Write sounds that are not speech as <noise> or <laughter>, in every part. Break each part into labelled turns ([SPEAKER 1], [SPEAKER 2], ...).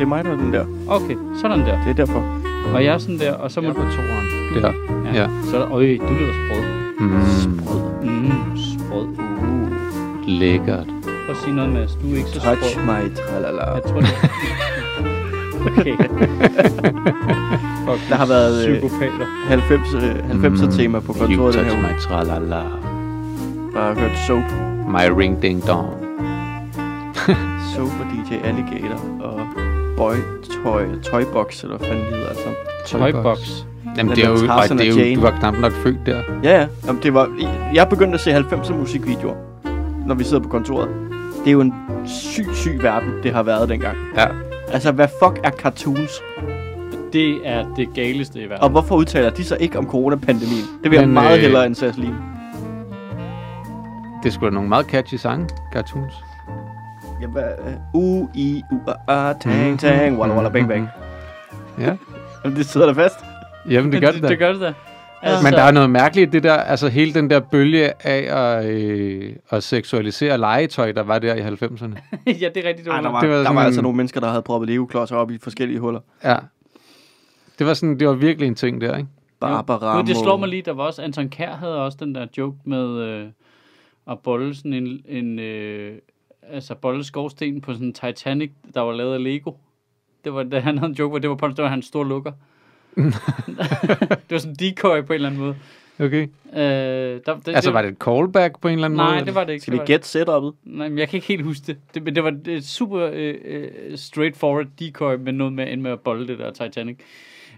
[SPEAKER 1] er mig, der er den der.
[SPEAKER 2] Okay, sådan der.
[SPEAKER 1] Det er derfor.
[SPEAKER 2] Og jeg er sådan der, og så må
[SPEAKER 3] Jeg er
[SPEAKER 2] du...
[SPEAKER 3] på toeren.
[SPEAKER 4] Der. Ja.
[SPEAKER 2] Så er der, øj, du lyder sprød.
[SPEAKER 4] Mm,
[SPEAKER 2] Mm, sprød.
[SPEAKER 4] lækkert.
[SPEAKER 2] Prøv at sige noget, Mads. Du er ikke så
[SPEAKER 1] Touch
[SPEAKER 2] sprød.
[SPEAKER 1] my tralala.
[SPEAKER 2] Jeg tror, det
[SPEAKER 4] <laughs>
[SPEAKER 2] Okay. Fuck,
[SPEAKER 1] Der har været, øh,
[SPEAKER 2] Psykopater.
[SPEAKER 1] 90, øh, 90'er tema på
[SPEAKER 4] You
[SPEAKER 1] kontoret den her
[SPEAKER 4] touch
[SPEAKER 1] uge.
[SPEAKER 4] my tralala.
[SPEAKER 1] Bare hørt Soap.
[SPEAKER 4] My ring ding dong.
[SPEAKER 1] Soap og DJ Alligator og Boy Toy, Toybox, eller hvad fanden det hedder altså.
[SPEAKER 2] Toybox.
[SPEAKER 4] Jamen,
[SPEAKER 1] Den
[SPEAKER 4] det er
[SPEAKER 1] der
[SPEAKER 4] jo, ej,
[SPEAKER 1] Tarzan
[SPEAKER 4] det er
[SPEAKER 1] og
[SPEAKER 4] jo,
[SPEAKER 1] Jane.
[SPEAKER 4] du var knap nok født der.
[SPEAKER 1] Ja, ja. Jamen, det var, jeg begyndte at se 90'er musikvideoer, når vi sidder på kontoret. Det er jo en syg, syg verden, det har været dengang.
[SPEAKER 4] Ja.
[SPEAKER 1] Altså, hvad fuck er cartoons?
[SPEAKER 2] Det er det galeste i verden.
[SPEAKER 1] Og hvorfor udtaler de sig ikke om coronapandemien? Det vil jeg
[SPEAKER 4] Men,
[SPEAKER 1] meget
[SPEAKER 4] øh,
[SPEAKER 1] hellere end Sass Lim.
[SPEAKER 4] Det skulle da nogle meget catchy sange, cartoons.
[SPEAKER 1] Mm. Ja, hvad, øh, U, I, U, A, A,
[SPEAKER 4] Mhm.
[SPEAKER 1] tang, tang, walla, walla, bang, bang.
[SPEAKER 4] Ja.
[SPEAKER 1] Jamen, det sidder der fast.
[SPEAKER 4] Jamen, det gør det da.
[SPEAKER 2] Det gør det da. Altså,
[SPEAKER 4] Men der er noget mærkeligt i det der, altså hele den der bølge af at, øh, at seksualisere legetøj, der var der i 90'erne.
[SPEAKER 2] <laughs> ja, det er rigtigt.
[SPEAKER 1] Ej, der var,
[SPEAKER 4] Det var
[SPEAKER 1] der
[SPEAKER 4] sådan
[SPEAKER 1] var
[SPEAKER 4] en-
[SPEAKER 1] altså nogle mennesker, der havde proppet legoklodser op i forskellige huller.
[SPEAKER 4] Ja. Det var sådan, det var virkelig en ting der, ikke?
[SPEAKER 1] Barbara
[SPEAKER 2] Gud, det
[SPEAKER 1] må-
[SPEAKER 2] slår mig lige. Der var også, Anton Kær havde også den der joke med øh, at bolle sådan en, en øh, altså bolle skovsten på sådan en Titanic, der var lavet af Lego. Det var, da han havde en joke, hvor det var, på, det var hans store
[SPEAKER 1] <laughs>
[SPEAKER 2] lukker. det var sådan en decoy på en eller anden måde.
[SPEAKER 4] Okay.
[SPEAKER 2] Øh, der, det,
[SPEAKER 4] Altså, var det et callback på en eller anden måde?
[SPEAKER 2] Nej, det var det ikke.
[SPEAKER 1] Skal
[SPEAKER 2] Det
[SPEAKER 1] vi
[SPEAKER 2] var det
[SPEAKER 1] gætte setup'et?
[SPEAKER 2] Nej, men jeg kan ikke helt huske det. det men det var et super øh, øh, straightforward decoy, men noget med, end med at bolde det der Titanic.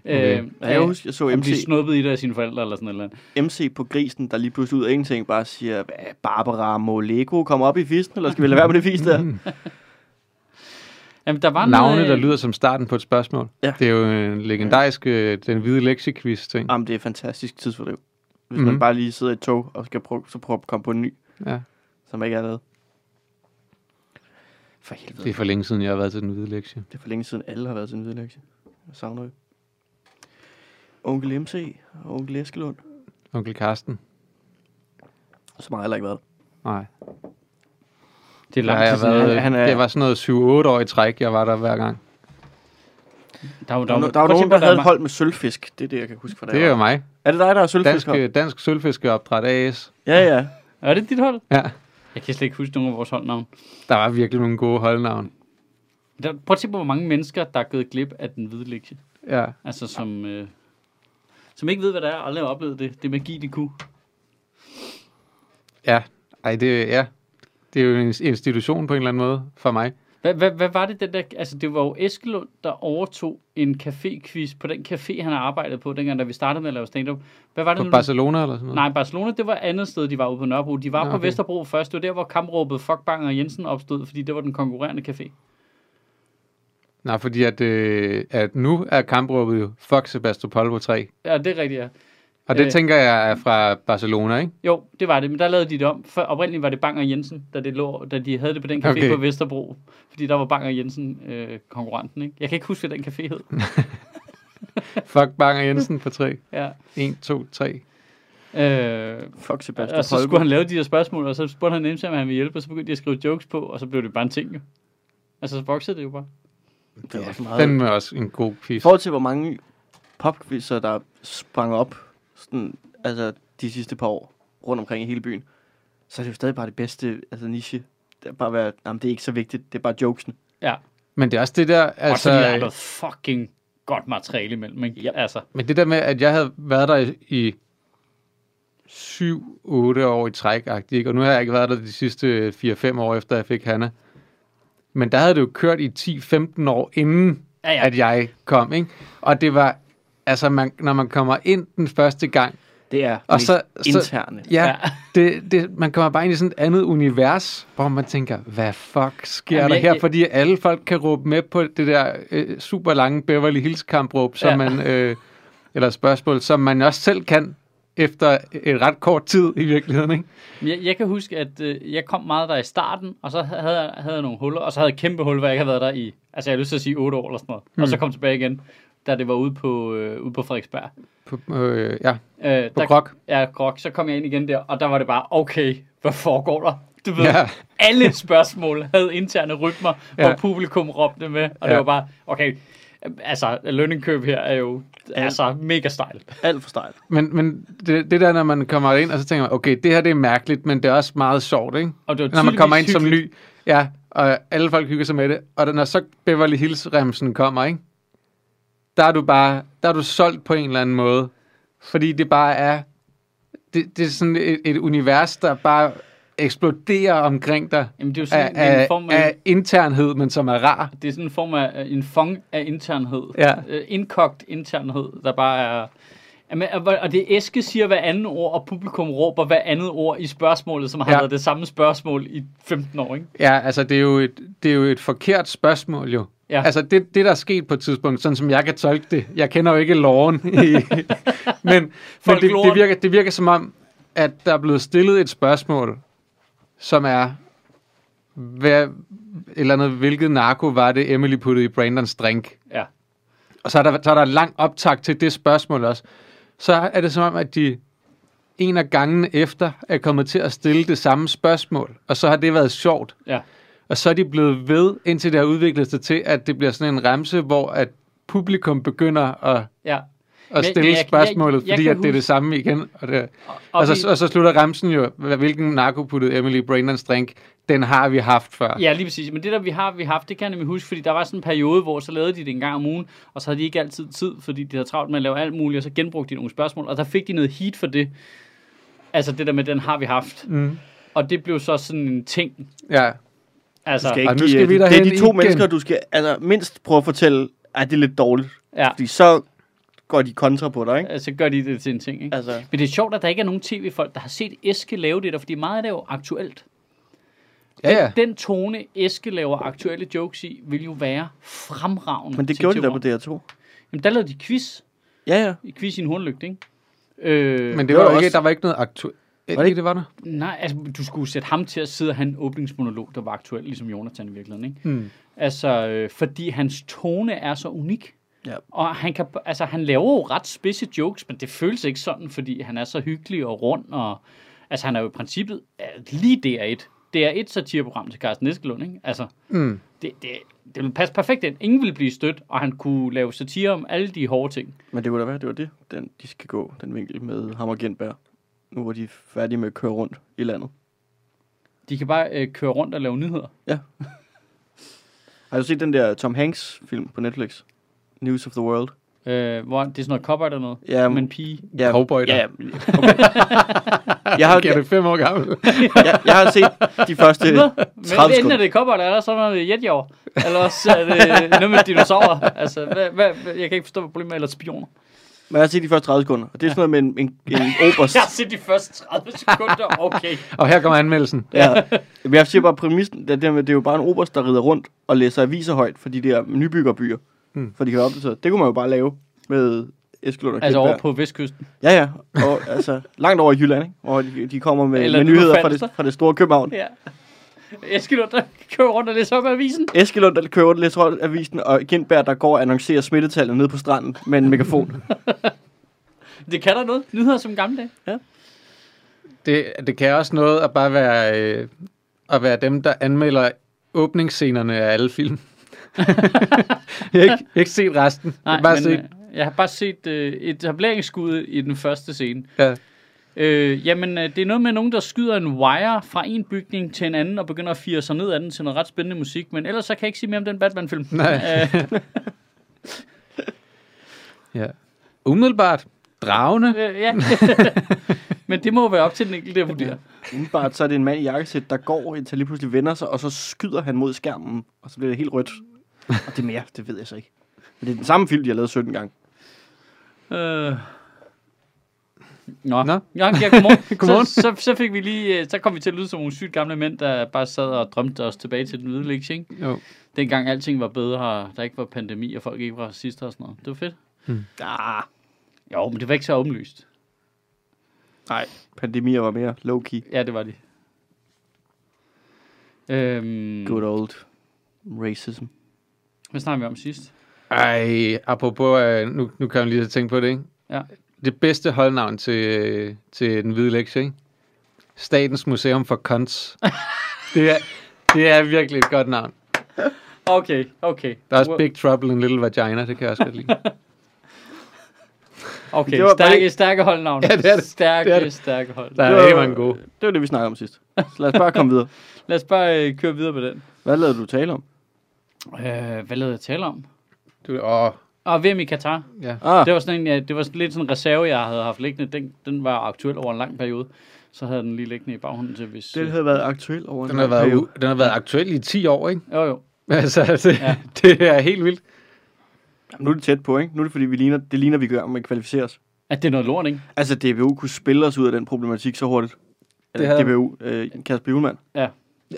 [SPEAKER 4] Okay.
[SPEAKER 2] Øh,
[SPEAKER 1] Ja, jeg husker, jeg så
[SPEAKER 2] om de
[SPEAKER 1] MC,
[SPEAKER 2] snuppede i det af sine forældre eller sådan et eller andet.
[SPEAKER 1] MC på grisen, der lige pludselig ud af ingenting bare siger, "Hvad, Barbara må Lego komme op i fisen, eller skal vi lade være med det fis
[SPEAKER 4] <laughs>
[SPEAKER 1] der?
[SPEAKER 4] Mhm.
[SPEAKER 2] Jamen, der var
[SPEAKER 4] Navne,
[SPEAKER 2] noget,
[SPEAKER 4] der
[SPEAKER 2] øh,
[SPEAKER 4] lyder som starten på et spørgsmål.
[SPEAKER 1] Ja.
[SPEAKER 4] Det er jo en legendarisk, øh, den hvide lektiequiz-ting.
[SPEAKER 1] Jamen, det er et fantastisk tidsfordriv. Hvis
[SPEAKER 4] Mhm.
[SPEAKER 1] man bare lige sidder i et tog, og skal prøve, så prøve at komme på en ny,
[SPEAKER 4] Ja.
[SPEAKER 1] som ikke er lavet. For helvede,
[SPEAKER 4] Det er for længe siden, jeg har været til den hvide lektie.
[SPEAKER 1] det er for længe siden, alle har været til en yderlektie. Jeg savner det. Onkel MC og onkel Eskelund.
[SPEAKER 4] Onkel Karsten.
[SPEAKER 1] Som har heller ikke været der.
[SPEAKER 4] Nej.
[SPEAKER 2] Det er
[SPEAKER 4] Der
[SPEAKER 2] langt
[SPEAKER 4] har
[SPEAKER 2] ja,
[SPEAKER 4] jeg
[SPEAKER 2] til sådan
[SPEAKER 4] været,
[SPEAKER 1] han- han er-
[SPEAKER 4] Det var sådan noget 7-8 år i træk, jeg var der hver gang.
[SPEAKER 2] Der er jo,
[SPEAKER 1] Der, var,
[SPEAKER 2] jo-
[SPEAKER 1] no- der var
[SPEAKER 2] prøv at
[SPEAKER 1] nogen,
[SPEAKER 2] tænke
[SPEAKER 1] der
[SPEAKER 2] på,
[SPEAKER 1] havde et
[SPEAKER 2] er ma-
[SPEAKER 1] hold med sølvfisk. Det er det, jeg kan huske fra da
[SPEAKER 4] Det
[SPEAKER 1] jeg
[SPEAKER 4] er jo
[SPEAKER 1] var-
[SPEAKER 4] mig.
[SPEAKER 1] Er det dig, der er
[SPEAKER 4] Dansk,
[SPEAKER 1] sølvfisker?
[SPEAKER 4] øh, dansk Sølvfiskeopdræt AS.
[SPEAKER 1] Ja, ja.
[SPEAKER 2] Er det dit hold?
[SPEAKER 4] Ja.
[SPEAKER 2] Jeg kan slet ikke huske nogen af vores holdnavn.
[SPEAKER 4] Der var virkelig nogle gode holdnavn.
[SPEAKER 2] Der, prøv at tænke på, hvor mange mennesker, der er gået glip af den hvide lektie.
[SPEAKER 4] Ja.
[SPEAKER 2] Altså, som, øh, som ikke ved, hvad det er, og aldrig har oplevet det. Det magi, det kunne.
[SPEAKER 4] Ja. Ej, det, ja. det er jo en institution på en eller anden måde for mig.
[SPEAKER 2] Hvad, hvad, hvad var det, den der... Altså, det var jo Eskelund, der overtog en café-quiz på den café, han har arbejdet på, dengang, da vi startede med at lave stand-up. Hvad var det
[SPEAKER 4] På
[SPEAKER 2] nu?
[SPEAKER 4] Barcelona eller sådan noget.
[SPEAKER 2] Mm. Nej, Barcelona, det var andet sted, de var ude på Nørrebro. De var
[SPEAKER 4] Nå,
[SPEAKER 2] på
[SPEAKER 4] okay.
[SPEAKER 2] Vesterbro først. Det var der, hvor kampråbet Fuck Bang og Jensen opstod, fordi det var den konkurrerende café.
[SPEAKER 4] Nej, fordi at, øh, at nu er kampråbet jo Fuck Sebastopol på 3.
[SPEAKER 2] Ja, det er rigtigt, ja.
[SPEAKER 4] Og det
[SPEAKER 2] Øh.
[SPEAKER 4] øh. tænker jeg er fra Barcelona, ikke?
[SPEAKER 2] Jo, det var det, men der lavede de det om. For oprindeligt var det Bang og Jensen, da, det lå, da de havde det på den café
[SPEAKER 4] Okay.
[SPEAKER 2] på Vesterbro. Fordi der var Bang og Jensen øh, konkurrenten, ikke? Jeg kan ikke huske, hvad den café
[SPEAKER 4] <laughs>
[SPEAKER 2] hed.
[SPEAKER 4] Fuck Bang og Jensen på 3.
[SPEAKER 2] Ja.
[SPEAKER 4] 1, 2, 3.
[SPEAKER 2] Øh,
[SPEAKER 1] Fuck Sebastian
[SPEAKER 2] og så
[SPEAKER 1] Holger.
[SPEAKER 2] skulle han lave de der spørgsmål, og så spurgte han MC, om han ville hjælpe, og så begyndte de at skrive jokes på, og så blev det bare en ting, jo. Altså, så voksede det jo bare.
[SPEAKER 1] Det er også meget...
[SPEAKER 4] Den er også en god
[SPEAKER 1] I
[SPEAKER 4] pis.
[SPEAKER 1] forhold til, hvor mange popquizzer, der sprang op sådan, altså, de sidste par år rundt omkring i hele byen, så er det jo stadig bare det bedste altså, niche. Det er bare være, jamen, det er ikke så vigtigt, det er bare jokesen.
[SPEAKER 2] Ja,
[SPEAKER 4] Men det er også det der,
[SPEAKER 2] altså,
[SPEAKER 4] altså,
[SPEAKER 2] og fordi der er noget fucking godt materiale imellem, ikke?
[SPEAKER 1] Ja.
[SPEAKER 2] Altså,
[SPEAKER 4] men det der med, at jeg havde været der i, i 7-8 år i træk, ikke? og nu har jeg ikke været der de sidste 4-5 år, efter jeg fik Hanna. Men der havde det jo kørt i 10-15 år, inden
[SPEAKER 2] ja, ja.
[SPEAKER 4] at jeg kom, ikke? Og det var, altså, man, når man kommer ind den første gang,
[SPEAKER 1] Det er
[SPEAKER 4] Og
[SPEAKER 1] og så,
[SPEAKER 4] så- så-
[SPEAKER 1] interne.
[SPEAKER 4] Ja,
[SPEAKER 2] Ja.
[SPEAKER 4] ja. Det, det, man kommer bare ind i sådan et andet univers, hvor man tænker, hvad fuck sker
[SPEAKER 2] Jamen,
[SPEAKER 4] Jamen, der
[SPEAKER 2] jeg-
[SPEAKER 4] her?
[SPEAKER 2] jeg-
[SPEAKER 4] Fordi alle folk kan råbe med på det der øh, super lange Beverly Hills kampråb, som
[SPEAKER 2] Ja.
[SPEAKER 4] ja. man, øh, eller spørgsmål, som man også selv kan efter et ret kort tid i virkeligheden, ikke?
[SPEAKER 2] Men Jeg, jeg kan huske, at øh, jeg kom meget der i starten, og så havde
[SPEAKER 4] Hmm.
[SPEAKER 2] jeg, havde jeg nogle huller, og så havde jeg et kæmpe hul, hvor jeg ikke havde været der i, altså jeg har lyst til at sige 8 år eller sådan noget, mm. og så kom tilbage igen. da det var ude på, øh, ude på Frederiksberg.
[SPEAKER 4] På, øh, ja,
[SPEAKER 2] Øh,
[SPEAKER 4] på
[SPEAKER 2] der,
[SPEAKER 4] krok.
[SPEAKER 2] Ja, Grok. Så kom jeg ind igen der, og der var det bare, okay, hvad foregår der? Du ved,
[SPEAKER 4] Ja.
[SPEAKER 2] ja. alle spørgsmål havde interne rytmer,
[SPEAKER 4] Ja.
[SPEAKER 2] ja. hvor publikum råbte med, og ja.
[SPEAKER 4] Ja.
[SPEAKER 2] det var bare, okay, altså, lønningkøb her er jo, altså, mega stejl.
[SPEAKER 1] Alt for stejl.
[SPEAKER 4] Men, men det, det der, når man kommer ind, og så tænker man, okay, det her det er mærkeligt, men det er også meget sjovt, ikke?
[SPEAKER 2] Og det var
[SPEAKER 4] Når man kommer ind
[SPEAKER 2] tydeligvis
[SPEAKER 4] som
[SPEAKER 2] hyggeligt.
[SPEAKER 4] ny, ja, og alle folk hygger sig med det. Og da- når så Beverly Hills-remsen kommer, ikke? Der er du bare, der er du solgt på en eller anden måde. Fordi det bare er, det, det er sådan et, et univers, der bare eksploderer omkring dig
[SPEAKER 2] Jamen, det er jo sådan
[SPEAKER 4] af,
[SPEAKER 2] en, en
[SPEAKER 4] af,
[SPEAKER 2] form af,
[SPEAKER 4] af internhed, men som er rar.
[SPEAKER 2] det er sådan en form af, en fong af internhed.
[SPEAKER 4] Ja.
[SPEAKER 2] Øh, indkogt internhed, der bare er... Jamen, og- og det er Eske siger hver anden ord, og publikum råber hver andet ord i spørgsmålet, som har
[SPEAKER 4] Ja.
[SPEAKER 2] ja. været det samme spørgsmål i 15 år, ikke?
[SPEAKER 4] Ja, altså det er jo et, det er jo et forkert spørgsmål jo. Ja.
[SPEAKER 2] Ja.
[SPEAKER 4] Altså det, det, der er sket på et tidspunkt, sådan som jeg kan tolke det, jeg kender jo ikke loven, i, men, men det, det,
[SPEAKER 2] Folkloren.
[SPEAKER 4] virker, det virker som om, at der er blevet stillet et spørgsmål, som er, hvad, et eller andet, hvilket narko var det, Emily puttede i Brandons drink?
[SPEAKER 2] Ja.
[SPEAKER 4] Og så er der, så er der lang optag til det spørgsmål også. Så er det som om, at de en af gangene efter er kommet til at stille det samme spørgsmål, og så har det været sjovt.
[SPEAKER 2] Ja.
[SPEAKER 4] Og så er de blevet ved, indtil det har udviklet sig til, at det bliver sådan en remse, hvor at publikum begynder at,
[SPEAKER 2] Ja.
[SPEAKER 4] at
[SPEAKER 2] Men-
[SPEAKER 4] stille
[SPEAKER 2] men
[SPEAKER 4] jeg,
[SPEAKER 2] jeg-
[SPEAKER 4] spørgsmålet,
[SPEAKER 2] jeg-
[SPEAKER 4] jeg,
[SPEAKER 2] jeg
[SPEAKER 4] fordi
[SPEAKER 2] kan
[SPEAKER 4] at det er det
[SPEAKER 2] huske-
[SPEAKER 4] samme igen. Og, det,
[SPEAKER 2] Og, og
[SPEAKER 4] og,
[SPEAKER 2] altså,
[SPEAKER 4] så, og så slutter remsen jo, hva- hvilken narko puttede Emily Brainlands drink, den har vi haft før.
[SPEAKER 2] Ja, lige præcis. Men det der, vi har vi har haft, det kan jeg nemlig huske, fordi der var sådan en periode, hvor så lavede de det en gang om ugen, og så havde de ikke altid tid, fordi de havde travlt med at lave alt muligt, og så genbrugte de nogle spørgsmål, og der fik de noget heat for det. Altså det der med, den har vi haft.
[SPEAKER 4] Mm.
[SPEAKER 2] Og det blev så sådan en ting.
[SPEAKER 4] ja.
[SPEAKER 2] Altså,
[SPEAKER 1] Du skal
[SPEAKER 4] Og
[SPEAKER 1] ikke
[SPEAKER 4] nu
[SPEAKER 1] give,
[SPEAKER 4] skal vi
[SPEAKER 1] det, det er
[SPEAKER 4] derhen
[SPEAKER 1] de to
[SPEAKER 4] igen.
[SPEAKER 1] mennesker, du skal altså, mindst prøve at fortælle, at det er lidt dårligt.
[SPEAKER 2] ja,
[SPEAKER 1] Fordi så går de kontra på dig, ikke?
[SPEAKER 2] så gør de det til en ting, ikke?
[SPEAKER 1] Altså,
[SPEAKER 2] Men det er sjovt, at der ikke er nogen tv-folk, der har set Eske lave det der, fordi meget af det er jo aktuelt.
[SPEAKER 4] ja, ja.
[SPEAKER 2] Den tone, Eske laver aktuelle jokes i, vil jo være fremragende.
[SPEAKER 1] men det
[SPEAKER 2] til
[SPEAKER 1] gjorde de da
[SPEAKER 2] TV.
[SPEAKER 1] på DR2.
[SPEAKER 2] Jamen, der lavede de quiz.
[SPEAKER 1] Ja, ja.
[SPEAKER 2] Quiz i en hornlygte, ikke? Øh,
[SPEAKER 4] Men
[SPEAKER 1] det
[SPEAKER 4] det var
[SPEAKER 1] var
[SPEAKER 4] jo ikke,
[SPEAKER 1] også-
[SPEAKER 4] der var ikke noget aktuelt. Var
[SPEAKER 1] det
[SPEAKER 4] det ikke, det var der?
[SPEAKER 2] Nej, altså, du skulle sætte ham til at sidde og have en åbningsmonolog, der var aktuel, ligesom Jonathan i virkeligheden, ikke?
[SPEAKER 4] Mm.
[SPEAKER 2] Altså, øh, fordi hans tone er så unik.
[SPEAKER 1] Ja.
[SPEAKER 2] Og han, kan, altså, han laver jo ret spidse jokes, men det føles ikke sådan, fordi han er så hyggelig og rund, og altså, han er jo i princippet øh, lige DR1. DR1 satireprogram til Carsten Eskelund, ikke? Altså,
[SPEAKER 4] Mm.
[SPEAKER 2] det, det, det ville passe perfekt ind. Ingen ville blive stødt, og han kunne lave satire om alle de hårde ting.
[SPEAKER 1] Men det kunne da være, det var det, den, de skal gå, den vinkel med ham og Genberg. Nu hvor de er færdige med at køre rundt i landet.
[SPEAKER 2] De kan bare øh, køre rundt og lave nyheder.
[SPEAKER 1] Har du set den der Tom Hanks film på Netflix? News of the World.
[SPEAKER 2] Øh, hvor, det er sådan noget copper eller noget,
[SPEAKER 1] Ja,
[SPEAKER 2] men pige.
[SPEAKER 1] ja,
[SPEAKER 4] Cowboy, der.
[SPEAKER 1] ja, ja, okay. <laughs> jeg, har,
[SPEAKER 4] Jeg er
[SPEAKER 1] jeg,
[SPEAKER 4] det fem år gammel.
[SPEAKER 1] jeg, jeg, har set de første
[SPEAKER 2] Nå,
[SPEAKER 1] 30
[SPEAKER 2] Men enten er
[SPEAKER 1] sekunder.
[SPEAKER 2] det kopper, eller er der sådan noget jetjager. Eller også er det noget med dinosaurer. Altså, hvad, hvad, hvad- jeg kan ikke forstå, hvad problemet er. Eller spioner.
[SPEAKER 1] Men jeg har set de første 30 sekunder. Og det er sådan noget med en, en, en oberst.
[SPEAKER 2] Jeg har set de første 30 sekunder. Okay.
[SPEAKER 4] Og her kommer anmeldelsen.
[SPEAKER 1] Ja. Men jeg siger bare præmissen, det, er det, med, det er jo bare en oberst, der rider rundt og læser aviser højt for de der nybyggerbyer.
[SPEAKER 4] Mm.
[SPEAKER 2] Hmm.
[SPEAKER 1] Mm. For de kan opdatere. Det kunne man jo bare lave med Eskelund og
[SPEAKER 2] <laughs> Altså
[SPEAKER 1] Kjeld
[SPEAKER 2] over
[SPEAKER 1] Berg.
[SPEAKER 2] på Vestkysten.
[SPEAKER 1] Ja, ja. Og, altså, langt over i Jylland, ikke? Hvor de, de kommer med,
[SPEAKER 2] Eller
[SPEAKER 1] med
[SPEAKER 2] nu på
[SPEAKER 1] nyheder fra det,
[SPEAKER 2] Falster.
[SPEAKER 1] fra det store København.
[SPEAKER 2] Ja. Eskelund, der kører rundt og læser op af avisen.
[SPEAKER 1] Eskelund, der kører rundt, læser rundt avisen, og Gindberg, der går og annoncerer smittetallet nede på stranden med en
[SPEAKER 2] <laughs>
[SPEAKER 1] megafon.
[SPEAKER 2] Det kan der noget. Nyheder som gamle dage.
[SPEAKER 4] Det, det kan også noget at bare være, øh, at være dem, der anmelder åbningsscenerne af alle film. <laughs> jeg har ikke, ikke set resten. jeg har bare
[SPEAKER 2] men,
[SPEAKER 4] set,
[SPEAKER 2] øh, jeg har bare set øh, etableringsskud i den første scene.
[SPEAKER 4] ja.
[SPEAKER 2] Øh, jamen, øh, det er noget med nogen, der skyder en wire fra en bygning til en anden, og begynder at fire sig ned af den til noget ret spændende musik, men ellers så kan jeg ikke sige mere om den Batman-film.
[SPEAKER 4] Nej.
[SPEAKER 2] Øh,
[SPEAKER 4] ja. Umiddelbart. Dragende.
[SPEAKER 2] øh,
[SPEAKER 4] <laughs>
[SPEAKER 2] ja. men det må jo være op til den enkelte at vurdere.
[SPEAKER 1] Umiddelbart så er det en mand i jakkesæt, der går, indtil lige pludselig vender sig, og så skyder han mod skærmen, og så bliver det helt rødt. Og det er mere, det ved jeg så ikke. Men det er den samme film, de har lavet 17 gange.
[SPEAKER 2] Øh. Nå.
[SPEAKER 4] Nå.
[SPEAKER 2] Nå. Ja, ja, godmorgen.
[SPEAKER 4] <laughs> Godmorgen.
[SPEAKER 2] Så, så, så, fik vi lige, øh, så kom vi til at lyde som nogle sygt gamle mænd, der bare sad og drømte os tilbage til den hvide lektie, ikke?
[SPEAKER 4] Jo.
[SPEAKER 2] Dengang alting var bedre, og der ikke var pandemi, og folk ikke var racister og sådan noget. Det var fedt.
[SPEAKER 1] Ah,
[SPEAKER 2] Jo, men det var ikke så omlyst.
[SPEAKER 1] nej, pandemier var mere low-key.
[SPEAKER 2] Ja, det var de. Øhm, Mm.
[SPEAKER 1] Good old racism.
[SPEAKER 2] Hvad snakker vi om sidst?
[SPEAKER 4] Ej, apropos, øh, nu, nu kan jeg lige tænke på det, ikke?
[SPEAKER 2] Ja.
[SPEAKER 4] Det bedste holdnavn til, øh, til den hvide lektie, ikke? Statens Museum for Kunst. det, er, det er virkelig et godt navn.
[SPEAKER 2] Okay, okay.
[SPEAKER 4] Der er også Big Trouble in Little Vagina, det kan jeg også godt lide.
[SPEAKER 2] Okay,
[SPEAKER 1] Det var bare
[SPEAKER 2] stærke,
[SPEAKER 1] lige-
[SPEAKER 2] stærke holdnavn.
[SPEAKER 4] <laughs> Ja, det er det.
[SPEAKER 2] Stærke,
[SPEAKER 4] Det er det.
[SPEAKER 2] stærke hold.
[SPEAKER 4] Der
[SPEAKER 1] Det
[SPEAKER 4] er
[SPEAKER 1] var-
[SPEAKER 4] rigtig mange gode.
[SPEAKER 1] Det var det, vi snakkede om
[SPEAKER 2] <laughs>
[SPEAKER 1] sidst. Så lad os bare komme videre.
[SPEAKER 2] Lad os bare øh, køre videre med den.
[SPEAKER 1] Hvad lavede du tale om?
[SPEAKER 2] Øh, hvad lavede jeg tale om?
[SPEAKER 4] Du, åh,
[SPEAKER 2] Og VM i Katar.
[SPEAKER 4] ja.
[SPEAKER 1] Ah,
[SPEAKER 2] Det var sådan en, ja, det var sådan lidt sådan en reserve, jeg havde haft liggende. Den, den var aktuel over en lang periode. Så havde den lige liggende i baghånden til, hvis... øh,
[SPEAKER 1] den havde været aktuel over en
[SPEAKER 4] Den har,
[SPEAKER 1] lang
[SPEAKER 4] været,
[SPEAKER 1] periode.
[SPEAKER 4] u- den har været aktuel i 10 år, ikke? <laughs>
[SPEAKER 2] Jo, jo.
[SPEAKER 4] Altså, det,
[SPEAKER 2] Ja.
[SPEAKER 4] ja. <laughs> det er helt vildt.
[SPEAKER 1] Jamen, Nu er det tæt på, ikke? Nu er det fordi, vi ligner, det ligner, vi gør, men kvalificerer os.
[SPEAKER 2] At det er noget lort, ikke?
[SPEAKER 1] Altså, DBU kunne spille os ud af den problematik så hurtigt. Eller,
[SPEAKER 4] havde-
[SPEAKER 1] DBU, øh, Kasper Julemand.
[SPEAKER 4] Ja,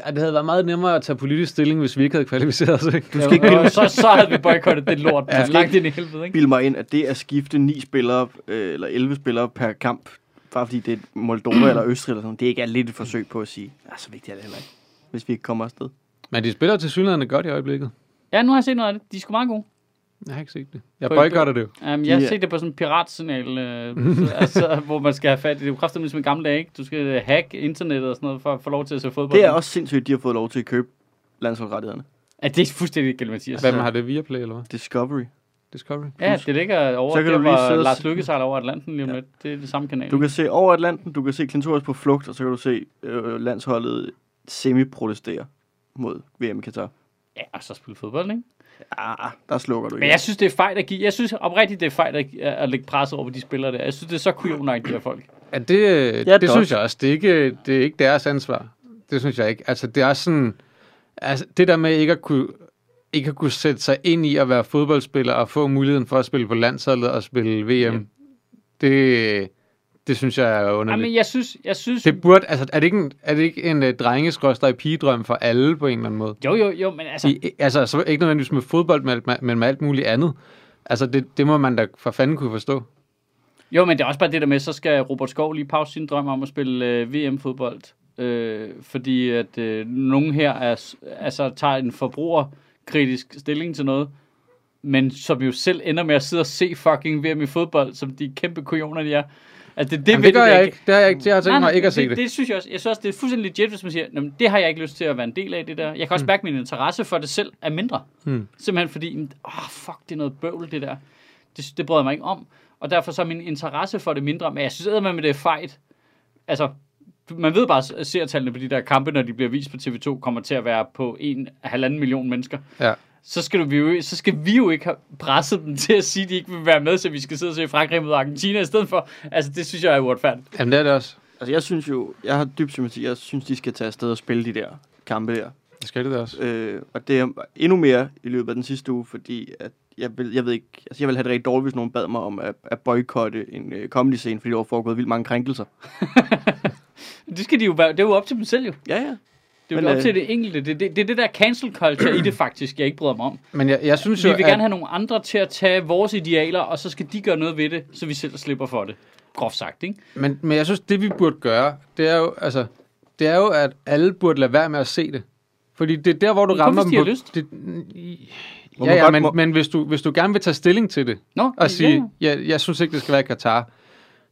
[SPEAKER 4] det havde været meget nemmere at tage politisk stilling, hvis vi ikke havde kvalificeret os, ikke?
[SPEAKER 1] Du skal ikke
[SPEAKER 2] jo, jo, så, så havde vi boykottet det lort.
[SPEAKER 4] Ja.
[SPEAKER 2] Ja. Langt ind i helvede, ikke?
[SPEAKER 1] bilde mig ind, at det at skifte ni spillere, øh, eller 11 spillere per kamp, bare fordi det er
[SPEAKER 4] <clears throat>
[SPEAKER 1] Moldova eller Østrig eller sådan, det ikke er lidt et forsøg på at sige, "Ah, så vigtigt er det heller ikke, hvis vi ikke kommer afsted.
[SPEAKER 4] Men de spiller til synligheden godt i øjeblikket.
[SPEAKER 2] Ja, nu har jeg set noget af det. De er sgu meget gode.
[SPEAKER 4] Jeg har ikke set det. Jeg
[SPEAKER 2] På-
[SPEAKER 4] boykotter det jo.
[SPEAKER 2] Um, jeg har
[SPEAKER 1] Ja.
[SPEAKER 2] set det på sådan en piratsignal, øh, <laughs> altså, hvor man skal have fat i det. Det er jo kraftigt ligesom i gamle dage, ikke? Du skal øh, hacke internettet og sådan noget, for at få lov til at se fodbold.
[SPEAKER 1] Det er også sindssygt, at de har fået lov til at købe landsholdrettighederne.
[SPEAKER 2] Ja, det er fuldstændig galt, Mathias.
[SPEAKER 4] Hvem har det? Viaplay eller hvad?
[SPEAKER 1] Discovery.
[SPEAKER 4] Discovery?
[SPEAKER 2] Ja, det ligger
[SPEAKER 1] Så
[SPEAKER 2] over,
[SPEAKER 1] kan
[SPEAKER 2] der
[SPEAKER 1] du lige sidde
[SPEAKER 2] hvor
[SPEAKER 1] og
[SPEAKER 2] Lars
[SPEAKER 1] se-
[SPEAKER 2] Lykke sejler over Atlanten lige om
[SPEAKER 1] Ja.
[SPEAKER 2] lidt. Det er det samme kanal.
[SPEAKER 1] Du kan se over Atlanten, du kan se Klintorius på flugt, og så kan du se øh, landsholdet semi-protestere mod VM i Katar.
[SPEAKER 2] Ja, og så spille fodbold, ikke?
[SPEAKER 1] Ah, der slukker du
[SPEAKER 2] Men
[SPEAKER 1] ikke.
[SPEAKER 2] jeg synes, det er fejl at give. Jeg synes oprigtigt, det er fejl at, at lægge presset over på de spillere der. Jeg synes, det er så kujonagt, de her folk.
[SPEAKER 4] Ja, det,
[SPEAKER 1] Ja,
[SPEAKER 4] ja, det
[SPEAKER 1] dog.
[SPEAKER 4] synes jeg også. Det er, ikke, det er ikke deres ansvar. Det synes jeg ikke. Altså, det er også sådan... Altså, det der med ikke at kunne ikke at kunne sætte sig ind i at være fodboldspiller og få muligheden for at spille på landsholdet og spille VM,
[SPEAKER 2] Ja.
[SPEAKER 4] det, det synes jeg er underligt.
[SPEAKER 2] Jamen, jeg synes... Jeg synes
[SPEAKER 4] Det burde, altså, er det ikke en, er det ikke en uh, drengeskrådstræk pigedrøm for alle på en eller anden måde?
[SPEAKER 2] Jo, jo, jo, men altså...
[SPEAKER 4] I, altså, så ikke nødvendigvis med fodbold, men, med- men med alt muligt andet. Altså, det, det må man da for fanden kunne forstå.
[SPEAKER 2] Jo, men det er også bare det der med, så skal Robert Skov lige pause sin drøm om at spille øh, VM-fodbold. Øh, fordi at øh, nogen her er, s- altså, tager en forbrugerkritisk stilling til noget, men som jo selv ender med at sidde og se fucking VM i fodbold, som de kæmpe kujoner, de er. Altså, det, er det,
[SPEAKER 4] Jamen,
[SPEAKER 2] ved
[SPEAKER 4] det
[SPEAKER 2] de
[SPEAKER 4] gør
[SPEAKER 2] da
[SPEAKER 4] jeg ikke. Det har jeg ikke. Jeg har tænkt
[SPEAKER 2] Nej,
[SPEAKER 4] mig
[SPEAKER 2] nej,
[SPEAKER 4] ikke at se
[SPEAKER 2] det,
[SPEAKER 4] det.
[SPEAKER 2] det. synes jeg også. Jeg synes også, det er fuldstændig legit, hvis man siger, "Nå, men det har jeg ikke lyst til at være en del af det der. Jeg kan også mærke, at min interesse for det selv er mindre.
[SPEAKER 4] Mm.
[SPEAKER 2] Simpelthen fordi, men, åh, fuck, det er noget bøvl, det der. Det, det bryder jeg mig ikke om. Og derfor så er min interesse for det mindre. Men jeg synes eddermame, at med det er fejt. Altså, du- man ved bare, at seertallene på de der kampe, når de bliver vist på TV2, kommer til at være på en halvanden million mennesker.
[SPEAKER 4] Ja.
[SPEAKER 2] Så skal, du, vi jo, så skal vi jo ikke have presset dem til at sige, at de ikke vil være med, så vi skal sidde og se Frankrig mod Argentina i stedet for. Altså, det synes jeg er uretfærdigt.
[SPEAKER 4] Jamen, det er det også.
[SPEAKER 1] Altså, jeg synes jo, jeg har dyb sympati, jeg synes, de skal tage afsted og spille de der kampe der.
[SPEAKER 4] Det skal det da også.
[SPEAKER 1] Øh, og det er endnu mere i løbet af den sidste uge, fordi at jeg, vil, jeg ved ikke, altså jeg ville have det rigtig dårligt, hvis nogen bad mig om at, at boykotte en øh, comedy scene, fordi der var foregået vildt mange krænkelser.
[SPEAKER 2] Det skal de jo være, det er jo op til dem selv jo.
[SPEAKER 1] Ja, ja.
[SPEAKER 2] Det er
[SPEAKER 1] Men,
[SPEAKER 2] jo op
[SPEAKER 1] øh,
[SPEAKER 2] til det enkelte. Det, det, det er det der cancel culture
[SPEAKER 1] <clears throat>
[SPEAKER 2] i det faktisk, jeg ikke bryder mig om.
[SPEAKER 4] Men jeg, jeg synes
[SPEAKER 2] Vi
[SPEAKER 4] jo,
[SPEAKER 2] vil
[SPEAKER 4] at,
[SPEAKER 2] gerne have nogle andre til at tage vores idealer, og så skal de gøre noget ved det, så vi selv slipper for det. Groft sagt, ikke?
[SPEAKER 4] men, men jeg synes, det vi burde gøre, det er jo, altså, det er jo, at alle burde lade være med at se det. Fordi det er der, hvor du
[SPEAKER 2] Men kun
[SPEAKER 4] rammer
[SPEAKER 2] hvis de har
[SPEAKER 4] på-
[SPEAKER 2] lyst.
[SPEAKER 4] Det,
[SPEAKER 1] Må
[SPEAKER 4] ja,
[SPEAKER 1] man
[SPEAKER 4] ja,
[SPEAKER 1] godt-
[SPEAKER 4] men,
[SPEAKER 1] må-
[SPEAKER 4] men hvis, du, hvis du gerne vil tage stilling til det,
[SPEAKER 2] Nå,
[SPEAKER 4] og sige,
[SPEAKER 2] ja.
[SPEAKER 4] ja. jeg, jeg synes ikke, det skal være i Katar,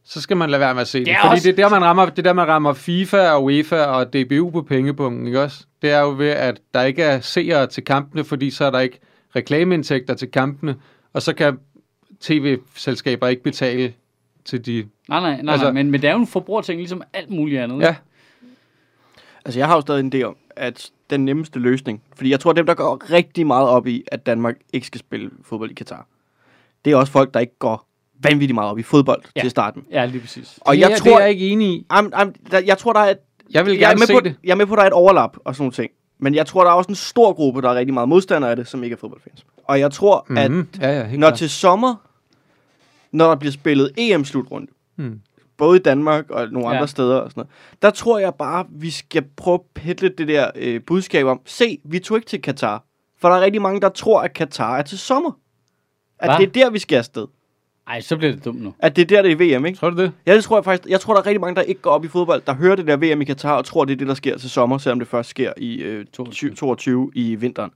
[SPEAKER 4] så skal man lade være med at se det.
[SPEAKER 2] Det er
[SPEAKER 4] fordi
[SPEAKER 2] også-
[SPEAKER 4] det, er der, man rammer, det er der, man rammer FIFA og UEFA og DBU på pengepunkten, ikke også? Det er jo ved, at der ikke er seere til kampene, fordi så er der ikke reklameindtægter til kampene, og så kan tv-selskaber ikke betale til de...
[SPEAKER 2] Nej, nej, nej, nej
[SPEAKER 4] Altså-
[SPEAKER 2] men, men det er jo en forbrugerting, ligesom alt muligt andet.
[SPEAKER 4] Ja,
[SPEAKER 1] Altså, jeg har jo stadig en idé om, at den nemmeste løsning, fordi jeg tror, dem, der går rigtig meget op i, at Danmark ikke skal spille fodbold i Katar, det er også folk, der ikke går vanvittigt meget op i fodbold
[SPEAKER 2] Ja.
[SPEAKER 1] ja. til starten.
[SPEAKER 2] Ja, lige præcis.
[SPEAKER 1] Og
[SPEAKER 4] det,
[SPEAKER 1] jeg
[SPEAKER 4] er- det
[SPEAKER 1] tror,
[SPEAKER 4] er jeg ikke enig i.
[SPEAKER 1] am, am, der, jeg tror, der er et
[SPEAKER 4] Jeg vil
[SPEAKER 1] jeg er,
[SPEAKER 4] gerne
[SPEAKER 1] med
[SPEAKER 4] se
[SPEAKER 1] på,
[SPEAKER 4] det.
[SPEAKER 1] jeg er med på, at der er et overlap og sådan nogle ting. Men jeg tror, der er også en stor gruppe, der er rigtig meget modstandere af det, som ikke er fodboldfans. Og jeg tror, mm-hmm. at
[SPEAKER 4] Mhm. ja, ja, helt
[SPEAKER 1] når
[SPEAKER 4] klart.
[SPEAKER 1] til sommer, når der bliver spillet EM-slutrunde,
[SPEAKER 4] Mm.
[SPEAKER 1] både i Danmark og nogle
[SPEAKER 2] Ja.
[SPEAKER 1] andre steder og sådan noget, der tror jeg bare, vi skal prøve at pætte det der øh, budskab om, se, vi tog ikke til Katar. For der er rigtig mange, der tror, at Katar er til sommer. At
[SPEAKER 2] Hva?
[SPEAKER 1] det er der, vi skal afsted.
[SPEAKER 2] Ej, så bliver det dumt nu.
[SPEAKER 1] At det er der, det er VM, ikke?
[SPEAKER 4] Tror du det?
[SPEAKER 1] Ja, det tror jeg faktisk. Jeg tror, der er rigtig mange, der ikke går op i fodbold, der hører det der VM i Katar og tror, det er det, der sker til sommer, selvom det først sker i øh, 22 i vinteren.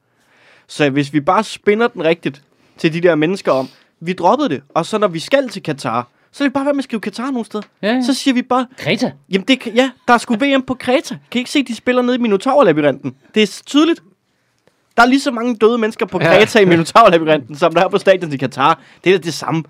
[SPEAKER 1] Så hvis vi bare spinner den rigtigt, til de der mennesker om, vi droppede det, og så når vi skal til Katar, så er det bare være med at skrive Katar nogle steder.
[SPEAKER 2] Ja, ja.
[SPEAKER 1] Så siger vi bare,
[SPEAKER 2] Greta.
[SPEAKER 1] jamen det, kan- ja, der er sgu VM på Kreta. Kan I ikke se, de spiller nede i Minotaur-labyrinten? Det er s- tydeligt. Der er lige så mange døde mennesker på
[SPEAKER 4] Ja.
[SPEAKER 1] Kreta i Minotaur-labyrinten, som der er på stadion til Katar. Det er da det samme.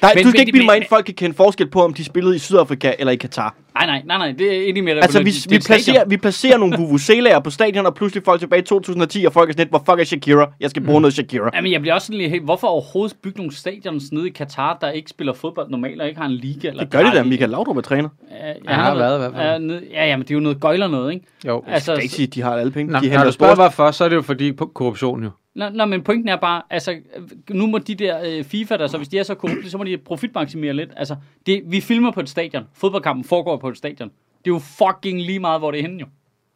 [SPEAKER 1] Der,
[SPEAKER 2] Men-
[SPEAKER 1] men, du skal
[SPEAKER 2] men-
[SPEAKER 1] ikke bilde mig
[SPEAKER 2] men-
[SPEAKER 1] ind, folk kan kende forskel på, om de spillede i Sydafrika eller i Katar.
[SPEAKER 2] Nej, nej, nej, nej, det er enig med dig.
[SPEAKER 1] Altså,
[SPEAKER 2] på
[SPEAKER 1] vi,
[SPEAKER 2] det. Det er
[SPEAKER 1] vi,
[SPEAKER 2] et
[SPEAKER 1] placerer,
[SPEAKER 2] stadion.
[SPEAKER 1] vi placerer
[SPEAKER 4] <laughs>
[SPEAKER 1] nogle vuvuzelaer på stadion, og pludselig er folk tilbage i 2010, og folk er sådan lidt, hvor fuck er Shakira? Jeg skal bruge mm. noget Shakira.
[SPEAKER 2] Jamen, jeg bliver også sådan lige helt... Hvorfor overhovedet bygge nogle stadions nede i Katar, der ikke spiller fodbold normalt, og ikke har en liga? Eller
[SPEAKER 1] Det gør de da,
[SPEAKER 2] der,
[SPEAKER 1] Michael Laudrup er træner.
[SPEAKER 2] Ja, jeg
[SPEAKER 4] har været i hvert fald.
[SPEAKER 2] Ja, nede, ja, jamen, det er jo noget gøjler noget, ikke?
[SPEAKER 4] Jo.
[SPEAKER 1] Altså, det er ikke sige, at de har alle penge. de
[SPEAKER 4] når
[SPEAKER 1] henter
[SPEAKER 4] du spørger
[SPEAKER 1] sport.
[SPEAKER 4] hvorfor, så er det jo fordi på korruption jo.
[SPEAKER 2] Nå, nå, men pointen er bare, altså, nu må de der øh, FIFA, der så, hvis de er så korrupte, så må de profitmaksimere lidt. Altså, det, vi filmer på et stadion. Fodboldkampen foregår på et stadion. Det er jo fucking lige meget, hvor det er henne, jo.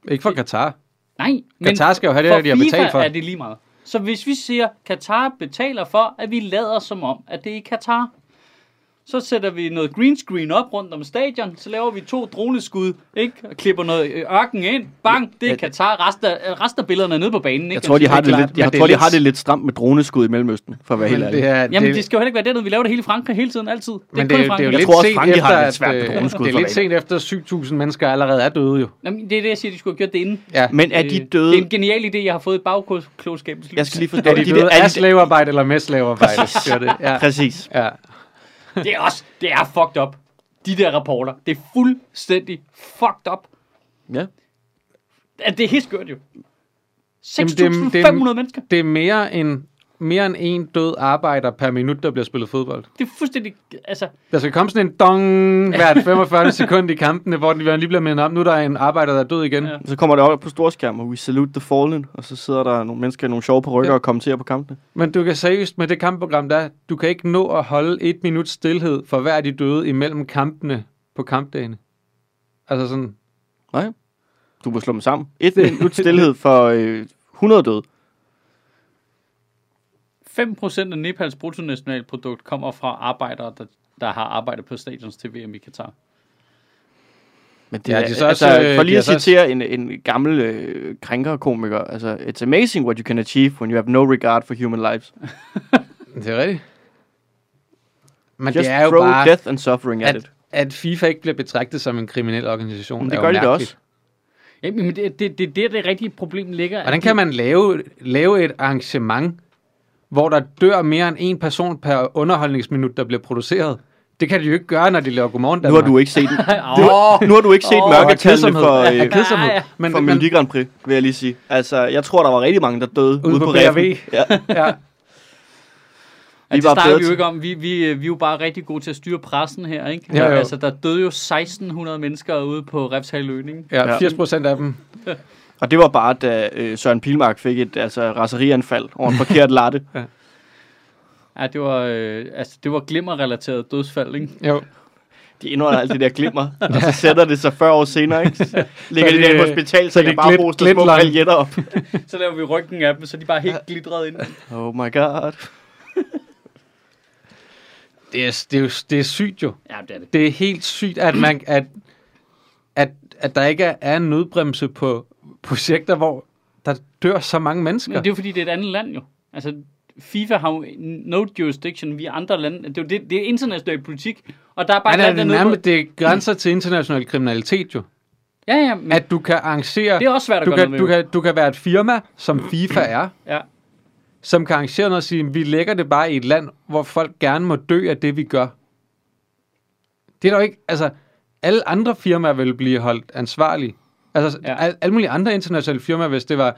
[SPEAKER 4] Ikke for Katar.
[SPEAKER 2] Nej, men
[SPEAKER 4] Qatar skal jo have det,
[SPEAKER 2] for
[SPEAKER 4] de har
[SPEAKER 2] FIFA
[SPEAKER 4] betalt for.
[SPEAKER 2] er det lige meget. Så hvis vi siger, Katar betaler for, at vi lader som om, at det er i Katar, så sætter vi noget green screen op rundt om stadion, så laver vi to droneskud, ikke? Og klipper noget øh, ørken ind. Bang, det er
[SPEAKER 1] Ja.
[SPEAKER 2] Katar. Resten af, resten af billederne er nede på banen, ikke?
[SPEAKER 1] Jeg tror, de har
[SPEAKER 4] det er
[SPEAKER 1] det
[SPEAKER 4] klart,
[SPEAKER 1] lidt, jeg
[SPEAKER 4] men det
[SPEAKER 1] tror,
[SPEAKER 4] er
[SPEAKER 1] de har
[SPEAKER 4] lidt-
[SPEAKER 1] det lidt stramt med droneskud i Mellemøsten, for at være helt
[SPEAKER 4] Men det
[SPEAKER 1] ærlig.
[SPEAKER 4] er,
[SPEAKER 2] Jamen,
[SPEAKER 4] det,
[SPEAKER 2] det skal jo heller ikke være dernede. Vi laver det hele i Frankrig hele tiden, altid. Det er
[SPEAKER 4] men
[SPEAKER 2] kun
[SPEAKER 4] det, er- det er
[SPEAKER 2] Frankrig.
[SPEAKER 4] jo
[SPEAKER 1] Jeg
[SPEAKER 4] lidt
[SPEAKER 1] tror også,
[SPEAKER 4] sent
[SPEAKER 1] Frankrig
[SPEAKER 4] efter,
[SPEAKER 1] har det
[SPEAKER 4] at,
[SPEAKER 1] svært med
[SPEAKER 4] øh,
[SPEAKER 1] droneskud
[SPEAKER 4] det er
[SPEAKER 1] for
[SPEAKER 4] lidt sent efter, at 7.000 mennesker allerede er døde jo.
[SPEAKER 2] Jamen, det er det, jeg siger, de skulle have gjort det inden.
[SPEAKER 4] Ja.
[SPEAKER 1] Men er de
[SPEAKER 2] Øh, Det er
[SPEAKER 1] døde?
[SPEAKER 2] en genial idé, jeg har fået i bagklodskabens liv.
[SPEAKER 1] Jeg skal lige forstå
[SPEAKER 4] Er de
[SPEAKER 1] det.
[SPEAKER 4] døde
[SPEAKER 1] er
[SPEAKER 4] af
[SPEAKER 1] de-
[SPEAKER 4] slavearbejde eller med slavearbejde? Det er det. Ja.
[SPEAKER 1] Præcis.
[SPEAKER 4] ja.
[SPEAKER 2] Det er også, det er fucked up. De der rapporter, det er fuldstændig fucked up.
[SPEAKER 1] Ja.
[SPEAKER 2] Ja, Det er helt skørt jo. 6.500
[SPEAKER 4] Jamen, det er- det er-
[SPEAKER 2] mennesker.
[SPEAKER 4] Det er mere end, mere end en død arbejder per minut, der bliver spillet fodbold.
[SPEAKER 2] Det er fuldstændig, altså...
[SPEAKER 4] Der skal komme sådan en dong
[SPEAKER 1] <laughs>
[SPEAKER 4] hvert 45 sekund i kampene, hvor de lige bliver mindet om, nu er der er en arbejder, der er død igen.
[SPEAKER 2] Ja.
[SPEAKER 4] Ja.
[SPEAKER 1] Så kommer det op på storskærm, og we salute the fallen, og så sidder der nogle mennesker i nogle sjove perukker
[SPEAKER 4] Ja.
[SPEAKER 1] og kommenterer på kampene.
[SPEAKER 4] Men du kan seriøst med det kampprogram, der er, du kan ikke nå at holde et minut stillhed for hver af de døde imellem kampene på kampdagene. Altså sådan,
[SPEAKER 1] Nej. Du må slå dem sammen. Et minut stillhed for øh, 100 døde.
[SPEAKER 2] 5% af Nepals bruttonationalprodukt kommer fra arbejdere, der, der har arbejdet på stadions til VM i Katar.
[SPEAKER 1] Men det
[SPEAKER 4] Ja,
[SPEAKER 1] ja, er,
[SPEAKER 4] de er så
[SPEAKER 1] altså,
[SPEAKER 4] også, øh,
[SPEAKER 1] for
[SPEAKER 4] de
[SPEAKER 1] lige
[SPEAKER 4] er
[SPEAKER 1] at
[SPEAKER 4] så også-
[SPEAKER 1] citere en, en gammel øh, krænker-komiker, altså, it's amazing what you can achieve when you have no regard for human lives.
[SPEAKER 4] det er rigtigt. Men
[SPEAKER 1] Just
[SPEAKER 4] det er jo
[SPEAKER 1] throw
[SPEAKER 4] bare,
[SPEAKER 1] death and suffering at, at
[SPEAKER 4] at,
[SPEAKER 1] it.
[SPEAKER 4] at FIFA ikke bliver betragtet som en kriminel organisation.
[SPEAKER 1] Men
[SPEAKER 4] er
[SPEAKER 1] det
[SPEAKER 4] jo
[SPEAKER 1] gør de da
[SPEAKER 4] mærkeligt.
[SPEAKER 1] også.
[SPEAKER 2] Jamen, det er det, det, det, det, det rigtige problem ligger. at
[SPEAKER 4] Hvordan
[SPEAKER 2] de-
[SPEAKER 4] kan man lave, lave et arrangement, hvor der dør mere end en person per underholdningsminut, der bliver produceret? Det kan de jo ikke gøre, når de laver Godmorgen
[SPEAKER 1] Nu har
[SPEAKER 4] Danmark.
[SPEAKER 1] du ikke set,
[SPEAKER 4] <laughs>
[SPEAKER 2] Åh, <laughs>
[SPEAKER 1] du, har- nu har du ikke set
[SPEAKER 2] Åh,
[SPEAKER 1] oh,
[SPEAKER 4] Åh,
[SPEAKER 1] mørketallene
[SPEAKER 4] kedsomhed.
[SPEAKER 1] for,
[SPEAKER 4] <laughs> Ja,
[SPEAKER 1] øh,
[SPEAKER 4] kedsomhed.
[SPEAKER 2] Ja, ja.
[SPEAKER 4] Men,
[SPEAKER 1] for
[SPEAKER 4] men,
[SPEAKER 1] Melodi Grand Prix, vil jeg lige sige. Altså, jeg tror, der var rigtig mange, der døde ude,
[SPEAKER 4] på
[SPEAKER 1] på,
[SPEAKER 4] BRV.
[SPEAKER 1] Reffen. Ja,
[SPEAKER 4] ja,
[SPEAKER 2] Ja,
[SPEAKER 1] vi
[SPEAKER 2] det
[SPEAKER 1] var
[SPEAKER 2] snakker
[SPEAKER 1] bedre
[SPEAKER 2] vi jo
[SPEAKER 1] til-
[SPEAKER 2] ikke om. Vi, vi, øh, vi er jo bare rigtig gode til at styre pressen her, ikke?
[SPEAKER 4] Jo, jo.
[SPEAKER 2] Altså, der døde jo 1.600 mennesker ude på Refshaløen, ikke?
[SPEAKER 4] ja,
[SPEAKER 1] Ja.
[SPEAKER 4] 80 procent af dem.
[SPEAKER 1] Og det var bare, da øh, Søren Pilmark fik et altså, raserianfald over en forkert latte.
[SPEAKER 2] Ja, det var, øh, altså, det var glimmerrelateret dødsfald, ikke?
[SPEAKER 4] Jo.
[SPEAKER 1] De indeholder alt det der glimmer, og så sætter det sig 40 år senere, ikke? Så Ligger
[SPEAKER 4] Så
[SPEAKER 1] de der
[SPEAKER 4] det-
[SPEAKER 1] på hospital,
[SPEAKER 4] så
[SPEAKER 1] så
[SPEAKER 4] det
[SPEAKER 1] jeg bare
[SPEAKER 4] glit-
[SPEAKER 1] hoster små
[SPEAKER 4] glitlang.
[SPEAKER 1] paljetter op.
[SPEAKER 2] <laughs> Så laver vi ryggen af dem, så de bare helt glitret ind.
[SPEAKER 1] Oh my god.
[SPEAKER 4] Det er, det, er, jo- det er sygt jo.
[SPEAKER 2] Ja, det er det.
[SPEAKER 4] Det er helt sygt, at, man, at, at, at der ikke er en nødbremse på projekter, hvor der dør så mange
[SPEAKER 2] Men
[SPEAKER 4] mennesker.
[SPEAKER 2] det er jo, fordi, det er et andet land, jo. Altså, FIFA har jo no jurisdiction. Vi er andre lande. Det er, jo det, det er international politik, og der er bare
[SPEAKER 4] Men
[SPEAKER 2] et
[SPEAKER 4] er
[SPEAKER 2] land
[SPEAKER 4] det,
[SPEAKER 2] dernede.
[SPEAKER 4] nærmest,
[SPEAKER 2] Nærmest...
[SPEAKER 4] det grænser til international kriminalitet jo.
[SPEAKER 2] Ja, ja, men
[SPEAKER 4] At du kan arrangere...
[SPEAKER 2] det er også svært at
[SPEAKER 4] du
[SPEAKER 2] gøre
[SPEAKER 4] kan,
[SPEAKER 2] noget
[SPEAKER 4] du,
[SPEAKER 2] ved.
[SPEAKER 4] kan, du kan være et firma, som FIFA er,
[SPEAKER 2] Ja.
[SPEAKER 4] som kan arrangere noget og sige, vi lægger det bare i et land, hvor folk gerne må dø af det, vi gør. Det er der jo ikke, altså, alle andre firmaer vil blive holdt ansvarlige. Altså,
[SPEAKER 2] Ja.
[SPEAKER 4] ja. al, alle mulige andre internationale firmaer, hvis det var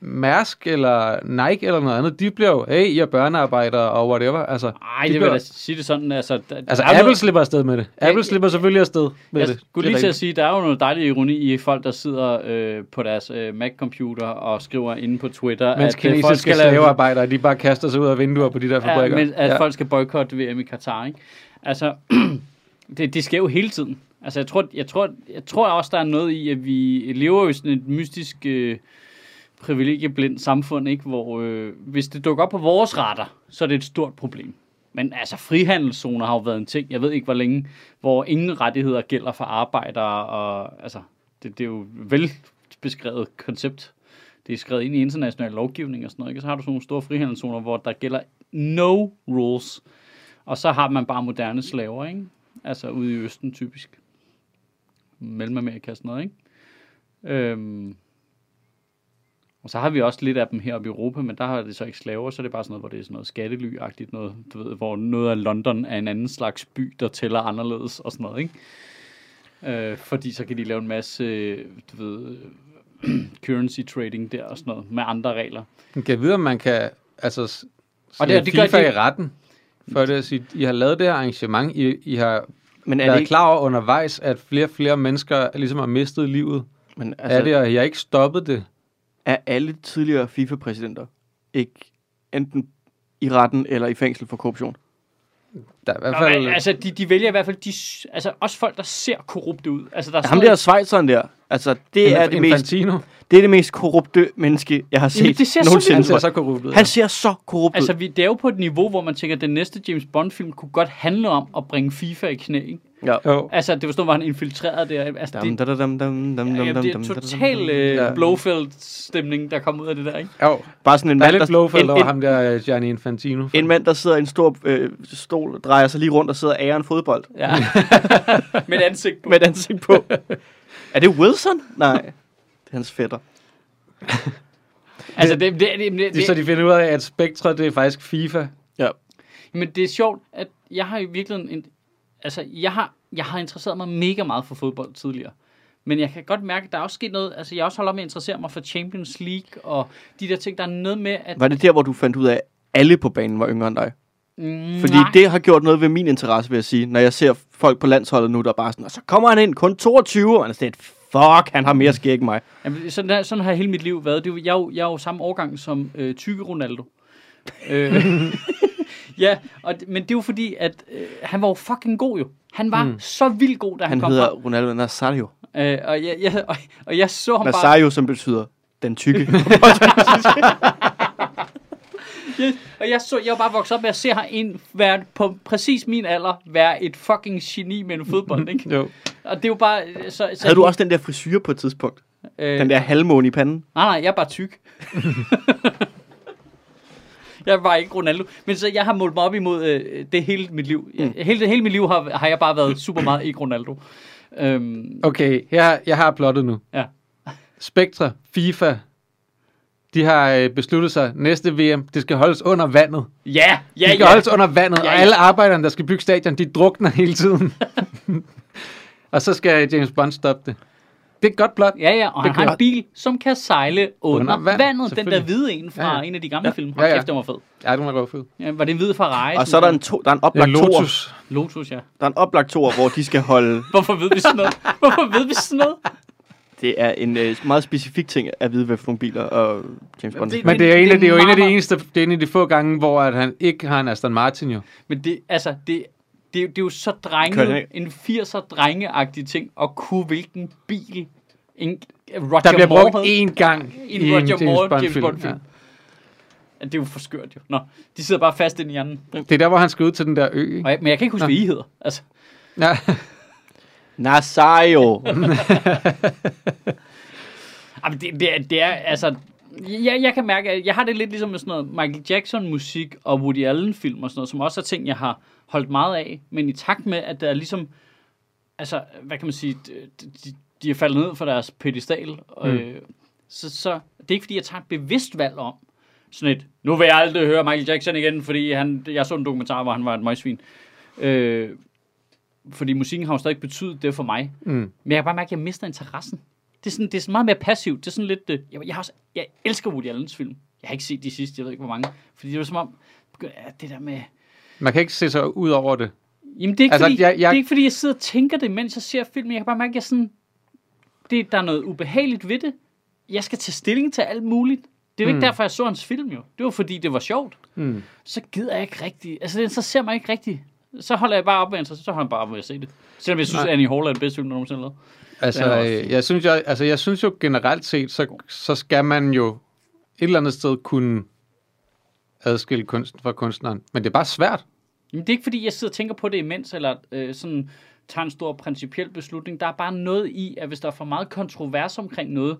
[SPEAKER 4] Mærsk eller Nike eller noget andet, de bliver jo, hey, I er børnearbejdere og whatever. Altså,
[SPEAKER 2] Ej,
[SPEAKER 4] de
[SPEAKER 2] det vil
[SPEAKER 4] bliver-
[SPEAKER 2] jeg da sige det sådan. Altså, der,
[SPEAKER 4] altså
[SPEAKER 2] der er
[SPEAKER 4] Apple
[SPEAKER 2] noget-
[SPEAKER 4] slipper afsted med det. Apple
[SPEAKER 2] Ja,
[SPEAKER 4] slipper selvfølgelig afsted med
[SPEAKER 2] Jeg
[SPEAKER 4] det.
[SPEAKER 2] skulle
[SPEAKER 4] Det er
[SPEAKER 2] lige til at
[SPEAKER 4] rigtigt.
[SPEAKER 2] sige, der er jo noget dejlig ironi i folk, der sidder øh, på deres øh, Mac-computer og skriver inde på Twitter,
[SPEAKER 4] Mens
[SPEAKER 2] øh,
[SPEAKER 4] kinesiske
[SPEAKER 2] lave-
[SPEAKER 4] slavearbejdere, de bare kaster sig ud af vinduer på de der
[SPEAKER 2] ja,
[SPEAKER 4] fabrikker.
[SPEAKER 2] men, at
[SPEAKER 4] Ja.
[SPEAKER 2] folk skal boykotte VM i Katar. Ikke? Altså, <clears throat> det, det sker jo hele tiden. Altså, jeg tror, jeg, tror, jeg tror også, der er noget i, at vi lever jo i sådan et mystisk øh, privilegieblindt samfund, ikke? hvor øh, hvis det dukker op på vores retter, så er det et stort problem. Men altså, frihandelszoner har jo været en ting, jeg ved ikke hvor længe, hvor ingen rettigheder gælder for arbejdere, og altså, det, det er jo et velbeskrevet koncept. det er skrevet ind i international lovgivning og sådan noget. Ikke? Så har du sådan nogle store frihandelszoner, hvor der gælder no rules. Og så har man bare moderne slaver, ikke? Altså ude i Østen typisk. Mellemamerika og sådan noget, ikke? Øhm. Og så har vi også lidt af dem heroppe i Europa, men der har det så ikke slaver, så er det bare sådan noget, hvor det er sådan noget skattely-agtigt noget, du ved, hvor noget af London er en anden slags by, der tæller anderledes og sådan noget, ikke? Øh, fordi så kan de lave en masse, øh, du ved, øh, currency trading der og sådan noget, med andre regler.
[SPEAKER 4] Men Kan jeg vide, om man kan altså, s-
[SPEAKER 2] Og
[SPEAKER 4] og
[SPEAKER 2] det-
[SPEAKER 4] det,
[SPEAKER 2] det
[SPEAKER 4] det
[SPEAKER 2] gør
[SPEAKER 4] FIFA
[SPEAKER 2] de-
[SPEAKER 4] i retten? For det at øh, sige, I har lavet det her arrangement, I, I har
[SPEAKER 1] Men
[SPEAKER 4] er
[SPEAKER 1] er det
[SPEAKER 4] været
[SPEAKER 1] ikke...
[SPEAKER 4] klar over undervejs, at flere og flere mennesker ligesom har mistet livet.
[SPEAKER 1] Men,
[SPEAKER 4] Altså,
[SPEAKER 1] altså,
[SPEAKER 4] er det, og I har ikke stoppet det?
[SPEAKER 1] er alle tidligere FIFA-præsidenter ikke enten i retten eller i fængsel for korruption?
[SPEAKER 4] Der er i hvert
[SPEAKER 2] Nå,
[SPEAKER 4] fald...
[SPEAKER 2] men, altså, de, de vælger i hvert fald, de, s- altså også folk, der ser korrupte ud. Altså, der er
[SPEAKER 1] Ham
[SPEAKER 2] noget-
[SPEAKER 1] der svejseren der, altså det er det, mest,
[SPEAKER 4] Infantino.
[SPEAKER 1] det er det mest korrupte menneske, jeg har set
[SPEAKER 2] Jamen, det ser
[SPEAKER 1] nogensinde.
[SPEAKER 4] Han
[SPEAKER 2] simpelthen-
[SPEAKER 1] tror
[SPEAKER 4] ser
[SPEAKER 1] jeg.
[SPEAKER 4] så korrupt ud.
[SPEAKER 1] Han ser så korrupt altså,
[SPEAKER 2] Altså,
[SPEAKER 1] ud.
[SPEAKER 2] vi, det er jo på et niveau, hvor man tænker, at den næste James Bond-film kunne godt handle om at bringe FIFA i knæ, ikke?
[SPEAKER 1] Ja.
[SPEAKER 4] Jo.
[SPEAKER 2] Altså, det var sådan, hvor han infiltrerede der. Altså,
[SPEAKER 1] Dam,
[SPEAKER 2] det,
[SPEAKER 1] da, da, dam, dam, dam, dam,
[SPEAKER 2] jamen, det
[SPEAKER 1] dam,
[SPEAKER 2] er
[SPEAKER 1] dam, dam,
[SPEAKER 2] total
[SPEAKER 1] dam.
[SPEAKER 4] Ja.
[SPEAKER 2] øh, Blofeld-stemning, der kom ud af det der, ikke?
[SPEAKER 4] jo.
[SPEAKER 1] Bare sådan en
[SPEAKER 4] Der er
[SPEAKER 1] mand,
[SPEAKER 4] lidt blowfald
[SPEAKER 1] en,
[SPEAKER 4] over
[SPEAKER 1] en,
[SPEAKER 4] ham der, øh, Gianni Infantino.
[SPEAKER 1] en mand, der sidder i en stor øh, stol, drejer sig lige rundt og sidder og ærer en fodbold <laughs>
[SPEAKER 2] Ja. Med et ansigt på.
[SPEAKER 1] med et ansigt på. er det Wilson? Nej, det er hans fætter.
[SPEAKER 2] <laughs> altså, det, det, det, det,
[SPEAKER 4] Det, så
[SPEAKER 2] det,
[SPEAKER 4] de finder ud af, at Spectre, det er faktisk FIFA.
[SPEAKER 2] men det er sjovt, at jeg har i virkeligheden... En, altså, jeg har, jeg har interesseret mig mega meget for fodbold tidligere. Men jeg kan godt mærke, at der er også sket noget... Altså, jeg er også holder op med at interessere mig for Champions League og de der ting, der er noget med, at...
[SPEAKER 1] Var det der, hvor du fandt ud af, at alle på banen var yngre end dig?
[SPEAKER 2] Mm,
[SPEAKER 1] Fordi Nej. det har gjort noget ved min interesse, vil jeg sige. Når jeg ser folk på landsholdet nu, der er bare sådan, og så kommer han ind, kun 22, og han er sådan, lidt, fuck, han har mere skæg end mig.
[SPEAKER 2] Jamen, sådan, der, sådan har hele mit liv været. Det er, jo- jeg, er jo, jeg er jo samme årgang som øh, tykke Ronaldo. øh, <laughs> ja, og, d- men det er jo fordi, at øh, han var jo fucking god jo. Han var mm. så vildt god, da han,
[SPEAKER 1] Han
[SPEAKER 2] kom
[SPEAKER 1] hedder
[SPEAKER 2] frem.
[SPEAKER 1] Ronaldo Nazario.
[SPEAKER 2] Øh, og, jeg, jeg, og, og jeg så ham bare...
[SPEAKER 1] Nazario, som betyder den
[SPEAKER 2] <laughs>
[SPEAKER 1] tykke.
[SPEAKER 2] Og jeg, så, jeg var bare vokset op med at se ham en, være på præcis min alder være et fucking geni med en fodbold, ikke?
[SPEAKER 4] Jo.
[SPEAKER 2] Og det er jo bare... øh, Så, så,
[SPEAKER 1] Havde du også den der frisyr på et tidspunkt?
[SPEAKER 2] Øh,
[SPEAKER 1] Den der halvmåne i panden?
[SPEAKER 2] Nej, nej, jeg er bare tyk.
[SPEAKER 1] <laughs>
[SPEAKER 2] jeg var ikke Ronaldo. Men så jeg har målt mig op imod øh, det hele mit liv. Mm. Hele, hele mit liv har, har jeg bare været super meget ikke Ronaldo. Øhm,
[SPEAKER 4] Okay, her, jeg har plottet nu.
[SPEAKER 2] Ja.
[SPEAKER 4] Spectre, FIFA, de har øh, besluttet sig, næste VM, det skal holdes under vandet.
[SPEAKER 2] ja, ja,
[SPEAKER 4] De skal
[SPEAKER 2] ja.
[SPEAKER 4] holdes
[SPEAKER 1] altså-
[SPEAKER 4] under vandet,
[SPEAKER 2] Ja,
[SPEAKER 4] ja,
[SPEAKER 2] ja.
[SPEAKER 4] og alle arbejderne, der skal bygge stadion, de drukner hele tiden. <laughs> og så skal øh, James Bond stoppe det. Det er et godt plot.
[SPEAKER 2] Ja, ja, og han
[SPEAKER 4] Det kan-
[SPEAKER 2] har en bil, som kan sejle under,
[SPEAKER 4] Under vand,
[SPEAKER 2] vandet. Den der
[SPEAKER 4] selvfølgelig.
[SPEAKER 2] hvide en fra
[SPEAKER 4] Ja,
[SPEAKER 2] ja,
[SPEAKER 4] ja.
[SPEAKER 2] en af de gamle
[SPEAKER 1] Ja,
[SPEAKER 2] film.
[SPEAKER 4] ja,
[SPEAKER 2] Hold
[SPEAKER 4] ja.
[SPEAKER 2] kæft, den var fed.
[SPEAKER 4] Ja, den var god fed.
[SPEAKER 2] Ja, var det en hvid Ferrari?
[SPEAKER 1] Og så er der en, to, der er en
[SPEAKER 4] Det er
[SPEAKER 1] oplagt toer.
[SPEAKER 4] Lotus.
[SPEAKER 2] Lotus, ja.
[SPEAKER 1] Der er en oplagt toer, hvor de skal holde...
[SPEAKER 2] Hvorfor ved vi sådan noget? Hvorfor ved vi sådan noget?
[SPEAKER 1] Det er en øh, meget specifik ting at vide, hvad for nogle biler og James Bond.
[SPEAKER 2] det-
[SPEAKER 4] Men det er, en,
[SPEAKER 2] det er
[SPEAKER 4] af, det er jo en af de
[SPEAKER 2] meget-
[SPEAKER 4] eneste, det er en af de få gange, hvor at han ikke har en Aston Martin jo.
[SPEAKER 2] Men det, altså, det, det, det er jo så
[SPEAKER 1] Kører den
[SPEAKER 2] drenge,
[SPEAKER 1] af?
[SPEAKER 2] en 80'er drengeagtig ting, at kunne hvilken bil en Roger
[SPEAKER 4] Der bliver brugt
[SPEAKER 2] Moore havde.
[SPEAKER 4] én gang i
[SPEAKER 2] en
[SPEAKER 4] en
[SPEAKER 2] Roger
[SPEAKER 4] James
[SPEAKER 2] Moore James
[SPEAKER 4] Bond-film.
[SPEAKER 2] Bond-film.
[SPEAKER 4] Ja.
[SPEAKER 2] Ja, Det er jo for skørt jo. Nå, de sidder bare fast ind i hjernen.
[SPEAKER 4] Det er der, hvor han skal ud til den der ø, ikke?
[SPEAKER 2] Og jeg, men jeg kan ikke huske, hvad I hedder. Altså,
[SPEAKER 4] Ja.
[SPEAKER 1] Nazario.
[SPEAKER 2] ej, Ah, men det, det, er, det er, altså... Jeg, jeg kan mærke, at jeg har det lidt ligesom med sådan noget Michael Jackson-musik og Woody Allen-film og sådan noget, som også er ting, jeg har holdt meget af. Men i takt med, at der er ligesom... Altså, hvad kan man sige? De, de, de er faldet ned fra deres pedestal. Og, mm. så, så det er ikke, fordi jeg tager et bevidst valg om, sådan et, nu vil jeg aldrig høre Michael Jackson igen, fordi han, jeg så en dokumentar, hvor han var et møgsvin. Øh, fordi musikken har jo stadig betydet det for mig.
[SPEAKER 4] Mm.
[SPEAKER 2] Men jeg kan bare mærke, at jeg mister interessen. Det er, sådan, det er sådan meget mere passivt. Det er sådan lidt... Øh, jeg, jeg, har også, jeg elsker Woody Allen's film. Jeg har ikke set de sidste, jeg ved ikke hvor mange. Fordi det var som om... Ja, det der med...
[SPEAKER 4] <laughs> Man kan ikke se sig ud over det.
[SPEAKER 2] Jamen, det er, ikke, altså,
[SPEAKER 4] Altså,
[SPEAKER 2] fordi, jeg,
[SPEAKER 4] jeg-
[SPEAKER 2] jeg...
[SPEAKER 4] jeg-
[SPEAKER 2] det er ikke fordi, jeg sidder og tænker det, mens jeg ser filmen. Jeg kan bare mærke, at jeg sådan, det, der er noget ubehageligt ved det. Jeg skal tage stilling til alt muligt. Det er jo mm. ikke derfor, jeg så hans film jo. Det var fordi, det var sjovt.
[SPEAKER 4] Mm.
[SPEAKER 2] Så gider jeg ikke rigtigt. Altså, det interesserer mig ikke rigtigt. Så holder jeg bare op med interesse. Så holder jeg bare op med at se det. Selvom jeg synes,
[SPEAKER 4] Nej.
[SPEAKER 2] at Annie Hall er den bedste film, der nogensinde er lavet. Den
[SPEAKER 4] Altså,
[SPEAKER 2] er også fin.
[SPEAKER 4] øh, jeg synes jo, altså, jeg synes jo generelt set, så, så skal man jo et eller andet sted kunne adskille kunsten fra kunstneren. Men det er bare svært.
[SPEAKER 2] Jamen, det er ikke fordi, jeg sidder og tænker på det imens, eller øh, sådan tager en stor principiel beslutning. Der er bare noget i, at hvis der er for meget kontrovers omkring noget,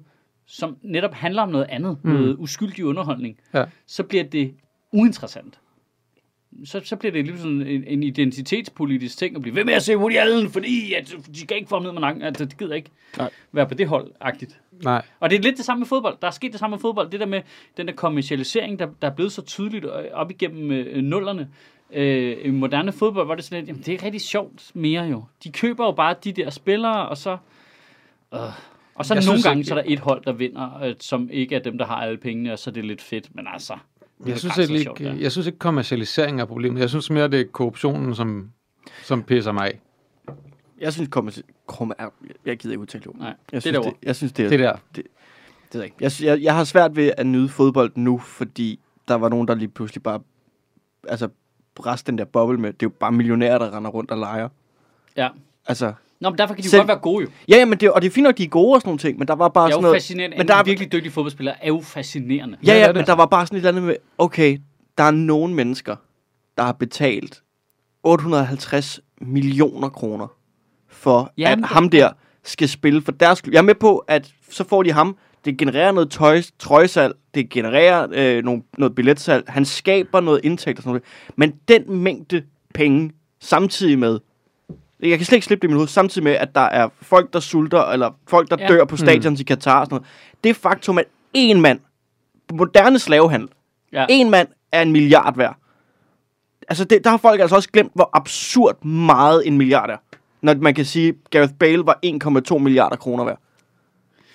[SPEAKER 2] som netop handler om noget andet, mm. noget uskyldig underholdning,
[SPEAKER 4] Ja.
[SPEAKER 2] så bliver det uinteressant. Så, så bliver det lige sådan en, en identitetspolitisk ting at blive ved med at se Woody Allen, fordi at de skal ikke få ham ned med nakken. Altså, det gider ikke
[SPEAKER 1] Nej.
[SPEAKER 2] være på det hold-agtigt.
[SPEAKER 4] Nej.
[SPEAKER 2] Og det er lidt det samme med fodbold. Der er sket det samme med fodbold. Det der med den der kommercialisering, der, der er blevet så tydeligt øh, op igennem øh, nullerne. Øh, i moderne fodbold, hvor det er sådan lidt, jamen det er ikke rigtig sjovt mere jo. De køber jo bare de der spillere, og så... Øh, og så
[SPEAKER 4] Jeg
[SPEAKER 2] jeg nogle
[SPEAKER 4] synes
[SPEAKER 2] gange,
[SPEAKER 4] ikke-
[SPEAKER 2] så er der et hold, der vinder, øh, som ikke er dem, der har alle pengene, og så er det lidt fedt. Men altså, det er
[SPEAKER 4] Jeg
[SPEAKER 2] da
[SPEAKER 4] synes,
[SPEAKER 2] klart, så
[SPEAKER 4] ikke,
[SPEAKER 2] sjovt, det er.
[SPEAKER 1] øh,
[SPEAKER 4] jeg synes ikke, kommercialisering er problemet. Jeg synes mere, det er korruptionen, som, som pisser mig af.
[SPEAKER 1] Jeg synes, kommer kom, jeg, jeg gider ikke udtale det. ord.
[SPEAKER 2] Nej,
[SPEAKER 1] jeg
[SPEAKER 2] det
[SPEAKER 1] synes,
[SPEAKER 2] der ord.
[SPEAKER 1] det, jeg synes, det er,
[SPEAKER 4] Det der.
[SPEAKER 1] det ved jeg, ikke. Jeg, sy- jeg, jeg har svært ved at nyde fodbold nu, fordi der var nogen, der lige pludselig bare altså, bræst den der boble med. Det er jo bare millionærer, der render rundt og leger.
[SPEAKER 2] Ja.
[SPEAKER 1] Altså,
[SPEAKER 2] Nå, men derfor kan de jo
[SPEAKER 1] Selv-
[SPEAKER 2] godt være gode jo.
[SPEAKER 1] ja, ja, men det, og det er fint nok, de er gode og sådan nogle ting, men der var bare
[SPEAKER 2] Det er
[SPEAKER 1] sådan
[SPEAKER 2] jo
[SPEAKER 1] noget...
[SPEAKER 2] fascinerende.
[SPEAKER 1] men der er-
[SPEAKER 2] er virkelig dygtige fodboldspillere er jo fascinerende.
[SPEAKER 1] Ja,
[SPEAKER 4] Ja,
[SPEAKER 1] ja,
[SPEAKER 4] det er det.
[SPEAKER 1] men der var bare sådan et eller andet med, okay, der er nogle mennesker, der har betalt 850 millioner kroner for,
[SPEAKER 2] Jamen,
[SPEAKER 1] at
[SPEAKER 2] det-
[SPEAKER 1] ham der skal spille for deres klub. Jeg er med på, at så får de ham, det genererer noget tøj, trøjsalg, det genererer øh, nogle, noget billetsalg, han skaber noget indtægt og sådan noget. Men den mængde penge, samtidig med, jeg kan slet ikke slippe det i mit hoved, samtidig med, at der er folk, der sulter, eller folk, der ja.
[SPEAKER 2] Ja.
[SPEAKER 1] dør på stadions mm. i Katar og sådan noget. Det faktum, at én mand moderne slavehandel.
[SPEAKER 2] Ja.
[SPEAKER 1] En mand er en milliard værd. Altså, det, der har folk altså også glemt, hvor absurd meget en milliard er. Når man kan sige, Gareth Bale var 1,2 milliarder kroner værd.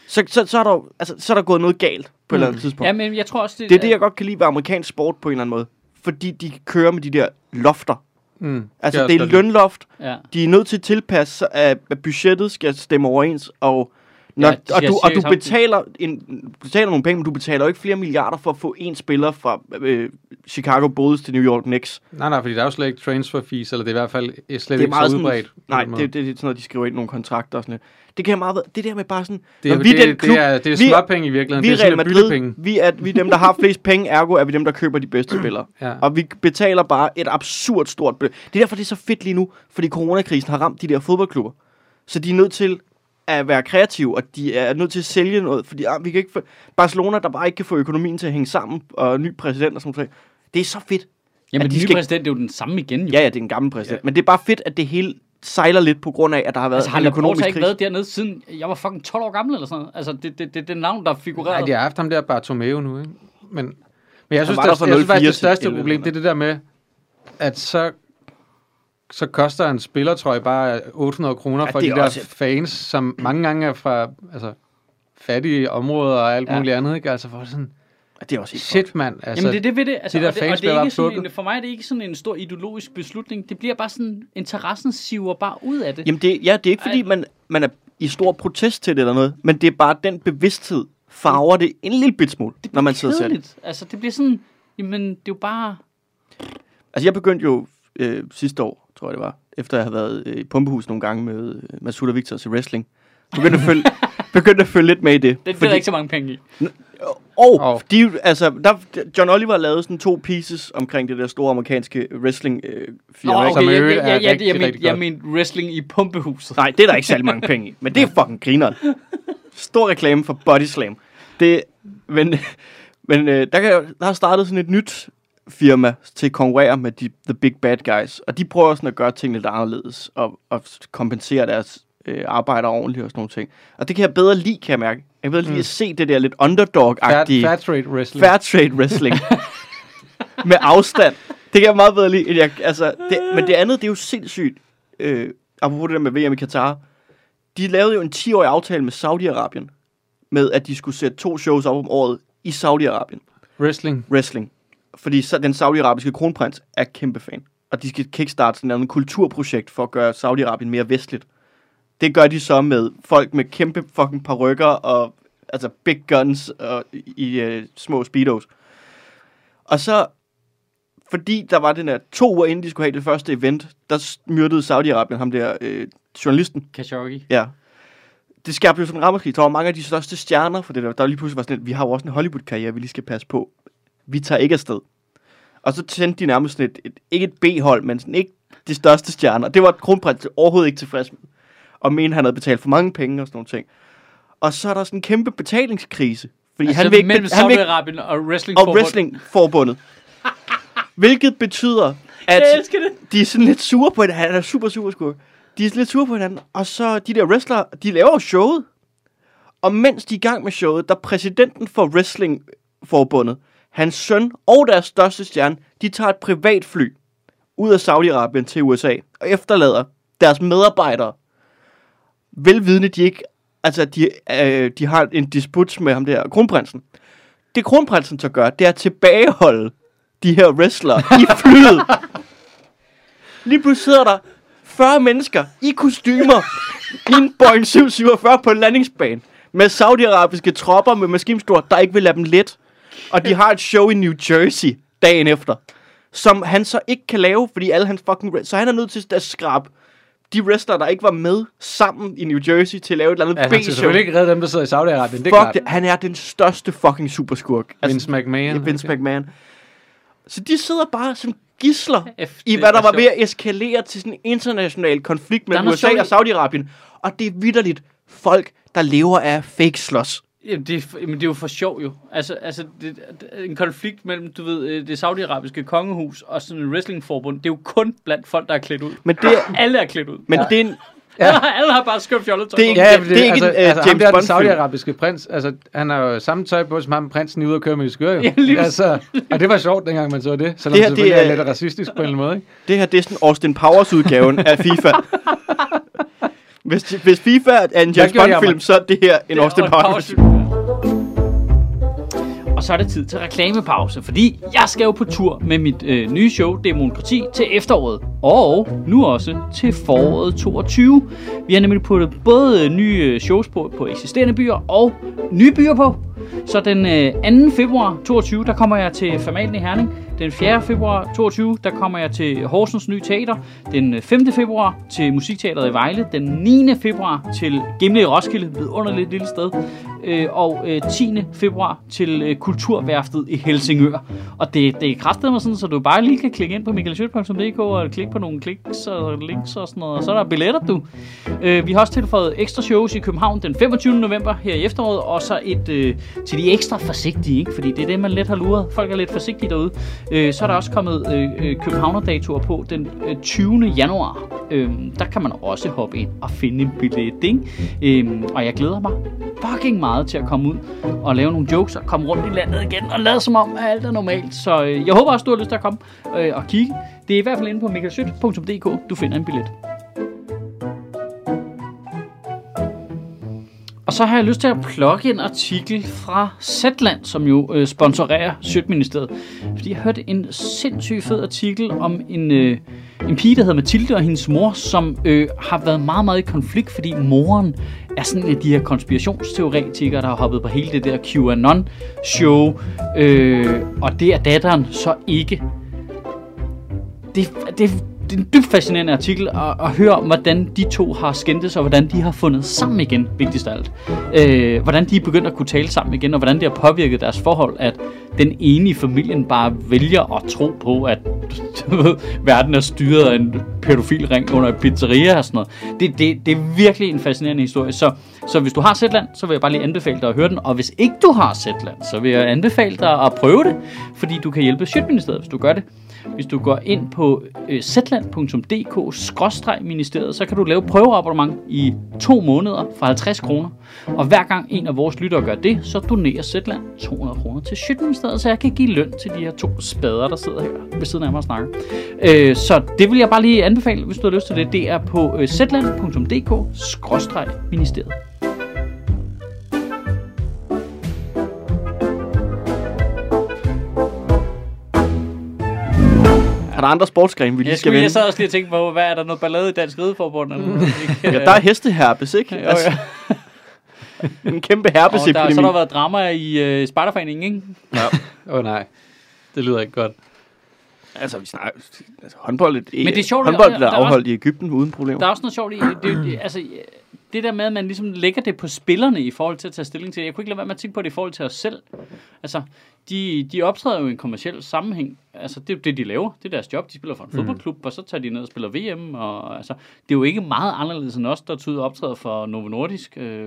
[SPEAKER 1] Så, så, så, er der, jo- altså, så er der gået noget galt på et eller andet tidspunkt.
[SPEAKER 2] Ja, men jeg tror også, det,
[SPEAKER 1] Mm. det er det, jeg godt kan lide ved amerikansk sport på en eller anden måde. Fordi de kører med de der lofter.
[SPEAKER 4] Mm.
[SPEAKER 1] Altså,
[SPEAKER 4] jeg
[SPEAKER 1] det er
[SPEAKER 4] også godt
[SPEAKER 1] lønloft.
[SPEAKER 2] Ja.
[SPEAKER 1] De er nødt til at tilpasse, sig, at at budgettet skal stemme overens, og, når,
[SPEAKER 2] Ja,
[SPEAKER 1] ja,
[SPEAKER 2] de
[SPEAKER 1] og,
[SPEAKER 2] skal
[SPEAKER 1] du, og
[SPEAKER 2] cirka
[SPEAKER 1] du
[SPEAKER 2] samtidig.
[SPEAKER 1] betaler, en, betaler nogle penge, men du betaler jo ikke flere milliarder for at få en spiller fra øh, Chicago Bulls til New York Knicks.
[SPEAKER 4] lide. Nej, nej, fordi der er jo slet ikke transfer fees, eller det er i hvert fald slet det
[SPEAKER 1] Det er
[SPEAKER 4] ikke
[SPEAKER 1] meget
[SPEAKER 4] så
[SPEAKER 1] sådan,
[SPEAKER 4] udbredt. på
[SPEAKER 1] nej,
[SPEAKER 4] den
[SPEAKER 1] det,
[SPEAKER 4] måde.
[SPEAKER 1] det, det er sådan noget, de skriver ind i nogle kontrakter og sådan noget. Det kan jeg meget ved. Det der med bare sådan,
[SPEAKER 4] det, er,
[SPEAKER 1] når
[SPEAKER 4] det,
[SPEAKER 1] vi er den
[SPEAKER 4] det,
[SPEAKER 1] klub,
[SPEAKER 4] det, er, det er
[SPEAKER 1] vi-
[SPEAKER 4] småpenge i virkeligheden.
[SPEAKER 1] vi
[SPEAKER 4] det
[SPEAKER 1] er
[SPEAKER 4] er sådan
[SPEAKER 1] Real
[SPEAKER 4] lidt
[SPEAKER 1] Madrid,
[SPEAKER 4] byttepenge.
[SPEAKER 1] vi er, vi er dem, der har
[SPEAKER 4] <laughs>
[SPEAKER 1] flest penge, ergo er vi dem, der køber de bedste spillere.
[SPEAKER 4] Ja.
[SPEAKER 1] Og vi betaler bare et absurd stort beløb. Det er derfor, det er så fedt lige nu, fordi coronakrisen har ramt de der fodboldklubber. Så de er nødt til at være kreative, og de er nødt til at sælge noget, fordi ah, vi kan ikke få... Barcelona, der bare ikke kan få økonomien til at hænge sammen, og ny præsident og sådan noget. Det er så fedt.
[SPEAKER 2] Jamen,
[SPEAKER 1] at
[SPEAKER 2] den
[SPEAKER 1] de
[SPEAKER 2] nye
[SPEAKER 1] skal-
[SPEAKER 2] præsident det er jo den samme igen jo.
[SPEAKER 1] Ja, ja, det er en gammel præsident. Ja. Men det er bare fedt, at det hele sejler lidt på grund af, at der har været
[SPEAKER 2] Altså, har
[SPEAKER 1] en
[SPEAKER 2] Laporta
[SPEAKER 1] økonomisk
[SPEAKER 2] ikke
[SPEAKER 1] krise.
[SPEAKER 2] været dernede siden jeg var fucking 12 år gammel eller sådan noget? Altså, det, det, det, det navn, der figurerede.
[SPEAKER 4] Nej, de har haft ham der Bartomeu nu, ikke? Men, men jeg synes,
[SPEAKER 1] var
[SPEAKER 4] det,
[SPEAKER 1] der fra
[SPEAKER 4] jeg synes
[SPEAKER 1] 04
[SPEAKER 4] faktisk, det
[SPEAKER 1] til
[SPEAKER 4] største
[SPEAKER 1] 11,
[SPEAKER 4] problem, det er det der med, at så, så koster en spillertrøje bare 800 kroner
[SPEAKER 1] Ja,
[SPEAKER 4] ja, for de
[SPEAKER 1] det er
[SPEAKER 4] der
[SPEAKER 1] også et-
[SPEAKER 4] fans, som mange gange er fra altså, fattige områder og alt
[SPEAKER 2] Ja.
[SPEAKER 4] muligt andet, ikke? Altså, for sådan,
[SPEAKER 1] Det er også helt
[SPEAKER 4] shit mand, altså,
[SPEAKER 2] Jamen, det er det ved det. Altså,
[SPEAKER 4] de der
[SPEAKER 2] og det, og
[SPEAKER 4] fans
[SPEAKER 2] det
[SPEAKER 4] bliver
[SPEAKER 2] er
[SPEAKER 4] bare
[SPEAKER 2] ikke sådan en,
[SPEAKER 4] plukket.
[SPEAKER 2] for mig er det ikke sådan en stor ideologisk beslutning. Det bliver bare sådan, interessen siver bare ud af det.
[SPEAKER 1] Jamen det, ja, det er ikke fordi,
[SPEAKER 2] Ej.
[SPEAKER 1] man, man er i stor protest til det eller noget, men det er bare den bevidsthed farver det en lille bit smule, når man sidder selv.
[SPEAKER 2] Kedeligt. Altså, det bliver sådan, jamen, det er jo bare...
[SPEAKER 1] Altså jeg begyndte jo øh, sidste år, tror jeg det var, efter jeg havde været øh, i pumpehus nogle gange med øh, Masud og Victor til wrestling, begyndte at
[SPEAKER 2] <laughs>
[SPEAKER 1] følge, begyndte at følge lidt med i det.
[SPEAKER 2] Det, det er der ikke så mange penge i.
[SPEAKER 1] Og
[SPEAKER 4] Åh.
[SPEAKER 1] oh. de, altså, der, John Oliver lavede sådan to pieces omkring det der store amerikanske wrestling øh,
[SPEAKER 2] Nå,
[SPEAKER 1] firma.
[SPEAKER 4] som i
[SPEAKER 2] okay, jeg, jeg,
[SPEAKER 4] øvrigt er
[SPEAKER 2] jeg, jeg,
[SPEAKER 4] rigtig,
[SPEAKER 2] jeg, men,
[SPEAKER 4] rigtig
[SPEAKER 2] jeg
[SPEAKER 4] godt.
[SPEAKER 2] mente wrestling i pumpehuset.
[SPEAKER 1] Nej, det er der ikke særlig mange penge i, men det er fucking grineren. Stor reklame for Body Slam. Det, men men øh, der, kan, jo- der har startet sådan et nyt firma til at konkurrere med de, The Big Bad Guys, og de prøver sådan at gøre ting lidt anderledes, og, og kompensere deres øh, arbejder ordentligt og sådan nogle ting. Og det kan jeg bedre lide, kan jeg mærke. Jeg kan bedre lide at se det der lidt
[SPEAKER 4] fat,
[SPEAKER 1] underdog-agtige
[SPEAKER 4] fat rate wrestling.
[SPEAKER 1] fair trade wrestling. med afstand. Det kan jeg meget bedre lide. End jeg, altså, det, men det andet, det er jo sindssygt. Øh, apropos det der med VM i Katar. De lavede jo en 10-årig aftale med Saudi-Arabien. Med at de skulle sætte to shows op om året i Saudi-Arabien.
[SPEAKER 4] wrestling.
[SPEAKER 1] Wrestling. Fordi så, den saudiarabiske kronprins er kæmpe fan. Og de skal kickstarte sådan et eller andet kulturprojekt for at gøre Saudi-Arabien mere vestligt. Det gør de så med folk med kæmpe fucking parrykker og altså big guns og, i, i øh, små speedos. Og så, fordi der var den her to uger inden de skulle have det første event, der s- myrdede Saudi-Arabien ham der øh, journalisten.
[SPEAKER 2] Khashoggi.
[SPEAKER 1] Ja. Det skabte jo sådan en rammerskrig. Der var mange af de største stjerner for det der. Der lige pludselig var sådan, et, vi har jo også en Hollywood-karriere, vi lige skal passe på. Vi tager ikke afsted. Og så tændte de nærmest sådan et, et ikke et B-hold, men sådan ikke de største stjerner. Det var kronprins overhovedet ikke tilfreds med. Og mente, han havde betalt for mange penge og sådan nogle ting. Og så er der sådan en kæmpe betalingskrise. Fordi
[SPEAKER 2] Altså,
[SPEAKER 1] han vil ikke,
[SPEAKER 2] mellem
[SPEAKER 1] han vil ikke,
[SPEAKER 2] Saudi-Arabien og wrestling
[SPEAKER 1] og wrestlingforbundet. Hvilket betyder, at
[SPEAKER 2] Jeg elsker det.
[SPEAKER 1] de er sådan lidt sure på hinanden. Han er super, super skur. De er sådan lidt sure på hinanden. Og så de der wrestlere, de laver jo showet. Og mens de er i gang med showet, der er præsidenten for Wrestlingforbundet, hans søn og deres største stjerne, de tager et privatfly ud af Saudi-Arabien til USA og efterlader deres medarbejdere. Velvidende, de ikke... Altså, de, øh, de har en disput med ham der, kronprinsen. Det kronprinsen så gør, det er at tilbageholde de her wrestlere i flyet. Lige pludselig sidder der 40 mennesker i kostymer i en Boeing 747 på en landingsbane med saudiarabiske tropper med maskinstort, der ikke vil lade dem let. Og de har et show i New Jersey dagen efter, som han så ikke kan lave, fordi alle hans fucking... wre- Så han er nødt til at skrabe de wrestlere, der ikke var med sammen i New Jersey til at lave et eller andet
[SPEAKER 4] Altså, han skal
[SPEAKER 1] B-show.
[SPEAKER 4] selvfølgelig ikke redde dem, der sidder i Saudi-Arabien. Det
[SPEAKER 1] Fuck,
[SPEAKER 4] er klart.
[SPEAKER 1] det, han er den største fucking superskurk. Altså,
[SPEAKER 4] Vince McMahon.
[SPEAKER 1] Ja, Vince McMahon. Så de sidder bare som gisler
[SPEAKER 2] F,
[SPEAKER 1] i,
[SPEAKER 2] det
[SPEAKER 1] hvad
[SPEAKER 2] er
[SPEAKER 1] der var
[SPEAKER 2] sjovt.
[SPEAKER 1] ved at eskalere til sådan en international konflikt mellem
[SPEAKER 2] noget
[SPEAKER 1] USA
[SPEAKER 2] sjovt i-
[SPEAKER 1] og Saudi-Arabien. Og det er vidderligt folk, der lever af fake slås.
[SPEAKER 2] Jamen, det er, f- jamen, det er jo for sjov jo. Altså, altså det, det- en konflikt mellem, du ved, øh, det saudiarabiske kongehus og sådan et wrestlingforbund, det er jo kun blandt folk, der er klædt ud.
[SPEAKER 1] Men det er,
[SPEAKER 2] Alle er klædt ud.
[SPEAKER 1] men ja. det er en,
[SPEAKER 2] Ja. Alle, <laughs> alle har bare skønt fjolletøj.
[SPEAKER 1] Det er
[SPEAKER 2] Det
[SPEAKER 1] ikke-
[SPEAKER 4] Ja, det,
[SPEAKER 1] det er ikke
[SPEAKER 4] altså,
[SPEAKER 1] en, øh,
[SPEAKER 4] altså, ham
[SPEAKER 1] James
[SPEAKER 4] der, den
[SPEAKER 1] Bond-film.
[SPEAKER 4] saudiarabiske prins, altså, han har jo samme tøj på, som ham prinsen ude at køre med i skør, jo.
[SPEAKER 2] Ja, lige
[SPEAKER 4] altså, og det var sjovt, dengang man så det, selvom
[SPEAKER 1] Det her,
[SPEAKER 4] det, her,
[SPEAKER 1] det
[SPEAKER 4] det selvfølgelig er
[SPEAKER 1] er-
[SPEAKER 4] lidt racistisk på en eller anden måde. Ikke?
[SPEAKER 1] det her det er sådan Austin Powers-udgaven af
[SPEAKER 2] <laughs>
[SPEAKER 1] FIFA. Hvis, hvis FIFA er en James
[SPEAKER 4] gjorde jeg
[SPEAKER 1] Bond-film,
[SPEAKER 4] mig?
[SPEAKER 1] så er det her en Austin Powers.
[SPEAKER 2] Og så er det tid til reklamepause, fordi jeg skal jo på tur med mit øh, nye show, Demokrati, til efteråret. Og nu også til foråret 22. Vi har nemlig puttet både øh, nye øh, shows på, på eksisterende byer og nye byer på. Så den øh, 2. februar 22, der kommer jeg til Famalen i Herning. Den 4. februar 22, der kommer jeg til Horsens Nye Teater. Den øh, 5. februar til Musikteateret i Vejle. Den 9. februar til Gimle i Roskilde, vidunderligt lille sted. Øh, og øh, 10. februar til øh, Kulturværftet i Helsingør. Og det, det er kraftet mig sådan, så du bare lige kan klikke ind på michaelschødt.dk og klikke på nogle kliks og links og sådan noget. Og så er der billetter, du. Øh, vi har også tilføjet ekstra shows i København den 25. november her i efteråret, og så et øh, til de ekstra forsigtige, ikke? fordi det er det, man lidt har luret. Folk er lidt forsigtige derude. Øh, så er der også kommet øh, øh, Københavner-datoer på den øh, 20. januar. Øh, der kan man også hoppe ind og finde en billet, ikke? Øh, og jeg glæder mig fucking meget til at komme ud og lave nogle jokes og komme rundt i landet igen og lade som om, at alt er normalt. Så øh, jeg håber også, du har lyst til at komme øh, og kigge. Det er i hvert fald inde på michaelsyt.dk, du finder en billet. Og så har jeg lyst til at plukke en artikel fra Zetland, som jo øh, sponsorerer Sødministeriet. Fordi jeg hørte en sindssygt fed artikel om en, øh, en pige, der hedder Mathilde og hendes mor, som øh, har været meget, meget i konflikt, fordi moren er sådan en af de her konspirationsteoretikere, der har hoppet på hele det der QAnon-show. Øh, og det er datteren så ikke det, det, det er en dybt fascinerende artikel at, at høre om, hvordan de to har skændtes, og hvordan de har fundet sammen igen, vigtigst af alt. Øh, hvordan de er begyndt at kunne tale sammen igen, og hvordan det har påvirket deres forhold, at den ene i familien bare vælger at tro på, at du ved, verden er styret af en pædofil ring under en pizzeria og sådan noget. Det, det, det er virkelig en fascinerende historie. Så, så hvis du har Zetland, så vil jeg bare lige anbefale dig at høre den, og hvis ikke du har Zetland, så vil jeg anbefale dig at prøve det, fordi du kan hjælpe Sjøtministeriet, hvis du gør det. Hvis du går ind på øh, zland.dk-ministeriet, så kan du lave prøveabonnement i to måneder for 50 kroner. Og hver gang en af vores lyttere gør det, så donerer Zetland 200 kroner til Sjøtministeriet, så jeg kan give løn til de her to spader, der sidder her ved siden af mig og snakker. Øh, så det vil jeg bare lige anbefale, hvis du har lyst til det. Det er på øh, zland.dk-ministeriet.
[SPEAKER 1] Er der andre sportsgrene, vi lige
[SPEAKER 2] Jeg,
[SPEAKER 1] skal
[SPEAKER 2] skulle, jeg
[SPEAKER 1] vende?
[SPEAKER 2] sad også lige og tænkte på, hvad er der noget ballade i Dansk Rideforbund? Eller noget?
[SPEAKER 1] <laughs>
[SPEAKER 2] øh,
[SPEAKER 1] Ja, der er hesteherpes, ikke?
[SPEAKER 2] Jo,
[SPEAKER 1] Altså,
[SPEAKER 2] ja.
[SPEAKER 1] en kæmpe
[SPEAKER 2] Og der, så har
[SPEAKER 1] herpesepidemi.
[SPEAKER 2] der været drama i øh, Spartaforeningen, ikke?
[SPEAKER 4] Åh oh, nej, det lyder ikke godt.
[SPEAKER 1] Altså, vi snakker, altså håndbold,
[SPEAKER 2] Men det er sjovt,
[SPEAKER 1] håndbold
[SPEAKER 2] der-
[SPEAKER 1] der er
[SPEAKER 2] der er også-
[SPEAKER 1] afholdt i Ægypten uden problemer.
[SPEAKER 2] Der er også noget sjovt i, det, det, det altså, det der med, at man ligesom lægger det på spillerne i forhold til at tage stilling til det. Jeg kunne ikke lade være med at tænke på det i forhold til os selv. Altså, de, de optræder jo i en kommersiel sammenhæng. Altså, det er jo det, de laver. Det er deres job. De spiller for en
[SPEAKER 1] Mm.
[SPEAKER 2] fodboldklub, og så tager de ned og spiller VM. Og, altså, det er jo ikke meget anderledes end os, der tager ud og optræder for Novo Nordisk øh,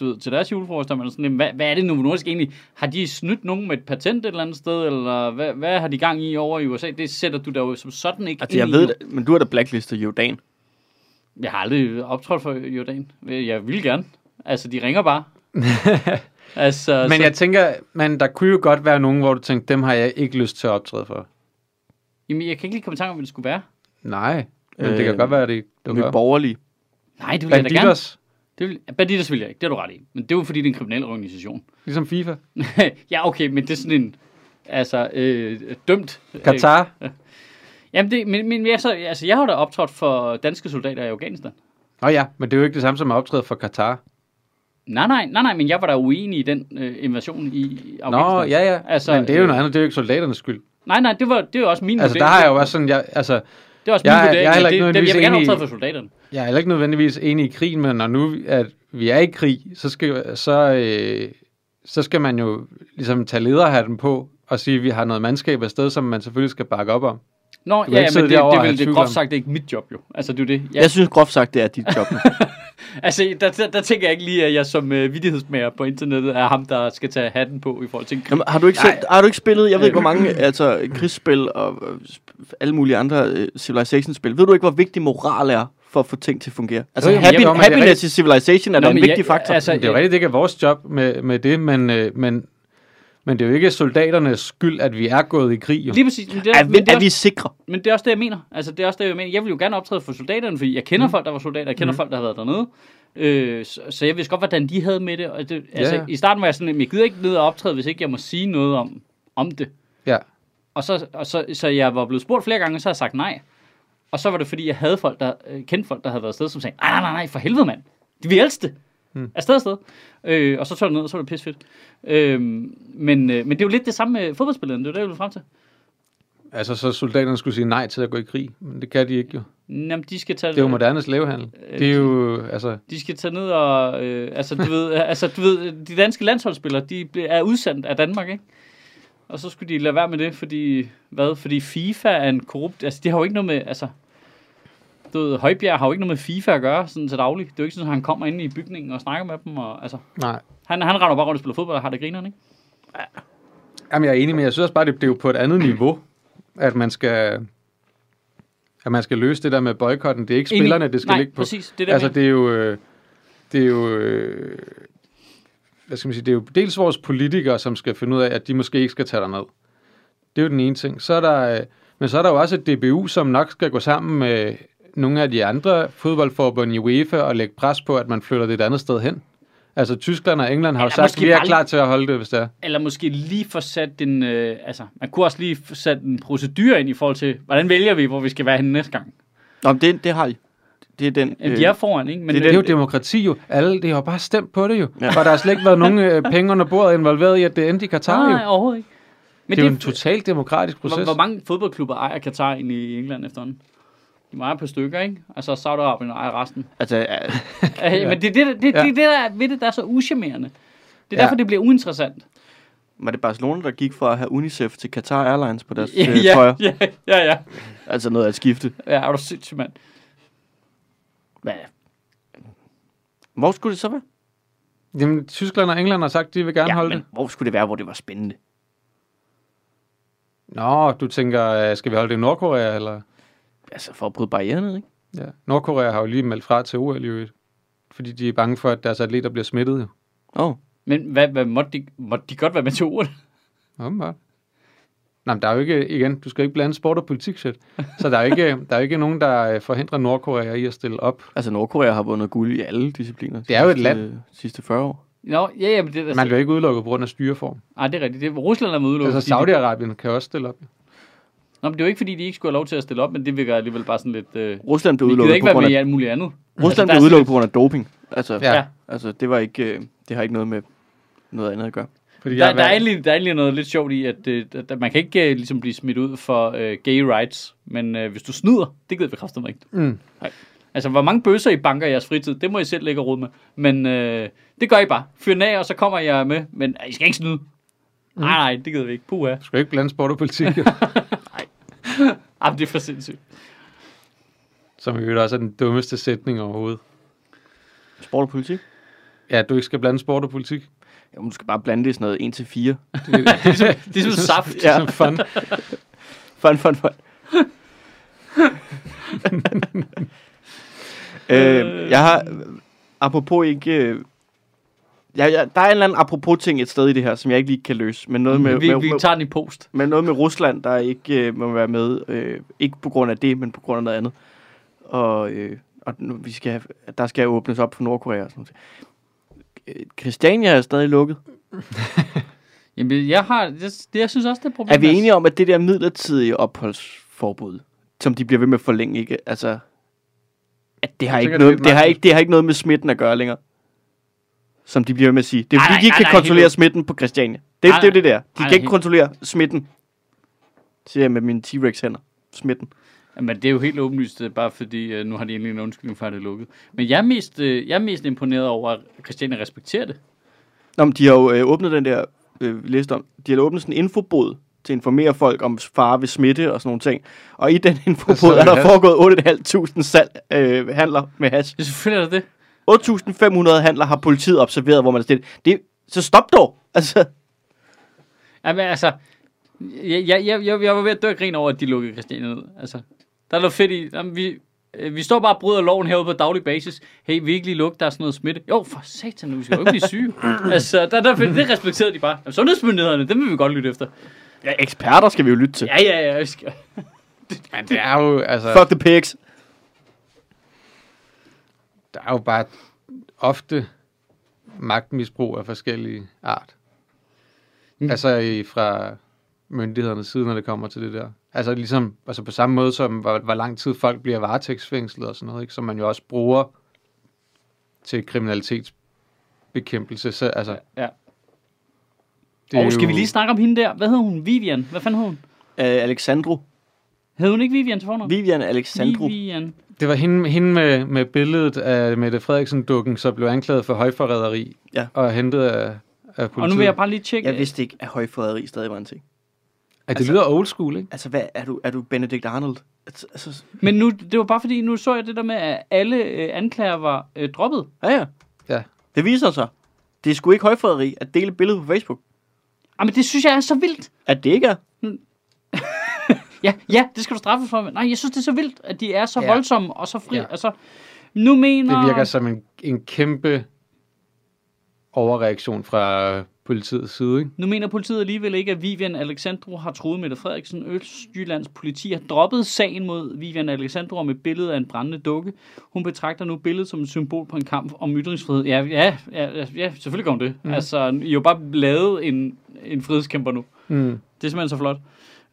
[SPEAKER 2] du ved, til deres julefrokost. Der er man sådan, jamen, hvad, hvad er det Novo Nordisk egentlig? Har de snydt nogen med et patent et eller andet sted? Eller hvad, hvad har de gang i over i USA? Det sætter du da jo som sådan ikke
[SPEAKER 1] Altså, jeg
[SPEAKER 2] ind i
[SPEAKER 1] ved
[SPEAKER 2] nu.
[SPEAKER 1] det, men du har da blacklistet Jordan.
[SPEAKER 2] Jeg har aldrig optrådt for Jordan. Jeg vil gerne. Altså, de ringer
[SPEAKER 4] <laughs>
[SPEAKER 2] bare. altså,
[SPEAKER 4] Men
[SPEAKER 2] så,
[SPEAKER 4] jeg tænker, men der kunne jo godt være nogen, hvor du tænkte, dem har jeg ikke lyst til at optræde for.
[SPEAKER 2] jamen, jeg kan ikke lige komme i tanke om, hvad det skulle være.
[SPEAKER 4] Nej, men øh, det
[SPEAKER 1] Øh,
[SPEAKER 4] kan godt være, det
[SPEAKER 1] Nye
[SPEAKER 4] dukker op.
[SPEAKER 1] borgerlige.
[SPEAKER 2] Nej, det vil jeg da gerne.
[SPEAKER 4] Banditos,
[SPEAKER 2] Det vil, Banditos vil jeg ikke, det har du ret i. Men det er jo fordi, det er en kriminel organisation. <laughs>
[SPEAKER 4] ligesom FIFA.
[SPEAKER 2] ja, okay, men det er sådan en... Altså, øh, dømt. øh,
[SPEAKER 4] Katar.
[SPEAKER 2] Jamen, det, men, men jeg, så, altså, jeg har da optrådt for danske soldater i Afghanistan.
[SPEAKER 4] Nå ja, men det er jo ikke det samme som at optræde for Katar.
[SPEAKER 2] Nej, nej, nej, nej, men jeg var da uenig i den øh, invasion i Afghanistan.
[SPEAKER 4] Nå, ja, ja.
[SPEAKER 2] Altså,
[SPEAKER 4] Altså, men det er jo
[SPEAKER 2] øh,
[SPEAKER 4] noget andet, det er jo ikke soldaternes skyld.
[SPEAKER 2] Nej, nej, det var, det var også min
[SPEAKER 4] Altså, der
[SPEAKER 2] vurdering.
[SPEAKER 4] har jeg jo også sådan, jeg, altså,
[SPEAKER 2] Det er også
[SPEAKER 4] Jeg
[SPEAKER 2] min
[SPEAKER 4] er-
[SPEAKER 2] vurdering.
[SPEAKER 4] jeg er heller
[SPEAKER 2] at
[SPEAKER 4] ikke
[SPEAKER 2] det, det, jeg vil
[SPEAKER 4] nødvendigvis
[SPEAKER 2] gerne
[SPEAKER 4] enig i-
[SPEAKER 2] optræde for soldaterne.
[SPEAKER 4] jeg er heller ikke nødvendigvis enig i krigen, men når nu at vi er i krig, så skal, så, øh, så skal man jo ligesom tage lederhatten på og sige, at vi har noget mandskab afsted, som man selvfølgelig skal bakke op om.
[SPEAKER 2] Nå,
[SPEAKER 4] kan
[SPEAKER 2] ja, ja,
[SPEAKER 4] ikke sidde
[SPEAKER 2] men det,
[SPEAKER 4] derovre
[SPEAKER 2] det,
[SPEAKER 4] og have
[SPEAKER 2] vil, det er
[SPEAKER 4] tvivl
[SPEAKER 2] groft
[SPEAKER 4] om.
[SPEAKER 2] sagt det er ikke mit job jo. Altså, det er jo det.
[SPEAKER 1] Ja.
[SPEAKER 2] Jeg,
[SPEAKER 1] Jeg synes groft sagt, det er dit
[SPEAKER 2] <laughs>
[SPEAKER 1] job.
[SPEAKER 2] altså, der, der, der tænker jeg ikke lige, at jeg som øh, vidtighedsmager på internettet er ham, der skal tage hatten på i forhold til en krig.
[SPEAKER 1] Jamen, har, du ikke selv, har du ikke spillet, jeg ved ikke hvor
[SPEAKER 2] <laughs>
[SPEAKER 1] mange altså, krigsspil og øh, sp- alle mulige andre øh, Civilization-spil, ved du ikke, hvor vigtig moral er for at få ting til at fungere? Altså,
[SPEAKER 4] Jo,
[SPEAKER 1] jo,
[SPEAKER 4] jo, men
[SPEAKER 1] happy,
[SPEAKER 4] jeg ved, om det er
[SPEAKER 1] happiness i Civilization er
[SPEAKER 2] Nå,
[SPEAKER 1] da en
[SPEAKER 2] men
[SPEAKER 1] vigtig
[SPEAKER 2] jeg-
[SPEAKER 1] faktor.
[SPEAKER 2] altså,
[SPEAKER 1] Altså,
[SPEAKER 4] Det er jo
[SPEAKER 2] Ja.
[SPEAKER 4] rigtigt, det ikke er vores job med, med det, men, øh, men, men det er jo ikke soldaternes skyld, at vi er gået i krig. Jo.
[SPEAKER 2] Lige præcis. Men det,
[SPEAKER 1] er,
[SPEAKER 2] er,
[SPEAKER 1] vi,
[SPEAKER 2] men, det er,
[SPEAKER 1] er vi
[SPEAKER 2] også,
[SPEAKER 1] sikre?
[SPEAKER 2] men det er også det, jeg mener. Altså, det er også det, jeg mener. Jeg vil jo gerne optræde for soldaterne, fordi jeg
[SPEAKER 4] Mhm.
[SPEAKER 2] kender mm. folk, der var soldater. Jeg kender mm. folk, der har været dernede. Øh, så, så jeg vidste godt, hvordan de havde med det. Og det altså,
[SPEAKER 4] Ja.
[SPEAKER 2] I starten var jeg sådan, at jeg gider ikke ned og optræde, hvis ikke jeg må sige noget om, om det.
[SPEAKER 4] Ja.
[SPEAKER 2] Og så, og så, så jeg var blevet spurgt flere gange, og så har jeg sagt nej. Og så var det, fordi jeg havde folk, der, øh, kendte folk, der havde været afsted, som sagde, nej, nej, nej, nej, for helvede, mand. De vil elske det. Hmm. Afsted, afsted. Øh, og så tog det ned, og så var det pissefedt. Øh, men, øh, men det er jo lidt det samme med fodboldspillerne, det er jo det, jeg ville frem til.
[SPEAKER 4] Altså, så soldaterne skulle sige nej til at gå i krig, men det kan de ikke jo.
[SPEAKER 2] Jamen, de skal tage,
[SPEAKER 4] Det er jo moderne slavehandel. Det er jo, altså,
[SPEAKER 2] de skal tage ned og... Øh, altså, du ved, <laughs> altså, du ved, de danske landsholdsspillere, de ble- er udsendt af Danmark, ikke? Og så skulle de lade være med det, fordi... Hvad? Fordi FIFA er en korrupt... Altså, det har jo ikke noget med... Altså, du ved, Højbjerg har jo ikke noget med FIFA at gøre, sådan til daglig. Det er jo ikke sådan, at han kommer ind i bygningen og snakker med dem, og altså...
[SPEAKER 4] nej.
[SPEAKER 2] Han, han render bare rundt og spiller fodbold og har det grineren, ikke?
[SPEAKER 4] Jamen, jeg er enig, men jeg synes også bare, det, det er jo på et andet niveau, at man skal at man skal løse det der med boykotten. Det er ikke
[SPEAKER 2] Enig.
[SPEAKER 4] spillerne, det skal
[SPEAKER 2] Nej,
[SPEAKER 4] ligge på.
[SPEAKER 2] præcis. Det er det, jeg
[SPEAKER 4] altså,
[SPEAKER 2] mener.
[SPEAKER 4] det er jo... øh, Det er jo øh, hvad skal man sige, det er jo dels vores politikere, som skal finde ud af, at de måske ikke skal tage derned. Det er jo den ene ting. Så er der, øh, men så er der jo også et DBU, som nok skal gå sammen med nogle af de andre fodboldforbund i UEFA og lægge pres på, at man flytter det et andet sted hen. Altså Tyskland og England har jo
[SPEAKER 2] Eller
[SPEAKER 4] sagt,
[SPEAKER 2] måske
[SPEAKER 4] vi er
[SPEAKER 2] bare-
[SPEAKER 4] klar til at holde det, hvis det er.
[SPEAKER 2] Eller måske lige få sat en... Øh, altså, man kunne også lige få sat en procedur ind i forhold til, hvordan vælger vi, hvor vi skal være henne næste gang?
[SPEAKER 1] Nå, men det, det har I. Det er den...
[SPEAKER 2] Jamen, de er foran, ikke? Men,
[SPEAKER 1] det er
[SPEAKER 4] Det er
[SPEAKER 2] øh,
[SPEAKER 4] jo demokrati jo. Alle, det har bare stemt på det jo.
[SPEAKER 1] Ja.
[SPEAKER 4] Ja. Og der har slet ikke været nogen øh, penge under bordet involveret i, at det endte i Katar jo.
[SPEAKER 2] Nej, overhovedet ikke. Men
[SPEAKER 4] Det er jo en totalt demokratisk
[SPEAKER 2] Hvor,
[SPEAKER 4] proces.
[SPEAKER 2] hvor mange fodboldklubber ejer Katar egentlig i England efterhånden? De ejer på stykker, ikke? Og så Saudi-Arabien ejer resten.
[SPEAKER 1] Altså, øh,
[SPEAKER 2] ja. Men det er det, der- det, det,
[SPEAKER 4] <laughs> Ja.
[SPEAKER 2] det, det, der er ved det, der er så uschammerende. Det er
[SPEAKER 4] Ja.
[SPEAKER 2] derfor, det bliver
[SPEAKER 4] <laughs>
[SPEAKER 2] uinteressant.
[SPEAKER 1] var det Barcelona, der gik fra at have UNICEF til Qatar Airlines på deres øh,
[SPEAKER 2] ja,
[SPEAKER 1] trøjer?
[SPEAKER 2] <laughs> ja, ja, ja.
[SPEAKER 1] Altså noget at skifte.
[SPEAKER 2] Ja, er du sindssyg, mand. Hvad?
[SPEAKER 1] Hvor skulle det så være?
[SPEAKER 4] Jamen, Tyskland og England har sagt, de vil gerne ja, holde men... det.
[SPEAKER 1] hvor skulle det være, hvor det var spændende?
[SPEAKER 4] Nå, du tænker, øh, skal vi holde det i Nordkorea? Eller?
[SPEAKER 1] Altså, for at bryde barrieren ned, ikke?
[SPEAKER 4] Ja. Nordkorea har jo lige meldt fra til OL i øvrigt. Fordi de er bange for, at deres atleter bliver smittet jo.
[SPEAKER 1] Åh. Oh.
[SPEAKER 2] Men hvad, hvad måtte, de, måtte de godt være med til ordet?
[SPEAKER 4] Åbenbart. Nej, men der er jo ikke, igen, du skal ikke blande sport og politik, shit. Så der er jo
[SPEAKER 2] <laughs>
[SPEAKER 4] ikke, der er jo ikke nogen, der øh, forhindrer Nordkorea i at stille op.
[SPEAKER 1] Altså, Nordkorea har vundet guld i alle discipliner.
[SPEAKER 4] Det er jo et
[SPEAKER 1] de sidste- sidste 40 år.
[SPEAKER 2] <laughs> Nå, ja, ja, men det er
[SPEAKER 4] Man
[SPEAKER 2] da...
[SPEAKER 4] bliver ikke udelukket på grund af styreform.
[SPEAKER 2] Ej, det er rigtigt. Det er, Rusland er med udelukket.
[SPEAKER 4] Altså
[SPEAKER 2] fordi de-
[SPEAKER 4] Saudi-Arabien kan også stille op.
[SPEAKER 2] Nå, men det er jo ikke, fordi de ikke skulle have lov til at stille op, men det virker alligevel bare sådan lidt... Øh,
[SPEAKER 1] Rusland blev
[SPEAKER 2] vi gider
[SPEAKER 1] udelukket
[SPEAKER 2] ikke
[SPEAKER 1] på
[SPEAKER 2] være
[SPEAKER 1] grund
[SPEAKER 2] med i
[SPEAKER 1] af,
[SPEAKER 2] alt muligt andet.
[SPEAKER 1] Rusland
[SPEAKER 2] der er
[SPEAKER 1] blev
[SPEAKER 2] sådan
[SPEAKER 1] udelukket
[SPEAKER 2] lidt-
[SPEAKER 1] på grund af doping. Altså,
[SPEAKER 4] Ja.
[SPEAKER 2] Ja.
[SPEAKER 1] altså det, var ikke, øh, det har ikke noget med noget andet at gøre.
[SPEAKER 4] Fordi
[SPEAKER 2] Der,
[SPEAKER 4] jeg
[SPEAKER 2] der, er
[SPEAKER 4] valg-
[SPEAKER 2] egentlig, der er egentlig noget lidt sjovt i, at, øh, at, at man kan ikke øh, ligesom blive smidt ud for øh, gay rights, men øh, hvis du snyder, det gider vi kraftigt ikke.
[SPEAKER 4] Mm.
[SPEAKER 2] Nej. Altså, hvor mange bøsser I banker i jeres fritid, det må I selv lægge og rode med. Men øh, det gør I bare. Fyr den af, og så kommer jeg med. Men øh, I skal ikke snyde. Mm. Nej, nej, det gider vi ikke. Puha.
[SPEAKER 4] Du skal jo ikke blande sport og politik, jo. <laughs>
[SPEAKER 2] Jamen, det er for sindssygt.
[SPEAKER 4] som i øvrigt også er den dummeste sætning overhovedet.
[SPEAKER 1] Sport og politik?
[SPEAKER 4] Ja, du ikke skal blande sport og politik.
[SPEAKER 1] Jamen, du skal bare blande det i sådan noget 1-4.
[SPEAKER 2] Det
[SPEAKER 4] <laughs>
[SPEAKER 2] er som saft.
[SPEAKER 4] Ja. Som fun.
[SPEAKER 1] Fun, fun,
[SPEAKER 2] <laughs>
[SPEAKER 1] fun. øh, jeg har, apropos ikke, øh, jeg, jeg, der er en eller anden apropos ting et sted i det her, som jeg ikke lige kan løse, men noget med,
[SPEAKER 2] Mm, Vi,
[SPEAKER 1] med,
[SPEAKER 2] vi
[SPEAKER 1] med,
[SPEAKER 2] tager den i post.
[SPEAKER 1] med, noget med Rusland, der ikke øh, må være med, øh, ikke på grund af det, men på grund af noget andet. Og, øh, og nu, vi skal, have- der skal åbnes op for Nordkorea. og Sådan noget. Øh, Christiania er stadig lukket.
[SPEAKER 2] Jamen, jeg, har, jeg, jeg synes også, det er et problem.
[SPEAKER 1] Er vi enige om, at det der midlertidige opholdsforbud, som de bliver ved med at forlænge, ikke? Altså, at det har,
[SPEAKER 4] Jeg
[SPEAKER 1] ikke
[SPEAKER 4] tænker,
[SPEAKER 1] noget,
[SPEAKER 4] det er
[SPEAKER 1] det, har
[SPEAKER 4] meget-
[SPEAKER 1] ikke, det har ikke noget med smitten at gøre længere. Som de bliver ved med at sige. Det er
[SPEAKER 2] Ej,
[SPEAKER 1] fordi,
[SPEAKER 2] nej,
[SPEAKER 1] de ikke
[SPEAKER 2] nej,
[SPEAKER 1] kan
[SPEAKER 2] nej,
[SPEAKER 1] kontrollere
[SPEAKER 2] helt-
[SPEAKER 1] smitten på Christiania. Det,
[SPEAKER 2] Ej,
[SPEAKER 1] det er jo det der. De
[SPEAKER 2] nej,
[SPEAKER 1] kan ikke
[SPEAKER 2] helt-
[SPEAKER 1] kontrollere smitten. Siger jeg med mine T-Rex hænder. Smitten.
[SPEAKER 2] Jamen, det er jo helt åbenlyst, det er bare fordi, øh, nu har de egentlig en undskyldning for, at det er lukket. Men jeg er mest, øh, jeg er mest imponeret over, at Christiane respekterer det.
[SPEAKER 1] Nå, men de har jo øh, åbnet den der øh, liste om. De har åbnet sådan en infobod til at informere folk om fare ved smitte og sådan nogle ting. Og i den infobod
[SPEAKER 4] der
[SPEAKER 1] er der
[SPEAKER 4] hash.
[SPEAKER 1] foregået 8.500 salg, øh, handler med hash.
[SPEAKER 2] Ja, selvfølgelig er det det.
[SPEAKER 1] 8.500 handler har politiet observeret, hvor man er stillet. Det, så stop dog! <laughs> Altså,
[SPEAKER 2] Jamen, altså, jeg, jeg, jeg, jeg, jeg var ved at dø af grin over, at de lukkede Christiane ned. Altså, der er noget fedt i, jamen, vi, øh, vi står bare og bryder loven herude på daglig basis. Hey, virkelig luk, der er sådan noget smitte. Jo, for satan, nu skal jo ikke blive
[SPEAKER 4] <laughs>
[SPEAKER 2] syge. altså, der, der, det respekterede de bare. Jamen, sundhedsmyndighederne, dem vil vi godt lytte efter.
[SPEAKER 1] ja, eksperter skal vi jo lytte til.
[SPEAKER 2] Ja, ja, ja. Jeg skal.
[SPEAKER 4] Men det er jo, altså,
[SPEAKER 1] Fuck the pigs.
[SPEAKER 4] der er jo bare ofte magtmisbrug af forskellige art.
[SPEAKER 2] Mm.
[SPEAKER 4] Mm. Altså i, fra myndighedernes side, når det kommer til det der. Altså ligesom, altså på samme måde som, hvor, hvor lang tid folk bliver varetægtsfængslet og sådan noget, ikke? som man jo også bruger til kriminalitetsbekæmpelse. Så, altså,
[SPEAKER 2] Ja.
[SPEAKER 4] det er
[SPEAKER 2] Og skal
[SPEAKER 4] jo-
[SPEAKER 2] vi lige snakke om hende der? Hvad hed hun? Vivian? Hvad fanden hed hun?
[SPEAKER 1] Uh, Alexandro.
[SPEAKER 2] Hed hun ikke Vivian til fornavn?
[SPEAKER 1] Vivian Alexandro.
[SPEAKER 2] Vivian.
[SPEAKER 4] Det var hende, hende med, med billedet af Mette Frederiksen-dukken, som blev anklaget for højforræderi
[SPEAKER 1] Ja.
[SPEAKER 4] og hentet af, af politiet.
[SPEAKER 2] Og nu vil jeg bare lige tjekke.
[SPEAKER 1] Jeg vidste ikke, at højforræderi stadig var en ting.
[SPEAKER 4] at det
[SPEAKER 1] altså-
[SPEAKER 4] lyder old school, ikke?
[SPEAKER 1] Altså, hvad er du? Er du Benedict Arnold? Altså, altså,
[SPEAKER 2] øh, Men nu, det var bare fordi, nu så jeg det der med, at alle øh, anklager var øh, droppet.
[SPEAKER 1] ja, ja.
[SPEAKER 4] Ja.
[SPEAKER 1] Det viser sig. Det er sgu ikke højforræderi at dele billeder på Facebook.
[SPEAKER 2] Jamen, det synes jeg er så vildt.
[SPEAKER 1] At det ikke er.
[SPEAKER 2] Ja, ja, det skal du straffe for. Men nej, jeg synes, det er så vildt, at de er så
[SPEAKER 4] Ja.
[SPEAKER 2] ja. voldsomme og så fri. Ja.
[SPEAKER 4] Ja.
[SPEAKER 2] Og så, nu mener...
[SPEAKER 4] Det virker som en, en kæmpe overreaktion fra øh, politiets side, ikke?
[SPEAKER 2] Nu mener politiet alligevel ikke, at Vivian Alexandro har truet Mette Frederiksen. Østjyllands politi har droppet sagen mod Vivian Alexandro om et billede af en brændende dukke. Hun betragter nu billedet som et symbol på en kamp om ytringsfrihed. Ja, ja, ja, ja, ja selvfølgelig gør hun det.
[SPEAKER 4] Mhm.
[SPEAKER 2] Mm. Altså, I har jo bare lavet en, en frihedskæmper nu.
[SPEAKER 4] Mm.
[SPEAKER 2] Det er simpelthen så flot.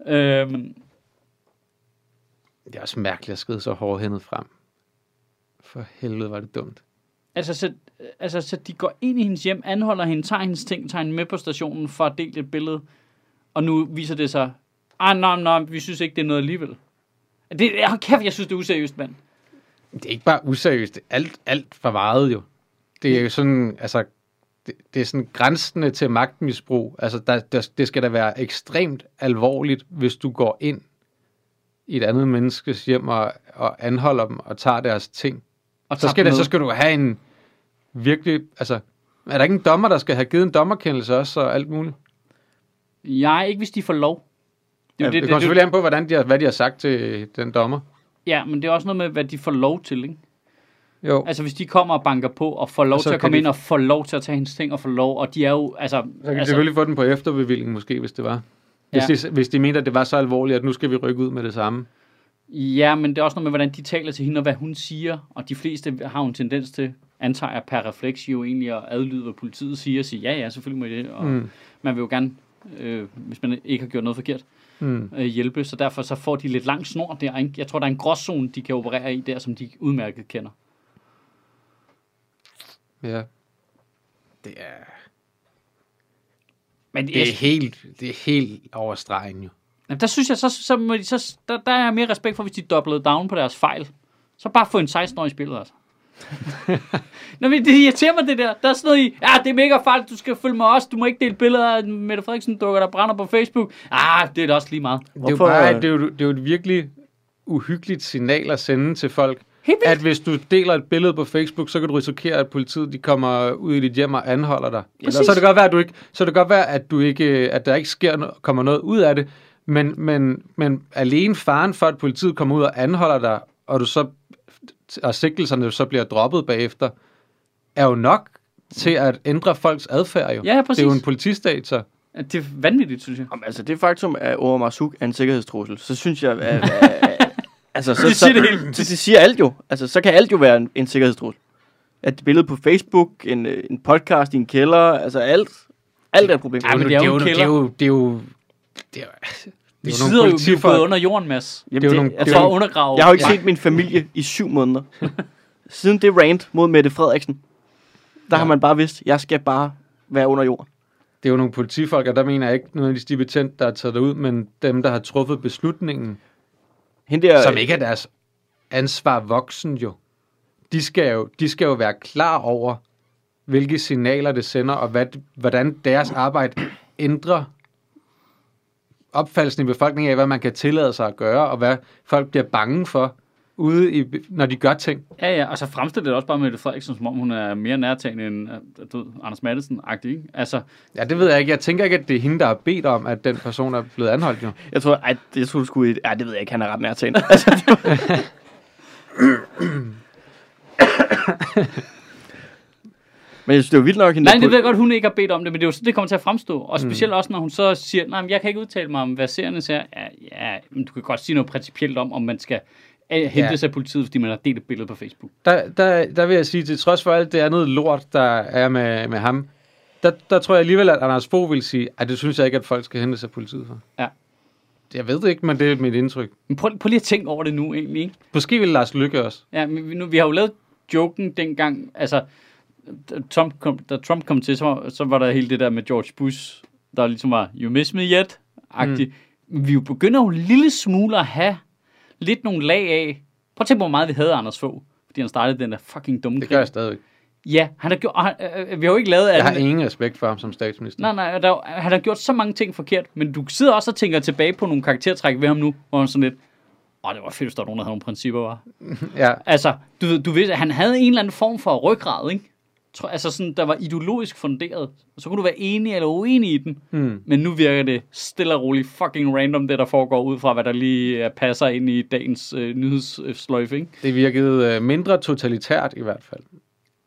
[SPEAKER 2] Øhm,
[SPEAKER 4] Det er også mærkeligt at skride så hårdhændet frem. For helvede var det dumt.
[SPEAKER 2] altså, så, altså, så de går ind i hendes hjem, anholder hende, tager hendes ting, tager hende med på stationen for at dele et billede. Og nu viser det sig, ah, nej, nej, vi synes ikke, det er noget alligevel. Det, jeg, kæft, jeg synes, det er useriøst, mand.
[SPEAKER 4] Det er ikke bare useriøst, det er alt, alt for meget jo. Det er jo sådan, altså, det, det er sådan grænsende til magtmisbrug. Altså, der, der, det skal da være ekstremt alvorligt, hvis du går ind i et andet menneskes hjem og, og anholder dem og tager deres ting.
[SPEAKER 2] Og
[SPEAKER 4] Så
[SPEAKER 2] tager
[SPEAKER 4] skal,
[SPEAKER 2] den
[SPEAKER 4] det, så
[SPEAKER 2] med.
[SPEAKER 4] skal du have en virkelig, altså, er der ikke en dommer, der skal have givet en dommerkendelse også og alt muligt?
[SPEAKER 2] Jeg er ikke, hvis de får lov. Det, er jo
[SPEAKER 1] Ja,
[SPEAKER 4] Det, det kommer selvfølgelig an på, hvordan de har, hvad de har sagt til den dommer.
[SPEAKER 2] ja, men det er også noget med, hvad de får lov til, ikke?
[SPEAKER 4] Jo.
[SPEAKER 2] Altså, hvis de kommer og banker på og får lov
[SPEAKER 4] Og så
[SPEAKER 2] til at
[SPEAKER 4] kan
[SPEAKER 2] komme
[SPEAKER 4] de-
[SPEAKER 2] ind og får lov til at tage hendes ting og får lov, og de er jo, altså...
[SPEAKER 4] Så kan altså, de
[SPEAKER 2] altså
[SPEAKER 4] selvfølgelig få den på efterbevilling, måske, hvis det var. Hvis,
[SPEAKER 2] Ja.
[SPEAKER 4] ja. de, hvis de mente, at det var så alvorligt, at nu skal vi rykke ud med det samme.
[SPEAKER 2] ja, men det er også noget med, hvordan de taler til hende og hvad hun siger, og de fleste har jo en tendens til, antager jeg per refleks jo egentlig at adlyde, hvad politiet siger og sige, ja, ja, selvfølgelig må I det, og mm.
[SPEAKER 4] Mm.
[SPEAKER 2] man vil jo gerne, øh, hvis man ikke har gjort noget forkert,
[SPEAKER 4] Mm.
[SPEAKER 2] øh, hjælpe, så derfor så får de lidt lang snor der. ikke? Jeg tror, der er en gråzone, de kan operere i der, som de udmærket kender.
[SPEAKER 4] Ja. Det er,
[SPEAKER 2] Men
[SPEAKER 4] det er helt, det er helt over stregen, jo.
[SPEAKER 2] Jamen, der synes jeg, så, så må de, så, der, der er jeg mere respekt for, hvis de doublede down på deres fejl. Så bare få en 16-årig i spillet, altså. Nå, men det irriterer mig, det der. Der er sådan noget i, ja, det er mega farligt, du skal følge med os, du må ikke dele billeder af Mette Frederiksen dukker, der brænder på Facebook. Ah, det er da også lige meget.
[SPEAKER 4] Det er, jo
[SPEAKER 1] Hvorfor,
[SPEAKER 4] bare,
[SPEAKER 1] øh,
[SPEAKER 4] det, er jo, det er jo et virkelig uhyggeligt signal at sende til folk,
[SPEAKER 2] Helt vildt.
[SPEAKER 4] at hvis du deler et billede på Facebook, så kan du risikere, at politiet de kommer ud i dit hjem og anholder dig. Eller, så
[SPEAKER 2] præcis.
[SPEAKER 4] er det godt være, at du ikke, så er det godt være, at du ikke, at der ikke sker no, kommer noget ud af det, men, men, men alene faren for, at politiet kommer ud og anholder dig, og du så og sigtelserne så bliver droppet bagefter, er jo nok til at ændre folks adfærd jo.
[SPEAKER 2] Ja, ja,
[SPEAKER 4] det er jo
[SPEAKER 2] præcis.
[SPEAKER 4] en politistat, så.
[SPEAKER 2] Det er vanvittigt, synes jeg.
[SPEAKER 1] Jamen, altså det faktum, at Omar Marsuk er en sikkerhedstrussel, så synes jeg... At,
[SPEAKER 4] <laughs>
[SPEAKER 1] at, altså, så,
[SPEAKER 2] Det siger
[SPEAKER 1] så,
[SPEAKER 2] det hele.
[SPEAKER 1] Det, det siger alt jo. Altså, så kan alt jo være en, en sikkerhedstrussel. At et billede på Facebook, en, øh, en podcast i en kælder, altså alt, alt er et problem.
[SPEAKER 2] Ja, men det er jo en
[SPEAKER 4] det er
[SPEAKER 2] kælder.
[SPEAKER 4] jo, det er jo, det er jo,
[SPEAKER 2] Vi
[SPEAKER 4] det er jo
[SPEAKER 2] sidder
[SPEAKER 4] nogle
[SPEAKER 2] jo vi er
[SPEAKER 4] politifolk.
[SPEAKER 2] gået under jorden, Mads.
[SPEAKER 1] Jamen,
[SPEAKER 4] det er jo nogle-
[SPEAKER 1] altså,
[SPEAKER 2] For at undergrave.
[SPEAKER 1] jeg har jo ikke set min familie i syv
[SPEAKER 4] <laughs>
[SPEAKER 1] måneder. Siden det rant mod Mette Frederiksen, der
[SPEAKER 4] Ja.
[SPEAKER 1] har man bare vidst, jeg skal bare være under jorden.
[SPEAKER 4] det er jo nogle politifolk, og der mener jeg ikke nødvendigvis de betjent, der er taget derud, men dem, der har truffet beslutningen,
[SPEAKER 1] Hende der,
[SPEAKER 4] som ikke er deres ansvar voksen jo. De skal jo, de skal jo være klar over, hvilke signaler det sender, og hvad, hvordan deres arbejde ændrer opfattelsen i befolkningen af, hvad man kan tillade sig at gøre, og hvad folk bliver bange for, ude i, når de gør ting.
[SPEAKER 2] Ja, ja, og så fremstiller det også bare Mette Frederiksen, som om hun er mere nærtagende end øh, du ved, Anders Maddelsen-agtig, ikke? Altså,
[SPEAKER 4] Ja, det ved jeg ikke. Jeg tænker ikke, at det er hende, der har bedt om, at den person er blevet anholdt jo.
[SPEAKER 1] Jeg tror, ej, det- jeg tror, du skulle... i et- Ej, det ved jeg ikke, han er ret nærtagende. Altså, det var... <coughs> Men jeg synes, det var vildt nok, hende
[SPEAKER 2] nej,
[SPEAKER 1] der
[SPEAKER 2] det ved
[SPEAKER 1] poli-
[SPEAKER 2] jeg godt, hun ikke har bedt om det, men det er jo sådan, det kommer til at fremstå. Og specielt også, når hun så siger, nej, men jeg kan ikke udtale mig om verserende sager. Ja, ja, men du kan godt sige noget principielt om, om man skal øh, hentes af politiet, fordi man har delt et billede på Facebook.
[SPEAKER 4] der, der, der vil jeg sige, til trods for alt det andet lort, der er med, med ham, der, der tror jeg alligevel, at Anders Fogh vil sige, at det synes jeg ikke, at folk skal hente sig politiet for.
[SPEAKER 2] Ja.
[SPEAKER 4] Jeg ved det ikke, men det er mit indtryk.
[SPEAKER 2] Men prøv, prøv lige at tænke over det nu, egentlig, ikke?
[SPEAKER 4] Måske vil Lars Lykke også.
[SPEAKER 2] Ja, men vi, nu, vi har jo lavet joken dengang, altså, da Trump kom, da Trump kom til, så var, så var der hele det der med George Bush, der ligesom var, you miss me yet, agtig. Mm. Vi jo begynder jo en lille smule at have lidt nogle lag af, prøv at tænke på, hvor meget vi havde af Anders Fogh, fordi han startede den der fucking dumme
[SPEAKER 4] Det gør jeg stadigvæk.
[SPEAKER 2] Ja, han har gjort, og han, øh, vi har jo ikke lavet, at
[SPEAKER 4] Jeg har
[SPEAKER 2] han,
[SPEAKER 4] ingen respekt for ham som statsminister.
[SPEAKER 2] nej, nej, der, han har gjort så mange ting forkert, men du sidder også og tænker tilbage på nogle karaktertræk ved ham nu, hvor han sådan lidt, åh, det var fedt, hvis der var nogen, der havde nogle principper, var.
[SPEAKER 4] Ja,
[SPEAKER 2] Altså, du, ved- du vidste, at han havde en eller anden form for ryggrad, ikke? Tror- Altså sådan, der var ideologisk funderet. Og så kunne du være enig eller uenig i den.
[SPEAKER 4] Mm.
[SPEAKER 2] Men nu virker det stille og roligt fucking random, det der foregår ud fra, hvad der lige øh, passer ind i dagens øh, nyhedssløjfe, ikke?
[SPEAKER 4] det virkede øh, mindre totalitært i hvert fald.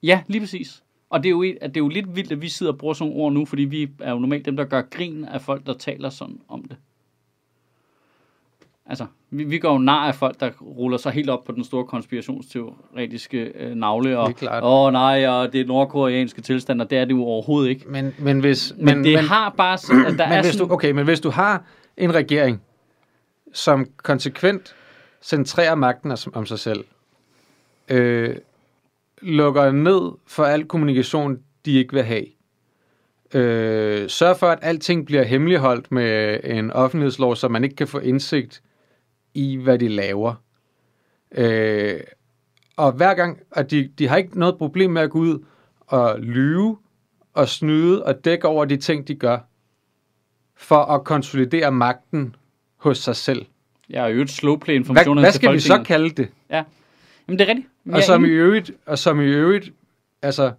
[SPEAKER 2] Ja, lige præcis. Og det er, jo, et- at det er jo lidt vildt, at vi sidder og bruger sådan nogle ord nu, fordi vi er jo normalt dem, der gør grin af folk, der taler sådan om det. Altså, vi, vi går jo nar af folk, der ruller sig helt op på den store konspirationsteoretiske øh, navle, og
[SPEAKER 4] Det er klart.
[SPEAKER 2] åh oh, nej, og det er nordkoreanske tilstand, og det er det jo overhovedet ikke.
[SPEAKER 4] Men, men hvis...
[SPEAKER 2] Men, men det men, har bare sådan, at der
[SPEAKER 4] <clears throat> men
[SPEAKER 2] er
[SPEAKER 4] hvis
[SPEAKER 2] sådan...
[SPEAKER 4] du, okay, men hvis du har en regering, som konsekvent centrerer magten os- om sig selv, øh, lukker ned for al kommunikation, de ikke vil have, øh, sørger for, at alting bliver hemmeligholdt med en offentlighedslov, så man ikke kan få indsigt i, hvad de laver. Øh, og hver gang, og de, de har ikke noget problem med at gå ud og lyve og snyde og dække over de ting, de gør for at konsolidere magten hos sig selv.
[SPEAKER 2] Jeg har jo et slowplay
[SPEAKER 4] Hvad,
[SPEAKER 2] informationerne
[SPEAKER 4] hvad skal vi
[SPEAKER 2] til
[SPEAKER 4] så
[SPEAKER 2] Folketinget.
[SPEAKER 4] kalde det?
[SPEAKER 2] Jamen, det er rigtigt. Jeg
[SPEAKER 4] Og
[SPEAKER 2] er
[SPEAKER 4] som i
[SPEAKER 2] enig.
[SPEAKER 4] øvrigt, og som i øvrigt altså,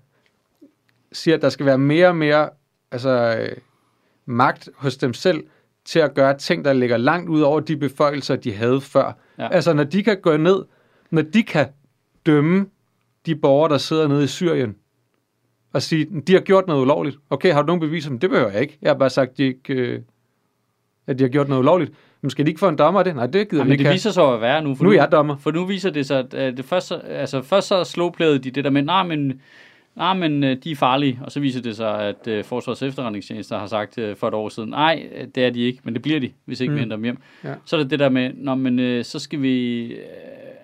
[SPEAKER 4] siger, at der skal være mere og mere altså, øh, magt hos dem selv til at gøre ting, der ligger langt ud over de beføjelser, de havde før.
[SPEAKER 2] Ja.
[SPEAKER 4] Ja. Altså, når de kan gå ned, når de kan dømme de borgere, der sidder nede i Syrien, og sige, de har gjort noget ulovligt. Okay, har du nogen beviser? Men det behøver jeg ikke. Jeg har bare sagt, de ikke, øh, at de har gjort noget ulovligt. Men skal de ikke få en dommer af det? Nej, det gider vi
[SPEAKER 2] Jamen,
[SPEAKER 4] ikke.
[SPEAKER 2] det
[SPEAKER 4] have.
[SPEAKER 2] viser sig jo at være nu. For
[SPEAKER 4] Nu er jeg dommer.
[SPEAKER 2] For nu viser det sig, at øh, det først, så- altså, først så slåplade de det der med, nej, men, nej, men øh, de er farlige. Og så viser det sig, at øh, Forsvarets efterretningstjenester har sagt øh, for et år siden, nej, øh, det er de ikke, men det bliver de, hvis ikke mm. vi
[SPEAKER 4] Mm.
[SPEAKER 2] henter dem hjem.
[SPEAKER 4] Ja.
[SPEAKER 2] Så er det det der med, nå, men øh, så skal vi, øh,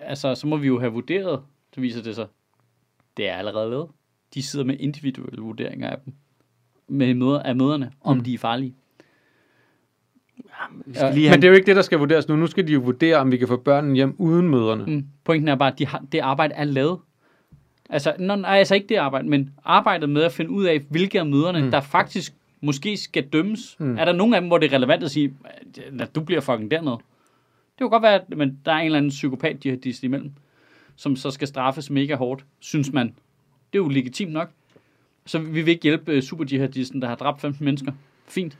[SPEAKER 2] altså, så må vi jo have vurderet, så viser det sig, det er allerede lavet. De sidder med individuelle
[SPEAKER 4] Mm.
[SPEAKER 2] vurderinger af dem, med møder, af møderne, om de er farlige.
[SPEAKER 1] Vi skal
[SPEAKER 2] Ja,
[SPEAKER 1] lige
[SPEAKER 4] Ja.
[SPEAKER 1] have
[SPEAKER 4] Men det er jo ikke det, der skal vurderes nu. Nu skal de jo vurdere, om vi kan få børnene hjem uden møderne. Mm.
[SPEAKER 2] Mm. Pointen er bare, at de har, det arbejde er lavet. Altså, nå, nej, altså ikke det arbejde, men arbejdet med at finde ud af, hvilke af møderne, mm. der faktisk måske skal dømmes. Mm. Er der nogen af dem, hvor det er relevant at sige, at du bliver fucking dernede? Det kan godt være, at men der er en eller anden psykopat, de har disset imellem, som så skal straffes mega hårdt, synes man. Det er jo legitimt nok. Så vi vil ikke hjælpe øh, superjihadisten, der har dræbt 15 mennesker. Fint.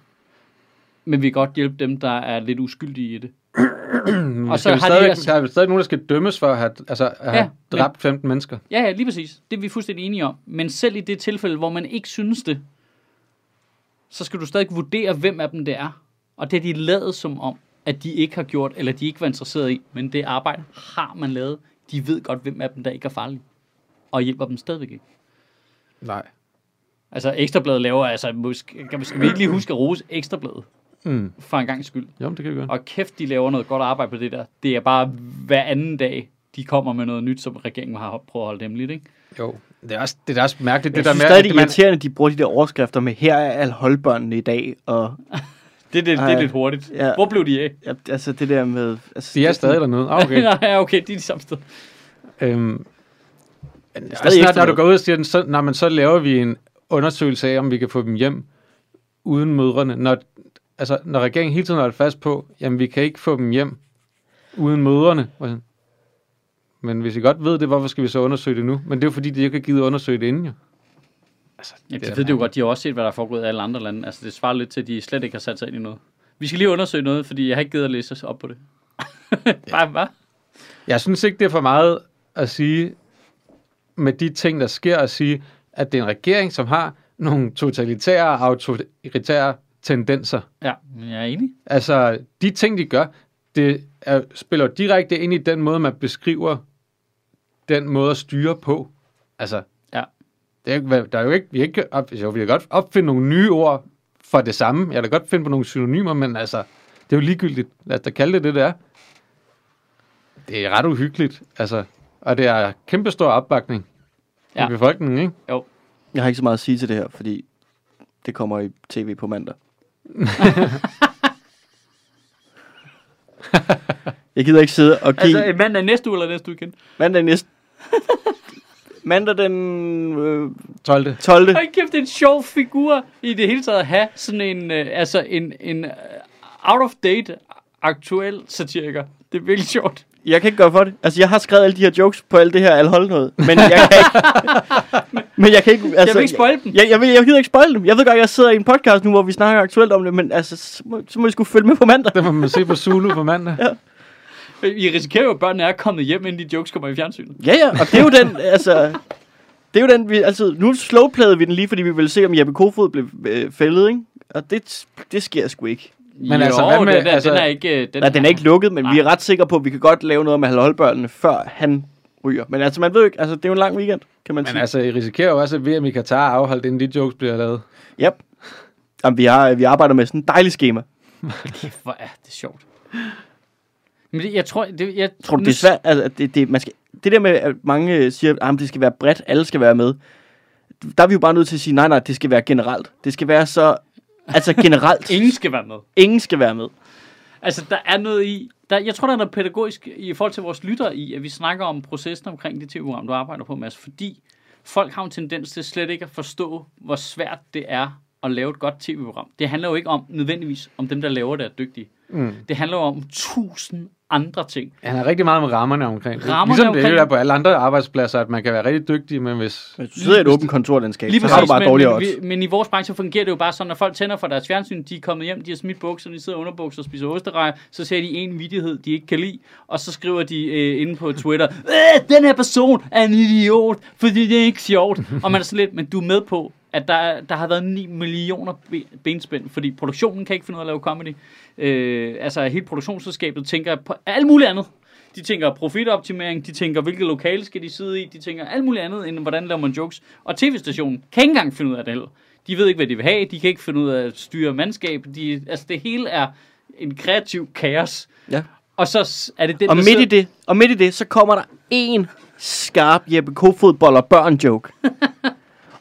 [SPEAKER 2] Men vi kan godt hjælpe dem, der er lidt uskyldige i det.
[SPEAKER 4] Og
[SPEAKER 2] Og
[SPEAKER 4] så
[SPEAKER 2] så har
[SPEAKER 4] vi
[SPEAKER 2] de
[SPEAKER 4] stadig,
[SPEAKER 2] altså-
[SPEAKER 4] der er vel stadig nogen, der skal dømmes for at have, altså, at ja, have
[SPEAKER 2] men-
[SPEAKER 4] dræbt 15 mennesker.
[SPEAKER 2] Ja, ja, lige præcis. Det er vi fuldstændig enige om. Men selv i det tilfælde, hvor man ikke synes det, så skal du stadig vurdere, hvem af dem det er. Og det er de lavet som om, at de ikke har gjort, eller de ikke var interesseret i. Men det arbejde har man lavet. De ved godt, hvem af dem, der ikke er farlige. Og hjælper dem stadigvæk ikke.
[SPEAKER 4] Nej.
[SPEAKER 2] Altså, Ekstrabladet laver, altså, måske, kan vi- skal vi ikke lige huske at rose Ekstrabladet?
[SPEAKER 4] Mm.
[SPEAKER 2] For en gang skyld.
[SPEAKER 4] Jo, men det kan vi gøre.
[SPEAKER 2] Og kæft, de laver noget godt arbejde på det der. Det er bare hver anden dag, de kommer med noget nyt, som regeringen har prøvet at holde hemmeligt, ikke?
[SPEAKER 4] Jo. Det er også, det er også mærkeligt, det
[SPEAKER 1] Jeg
[SPEAKER 4] der
[SPEAKER 1] synes
[SPEAKER 4] med...
[SPEAKER 1] stadig, det
[SPEAKER 4] at
[SPEAKER 1] er
[SPEAKER 4] man-
[SPEAKER 1] irriterende, at de bruger de der overskrifter med, her er al holdbørnene i dag, og
[SPEAKER 2] Det, det, det
[SPEAKER 1] Ej.
[SPEAKER 2] er lidt hurtigt.
[SPEAKER 1] Ja.
[SPEAKER 2] Ja. Hvor blev de af?
[SPEAKER 1] ja, altså det der med... Altså,
[SPEAKER 4] De er
[SPEAKER 1] det-
[SPEAKER 4] stadig dernede. Ah, okay.
[SPEAKER 2] Okay. <laughs> Nej, ja, okay, de er de samme sted.
[SPEAKER 4] Øhm, men
[SPEAKER 1] stadig
[SPEAKER 4] snart, når
[SPEAKER 1] eftermiddag.
[SPEAKER 4] du går ud og siger, den, så, nej, men så laver vi en undersøgelse af, om vi kan få dem hjem uden mødrene. Når, altså, når regeringen hele tiden holder fast på, jamen vi kan ikke få dem hjem uden mødrene. Og sådan, Men hvis I godt ved det, hvorfor skal vi så undersøge det nu? Men det er jo fordi, de ikke har givet at undersøge det inden jo. Altså,
[SPEAKER 2] Jamen,
[SPEAKER 4] er
[SPEAKER 2] de ved det jo godt, de har også set, hvad der er foregået i alle andre lande. Altså, det svarer lidt til, at de slet ikke har sat sig ind i noget. Vi skal lige undersøge noget, fordi jeg har ikke givet at læse os op på det. <laughs> Bare, hvad?
[SPEAKER 4] Jeg synes ikke, det er for meget at sige, med de ting, der sker, at sige, at det er en regering, som har nogle totalitære og autoritære tendenser.
[SPEAKER 2] Ja, men jeg er enig.
[SPEAKER 4] Altså, de ting, de gør, det er, spiller jo direkte ind i den måde, man beskriver den måde at styre på. Altså,
[SPEAKER 2] Ja.
[SPEAKER 4] det er, jo ikke- hvad- der er jo ikke, vi, er ikke op, jo, vi kan godt opfinde nogle nye ord for det samme. Jeg kan da godt finde på nogle synonymer, men altså, det er jo ligegyldigt. Lad os da kalde det det, det er. Det er ret uhyggeligt, altså. Og det er kæmpestor opbakning ja.
[SPEAKER 2] Ja.
[SPEAKER 4] i befolkningen, ikke?
[SPEAKER 1] Jeg har ikke så meget at sige til det her, fordi det kommer i tv på
[SPEAKER 4] <laughs>
[SPEAKER 1] mandag. jeg gider ikke sidde og give
[SPEAKER 2] Altså,
[SPEAKER 1] altså,
[SPEAKER 2] en mand er næste uge eller næste weekend.
[SPEAKER 1] mandag næste... Mandag den øh,
[SPEAKER 4] 12.
[SPEAKER 1] 12.
[SPEAKER 2] Hold kæft, det er en sjov figur i det hele taget at have sådan en, øh, altså en, en øh, out-of-date aktuel satiriker. Det er virkelig sjovt.
[SPEAKER 1] Jeg kan ikke gøre for det. Altså, jeg har skrevet alle de her jokes på alt det her alhold noget. Men jeg kan ikke...
[SPEAKER 2] <laughs>
[SPEAKER 1] men jeg kan ikke... Altså,
[SPEAKER 2] ikke spoil dem.
[SPEAKER 1] Jeg, jeg, jeg, jeg gider ikke spoil dem. Jeg ved godt, jeg sidder i en podcast nu, hvor vi snakker aktuelt om det, men altså, så må, så må I skulle følge med på mandag.
[SPEAKER 4] Det må man se på Zulu på mandag.
[SPEAKER 2] I risikerer jo, at børnene er kommet hjem, inden de jokes kommer i fjernsynet.
[SPEAKER 1] Ja, ja, og det er jo den, altså... Det er jo den, vi altid... Nu slowplayede vi den lige, fordi vi ville se, om Jeppe Kofod blev øh, fældet, ikke? Og det, det sker sgu ikke.
[SPEAKER 2] Men jo, altså, hvad med, den, er, altså, den er ikke... øh, Den
[SPEAKER 1] Nej, den er ikke lukket, men
[SPEAKER 2] Nej.
[SPEAKER 1] vi er ret sikre på, at vi kan godt lave noget med halvholdbørnene, før han ryger. Men altså, man ved jo ikke... Altså, det er jo en lang weekend, kan man
[SPEAKER 4] Men
[SPEAKER 1] sige.
[SPEAKER 4] altså, I risikerer jo også, at VM i Katar er afholdt, inden de jokes bliver lavet.
[SPEAKER 1] Yep. Jamen, vi, har, vi arbejder med sådan et dejligt schema.
[SPEAKER 2] Kæft, hvor er det sjovt. Men det, jeg tror... Det, jeg,
[SPEAKER 1] Tror du,
[SPEAKER 2] nu-
[SPEAKER 1] det er svært? Altså, at det, det, man skal, det der med, at mange øh, siger, at det skal være bredt, alle skal være med. Der er vi jo bare nødt til at sige, nej, nej, det skal være generelt. Det skal være så... Altså generelt.
[SPEAKER 2] <laughs> Ingen skal være med.
[SPEAKER 1] Ingen skal være med.
[SPEAKER 2] Altså, der er noget i... Der, jeg tror, der er noget pædagogisk i forhold til vores lyttere i, at vi snakker om processen omkring det tv-program, du arbejder på, Mads, fordi folk har en tendens til slet ikke at forstå, hvor svært det er at lave et godt tv-program. Det handler jo ikke om nødvendigvis om dem, der laver det, er dygtige.
[SPEAKER 4] Mm.
[SPEAKER 2] Det handler jo om tusind andre ting.
[SPEAKER 4] Han har rigtig meget med rammerne omkring. det.
[SPEAKER 2] Rammerne
[SPEAKER 4] ligesom det
[SPEAKER 2] omkring-
[SPEAKER 4] er jo der på alle andre arbejdspladser, at man kan være rigtig dygtig, men hvis...
[SPEAKER 1] Hvis du sidder i et åbent kontorlandskab,
[SPEAKER 2] Lige
[SPEAKER 1] så har du
[SPEAKER 2] præcis,
[SPEAKER 1] bare dårligere
[SPEAKER 2] men,
[SPEAKER 1] odds.
[SPEAKER 2] men, vi- men i vores branche fungerer det jo bare sådan, at folk tænder for deres fjernsyn, de er kommet hjem, de har smidt bukserne, de sidder under bukser og spiser osterejer, så ser de en vidighed, de ikke kan lide, og så skriver de øh, inde på Twitter, <laughs> Øh, den her person er en idiot, fordi det er ikke
[SPEAKER 1] <laughs>
[SPEAKER 2] sjovt. og man er sådan lidt, men du er med på, at der, er- der har været 9 millioner be- benspænd, fordi produktionen kan ikke finde ud af at lave comedy. Øh, altså hele produktionsselskabet tænker på alt muligt andet. De tænker profitoptimering, de tænker, hvilket lokale skal de sidde i, de tænker alt muligt andet, end hvordan laver man jokes. Og tv-stationen kan ikke engang finde ud af det heller. De ved ikke, hvad de vil have, de kan ikke finde ud af at styre mandskab. De, altså det hele er en kreativ kaos.
[SPEAKER 1] Ja.
[SPEAKER 2] Og så s- er det den,
[SPEAKER 1] Og
[SPEAKER 2] der
[SPEAKER 1] midt i
[SPEAKER 2] sidder-
[SPEAKER 1] det, og midt i det, så kommer der en
[SPEAKER 2] <laughs>
[SPEAKER 1] skarp Jeppe Kofodbold og børn joke.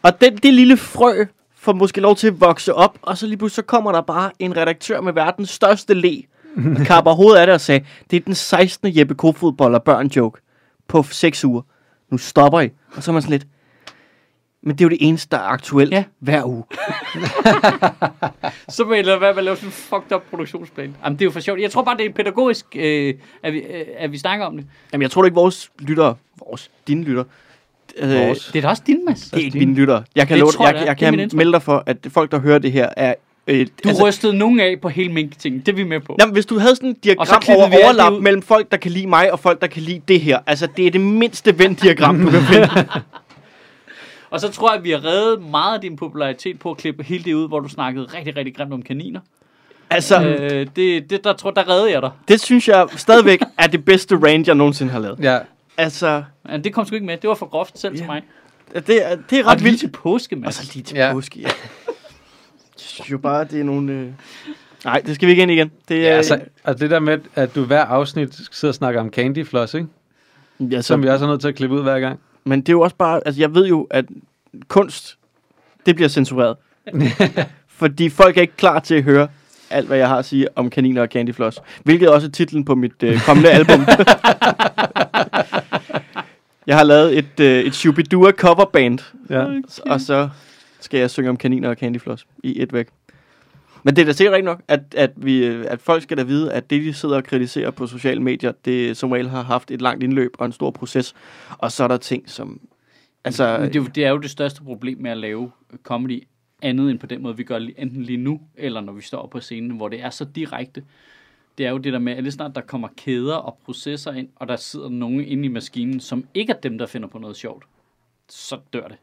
[SPEAKER 1] og den, det lille frø får måske lov til at vokse op, og så lige pludselig så kommer der bare en redaktør med verdens største læ,
[SPEAKER 2] <laughs>
[SPEAKER 1] og kapper hovedet af det og sagde, det er den 16. Jeppe Kofodbold og børn joke på 6 uger. Nu stopper I. Og så er man sådan lidt, men det er jo det eneste, der er aktuelt
[SPEAKER 2] Ja.
[SPEAKER 1] ja. hver uge.
[SPEAKER 2] Så må jeg lade være med at lave sådan en fucked up produktionsplan. Jamen, det er jo for sjovt. Jeg tror bare, det er pædagogisk, øh, at, vi, øh, at vi snakker om det.
[SPEAKER 1] Jamen, jeg tror da ikke, vores lyttere, vores, dine lyttere, øh,
[SPEAKER 4] Vores.
[SPEAKER 1] det
[SPEAKER 2] Det er da også din, Mads.
[SPEAKER 1] er ikke dine lyttere. Jeg kan,
[SPEAKER 2] Det
[SPEAKER 1] love,
[SPEAKER 2] tror
[SPEAKER 1] jeg,
[SPEAKER 2] jeg da.
[SPEAKER 1] jeg,
[SPEAKER 2] Det er mit
[SPEAKER 1] kan
[SPEAKER 2] indtryk.
[SPEAKER 1] melde dig for, at folk, der hører det her, er... Øh,
[SPEAKER 2] Du altså, rystede nogen af på hele mink-tingen. Det er vi med på.
[SPEAKER 1] Jamen, hvis du havde sådan et
[SPEAKER 2] Og så
[SPEAKER 1] diagram
[SPEAKER 2] klippede vi alt
[SPEAKER 1] over
[SPEAKER 2] det
[SPEAKER 1] overlap
[SPEAKER 2] ud.
[SPEAKER 1] mellem folk, der kan lide mig, og folk, der kan lide det her. Altså, det er det mindste venn-diagram,
[SPEAKER 2] <laughs>
[SPEAKER 1] du kan finde.
[SPEAKER 2] Og så tror jeg, at vi har reddet meget af din popularitet på at klippe hele det ud, hvor du snakkede rigtig, rigtig grimt om kaniner.
[SPEAKER 1] Altså,
[SPEAKER 2] Øh, det, det, der tror der reddede jeg dig.
[SPEAKER 1] det synes jeg stadigvæk er det bedste range, jeg nogensinde har lavet.
[SPEAKER 4] Ja.
[SPEAKER 1] Altså,
[SPEAKER 2] Men det kom sgu ikke med. Det var for groft selv yeah. til mig.
[SPEAKER 1] det er, det er
[SPEAKER 2] Og
[SPEAKER 1] ret
[SPEAKER 2] lige
[SPEAKER 1] vildt.
[SPEAKER 2] til påske,
[SPEAKER 1] Og
[SPEAKER 2] Mads.
[SPEAKER 1] så lige til
[SPEAKER 4] Ja.
[SPEAKER 1] ja. påske, ja. Jeg synes jo bare, det er nogle... Øh... Nej, det skal vi ikke ind igen. Det er,
[SPEAKER 4] ja altså, og det der med, at du hver afsnit sidder og snakker om Candy Floss, ikke?
[SPEAKER 1] ja,
[SPEAKER 4] Som vi også er nødt til at klippe ud hver gang.
[SPEAKER 1] Men det er jo også bare, altså jeg ved jo, at kunst, det bliver censureret. Fordi folk er ikke klar til at høre alt, hvad jeg har at sige om kaniner og candyfloss. Hvilket også er titlen på mit øh, kommende album. jeg har lavet et, øh, et Shubidua coverband,
[SPEAKER 4] Ja.
[SPEAKER 1] og så skal jeg synge om kaniner og candyfloss i et væk. Men det er da sikkert rigtigt nok, at, at, vi, øh, at folk skal da vide, at det, de sidder og kritiserer på sociale medier, det som regel har haft et langt indløb og en stor proces. Og så er der ting, som... Altså,
[SPEAKER 2] Men det, er jo- det er jo det største problem med at lave comedy andet end på den måde, vi gør li- enten lige nu, eller når vi står på scenen, hvor det er så direkte. Det er jo det der med, at lige snart der kommer kæder og processer ind, og der sidder nogen inde i maskinen, som ikke er dem, der finder på noget sjovt, så dør Altså, det.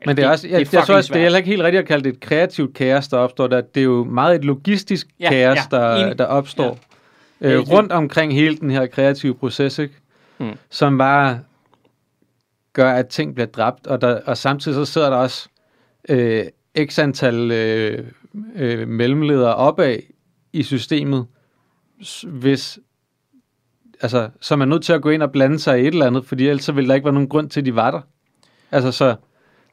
[SPEAKER 2] Eller
[SPEAKER 4] Men det er også, ja, det, jeg
[SPEAKER 2] fucking
[SPEAKER 4] tror også, det er
[SPEAKER 2] svært.
[SPEAKER 4] heller ikke helt rigtigt at kalde det et kreativt kaos, der opstår. Der, det er jo meget et logistisk
[SPEAKER 2] Ja,
[SPEAKER 4] ja, kaos,
[SPEAKER 2] ja,
[SPEAKER 4] ja, der,
[SPEAKER 2] enig.
[SPEAKER 4] der opstår.
[SPEAKER 2] Ja,
[SPEAKER 4] Ja.
[SPEAKER 2] det
[SPEAKER 4] Øh,
[SPEAKER 2] er
[SPEAKER 4] rundt omkring hele den her kreative proces, ikke?
[SPEAKER 1] Mm.
[SPEAKER 4] Mm. som bare gør, at ting bliver dræbt. Og, der, og samtidig så sidder der også øh, x antal øh, øh, mellemledere opad i systemet, s- hvis altså, som er nødt til at gå ind og blande sig i et eller andet, fordi ellers så ville der ikke være nogen grund til, at de var der. Altså, så,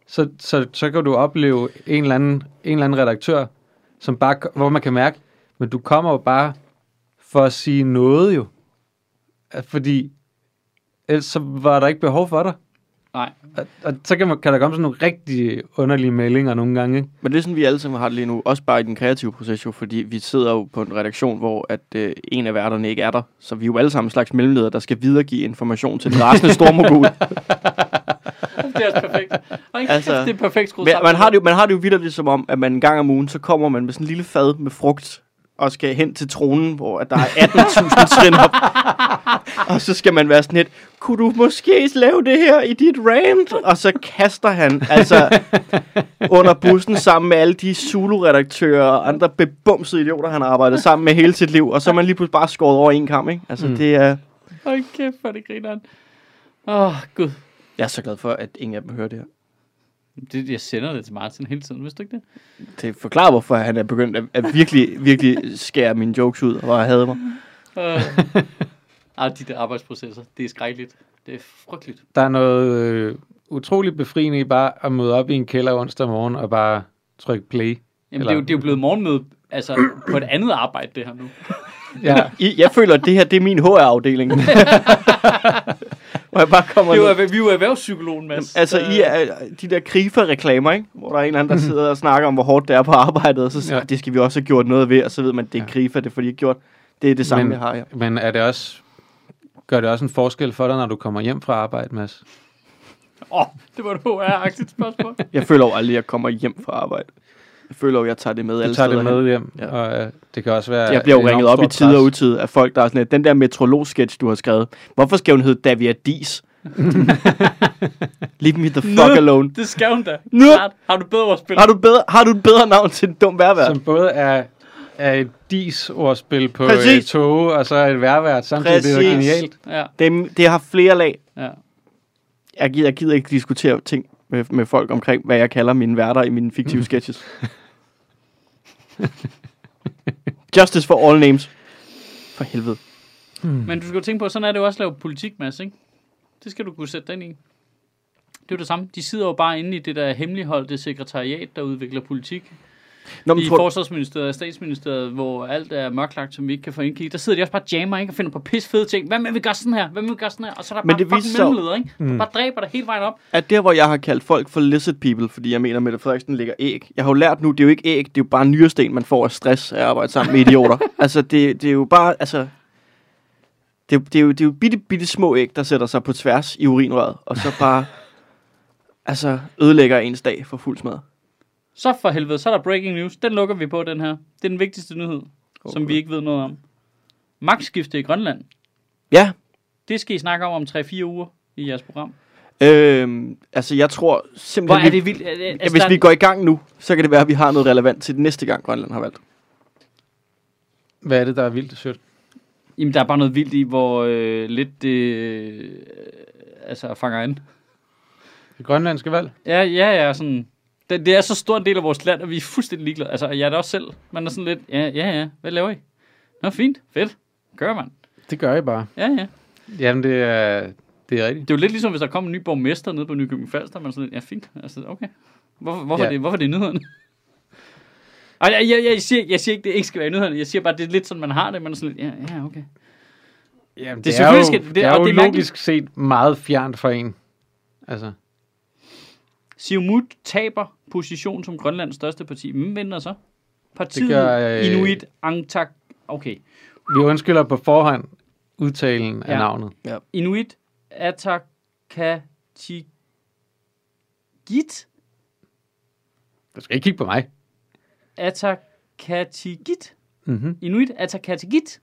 [SPEAKER 4] så, så, så kan du opleve en eller anden, en eller anden redaktør, som bare, hvor man kan mærke, men du kommer jo bare for at sige noget jo. At- Fordi ellers så var der ikke behov for dig.
[SPEAKER 2] Nej,
[SPEAKER 4] Og, og så kan, man, kan der komme sådan nogle rigtig underlige meldinger nogle gange, ikke?
[SPEAKER 1] Men det er sådan, vi alle sammen har det lige nu, også bare i den kreative proces jo, fordi vi sidder jo på en redaktion, hvor at øh, en af værterne ikke er der, så vi er jo alle sammen en slags mellemledere, der skal videregive information til den rasende stormogul.
[SPEAKER 2] <laughs> det er også perfekt. altså,
[SPEAKER 1] Altså,
[SPEAKER 2] det er perfekt skruet
[SPEAKER 1] Men,
[SPEAKER 2] sammen.
[SPEAKER 1] man, har det jo, man har det jo vildt som om, at man en gang om ugen, så kommer man med sådan en lille fad med frugt, og skal hen til tronen, hvor at der er <laughs> 18.000 trin op. Og så skal man være sådan lidt, kunne du måske lave det her i dit rant? Og så kaster han altså under bussen sammen med alle de Zulu-redaktører og andre bebumsede idioter, han har arbejdet sammen med hele sit liv. Og så er man lige pludselig bare skåret over en kamp, ikke? Altså, mm. det er...
[SPEAKER 2] Hold kæft, hvor er det grineren. Åh, oh, gud.
[SPEAKER 1] Jeg er så glad for, at ingen af dem hører det her.
[SPEAKER 2] Det, jeg sender det til Martin hele tiden, vidste du ikke det?
[SPEAKER 1] Det forklarer, hvorfor han er begyndt at, at virkelig, virkelig skære mine jokes ud, og havde mig.
[SPEAKER 2] Øh. <laughs> Ah, de der arbejdsprocesser, det er skrækkeligt. Det er frygteligt.
[SPEAKER 4] Der er noget øh, utroligt befriende i bare at møde op i en kælder onsdag morgen og bare trykke play.
[SPEAKER 2] Jamen, det, er jo, det er jo blevet morgenmøde altså, på et andet arbejde, det her nu.
[SPEAKER 4] Ja,
[SPEAKER 1] I, jeg føler, at det her, det er min
[SPEAKER 4] <laughs>
[SPEAKER 1] HR-afdeling. Hvor jeg bare kommer
[SPEAKER 2] Det er jo,
[SPEAKER 1] ned.
[SPEAKER 2] erhver- vi er jo erhvervspsykologen, Mads. Øh,
[SPEAKER 1] Altså, I
[SPEAKER 4] øh,
[SPEAKER 1] er de der Grifa-reklamer, ikke? Hvor der er en eller anden, der sidder og snakker om, hvor hårdt det er på arbejdet, og så siger,
[SPEAKER 4] Mhm. Ja.
[SPEAKER 1] ja. det skal vi også have gjort noget ved, og så ved man, det er
[SPEAKER 4] Ja.
[SPEAKER 1] Grifa, det får de ikke gjort. Det er det samme,
[SPEAKER 4] Men-
[SPEAKER 1] Men... jeg har, ja.
[SPEAKER 4] <laughs> men er det også, gør det også en forskel for dig, når du kommer hjem fra arbejde, Mads?
[SPEAKER 2] Åh, oh, det var et HR-agtigt spørgsmål.
[SPEAKER 1] Jeg føler jo aldrig, at jeg kommer hjem fra arbejde. Jeg føler jo, at jeg tager det med
[SPEAKER 4] Du
[SPEAKER 1] alle
[SPEAKER 4] tager
[SPEAKER 1] steder
[SPEAKER 4] det med hjem,
[SPEAKER 1] Ja.
[SPEAKER 4] og øh, det kan også være...
[SPEAKER 1] Jeg bliver jo
[SPEAKER 4] enormt
[SPEAKER 1] ringet op i
[SPEAKER 4] stor
[SPEAKER 1] tid
[SPEAKER 4] pres.
[SPEAKER 1] og utid af folk, der er sådan, at den der metrolog-sketch, du har skrevet, hvorfor skal hun hedde Davia Dis?
[SPEAKER 4] <laughs>
[SPEAKER 1] Leave me the fuck
[SPEAKER 2] Nå.
[SPEAKER 1] alone.
[SPEAKER 2] Det skal hun da.
[SPEAKER 1] Nu.
[SPEAKER 2] Klart. Har du bedre at spille?
[SPEAKER 1] <laughs> Har du, bedre, har du et bedre navn til en dum værvær?
[SPEAKER 4] Som både er, er et dis-ordspil på øh,
[SPEAKER 1] Præcis.
[SPEAKER 4] toge, og så er et værvært samtidig. Det er jo
[SPEAKER 1] Præcis.
[SPEAKER 4] genialt.
[SPEAKER 2] Ja,
[SPEAKER 1] Det, det har flere lag.
[SPEAKER 2] ja.
[SPEAKER 1] Jeg gider, jeg gider ikke diskutere ting med, med folk omkring, hvad jeg kalder mine værter i mine
[SPEAKER 4] <laughs>
[SPEAKER 1] fiktive sketches. Justice for all names. For helvede.
[SPEAKER 4] Hmm.
[SPEAKER 1] Mm.
[SPEAKER 2] Men du skal jo tænke på, sådan er det jo også at lave politik, Mads, ikke? Det skal du kunne sætte den i. Det er jo det samme. De sidder jo bare inde i det der hemmeligholdte sekretariat, der udvikler politik.
[SPEAKER 1] Nå, men
[SPEAKER 2] I
[SPEAKER 1] tror, du-
[SPEAKER 2] Forsvarsministeriet og Statsministeriet, hvor alt er mørklagt, som vi ikke kan få indkig. i, Der sidder de også bare og jammer ikke? og finder på pis fede ting. Hvad med, at vi gør sådan her? Hvad med, at vi gør sådan her? Og så er der
[SPEAKER 1] Men
[SPEAKER 2] bare
[SPEAKER 1] det
[SPEAKER 2] det fucking
[SPEAKER 1] viste sig jo-
[SPEAKER 2] mellemleder, ikke? Mm. Der bare dræber dig hele vejen op.
[SPEAKER 1] at der, hvor jeg har kaldt folk for lizard people, fordi jeg mener, at Mette Frederiksen ligger æg. Jeg har jo lært nu, det er jo ikke æg, det er jo bare nyresten, man får af stress af at arbejde sammen med
[SPEAKER 2] <laughs>
[SPEAKER 1] idioter. altså, det, det er jo bare, altså... Det, det, er jo, det er jo bitte, bitte små æg, der sætter sig på tværs i urinrøret, og så
[SPEAKER 2] <laughs>
[SPEAKER 1] bare altså, ødelægger ens dag for fuld smad.
[SPEAKER 2] Så for helvede, så er der breaking news. Den lukker vi på, den her. Det er den vigtigste nyhed, som
[SPEAKER 1] Okay.
[SPEAKER 2] vi ikke ved noget om. Magtskifte i Grønland.
[SPEAKER 1] Ja,
[SPEAKER 2] Det skal I snakke om om 3-4 uger i jeres program.
[SPEAKER 1] øhm, altså jeg tror
[SPEAKER 2] Hvor
[SPEAKER 1] simpelthen...
[SPEAKER 2] er
[SPEAKER 1] vi-
[SPEAKER 2] det vildt. Er det-
[SPEAKER 1] Ja,
[SPEAKER 2] Altså,
[SPEAKER 1] hvis
[SPEAKER 2] der-
[SPEAKER 1] vi går i gang nu, så kan det være, at vi har noget relevant til den næste gang, Grønland har valgt.
[SPEAKER 4] Hvad er det, der er vildt sødt?
[SPEAKER 2] Jamen, der er bare noget vildt i, hvor øh, lidt det øh, altså, fanger an.
[SPEAKER 4] Det grønlandske valg?
[SPEAKER 2] Ja, ja, ja, sådan... Det, det er så stor en del af vores land, og vi er fuldstændig ligeglade. Altså, jeg er det også selv. Man er sådan lidt, ja, ja, ja, hvad laver I? Nå, fint, fedt. Gør man.
[SPEAKER 4] Det gør jeg bare.
[SPEAKER 2] Ja, ja.
[SPEAKER 4] Jamen, det er, det er rigtigt.
[SPEAKER 2] Det er jo lidt ligesom, hvis der kom en ny borgmester nede på Nykøbing Falster, man er sådan lidt, ja, fint. Altså, okay. Hvorfor, hvorfor,
[SPEAKER 4] Ja.
[SPEAKER 2] ja. det, hvorfor er det i nyhederne? Ej, jeg, jeg, jeg, siger, jeg siger ikke, det ikke skal være i nyhederne. Jeg siger bare, det er lidt sådan, man har det. Man er sådan lidt, ja, ja, okay.
[SPEAKER 4] Jamen,
[SPEAKER 2] det
[SPEAKER 4] det,
[SPEAKER 2] er
[SPEAKER 4] er jo,
[SPEAKER 2] selvfølgelig skal-
[SPEAKER 4] det,
[SPEAKER 2] det-
[SPEAKER 4] det er
[SPEAKER 2] og
[SPEAKER 4] jo
[SPEAKER 2] det er
[SPEAKER 4] logisk
[SPEAKER 2] mærkeligt.
[SPEAKER 4] set meget fjernt for en. Altså,
[SPEAKER 2] Siumut taber position som Grønlands største parti. Hvem vinder så? Partiet
[SPEAKER 4] gør,
[SPEAKER 2] gør,
[SPEAKER 4] øh,
[SPEAKER 2] øh... Inuit Angtak... Okay.
[SPEAKER 4] vi undskylder på forhånd udtalen af
[SPEAKER 2] Ja.
[SPEAKER 4] navnet.
[SPEAKER 2] Inuit Atakatigit?
[SPEAKER 4] Du skal ikke kigge på mig.
[SPEAKER 2] Atakatigit?
[SPEAKER 4] Mm-hmm.
[SPEAKER 2] Inuit Atakatigit?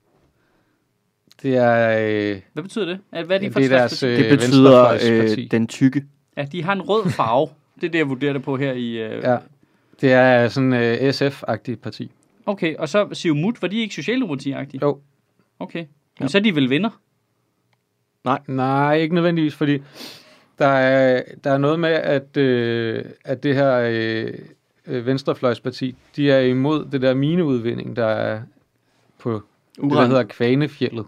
[SPEAKER 4] Det er... Øh,
[SPEAKER 2] Hvad betyder det? Hvad er de for
[SPEAKER 4] det er
[SPEAKER 2] et slags
[SPEAKER 4] deres,
[SPEAKER 2] parti?
[SPEAKER 4] øh,
[SPEAKER 1] Det betyder
[SPEAKER 4] venstrefløjsparti.
[SPEAKER 1] øh, den tykke.
[SPEAKER 2] Ja, de har en rød farve. Det er det, jeg vurderer det på her i... Øh...
[SPEAKER 4] ja, det er sådan øh, SF-agtigt parti.
[SPEAKER 2] Okay, og så Siumut, var de ikke socialdemokrati-agtige?
[SPEAKER 4] Jo.
[SPEAKER 2] Okay. Men så er de vel vinder?
[SPEAKER 4] Nej, ikke nødvendigvis, fordi der er, der er noget med, at, øh, at det her øh, øh, venstrefløjsparti, de er imod det der mineudvinding, der er på det, der
[SPEAKER 1] Uran.
[SPEAKER 4] hedder Kvanefjellet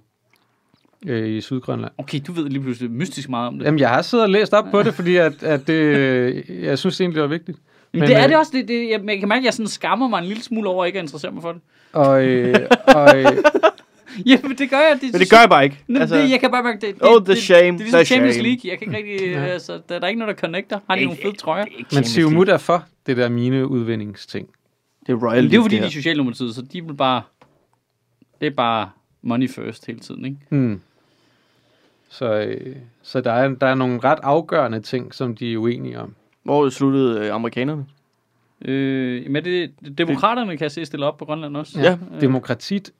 [SPEAKER 4] øh, i Sydgrønland.
[SPEAKER 2] Okay, du ved lige pludselig mystisk meget om det.
[SPEAKER 4] Jamen, jeg har siddet og læst op på det, fordi at, at det, øh, jeg synes egentlig, det var vigtigt.
[SPEAKER 2] Men, det er
[SPEAKER 4] øh,
[SPEAKER 2] det også. Det, det, jeg, jeg kan mærke, at jeg sådan skammer mig en lille smule over, at ikke at interessere mig for det. <laughs>
[SPEAKER 4] Og, øh, og øh,
[SPEAKER 2] Ja, men det gør jeg. Det,
[SPEAKER 1] Men det gør jeg bare ikke.
[SPEAKER 2] Nå, altså, det, jeg kan bare mærke, det, det,
[SPEAKER 1] Oh,
[SPEAKER 2] det,
[SPEAKER 1] the
[SPEAKER 2] det,
[SPEAKER 1] shame,
[SPEAKER 2] det er ligesom
[SPEAKER 1] the
[SPEAKER 2] Champions
[SPEAKER 1] shame.
[SPEAKER 2] League. Jeg kan ikke rigtig...
[SPEAKER 4] Ja.
[SPEAKER 2] Ja. Altså, der, der er ikke noget, der connecter. Har de nogle fede trøjer?
[SPEAKER 4] men Siumut er for det der mineudvindingsting.
[SPEAKER 1] Det er Royal
[SPEAKER 2] Men det er jo fordi, de
[SPEAKER 1] her.
[SPEAKER 2] er Socialdemokratiet, så de vil bare... Det er bare money first hele tiden, ikke?
[SPEAKER 4] Hmm. Så, øh, så der, er, der er nogle ret afgørende ting, som de er uenige om.
[SPEAKER 1] Hvor sluttede øh, amerikanerne?
[SPEAKER 2] Øh, men er det, demokraterne kan jeg se stille op på Grønland også.
[SPEAKER 1] Ja.
[SPEAKER 4] øh. Demokratit.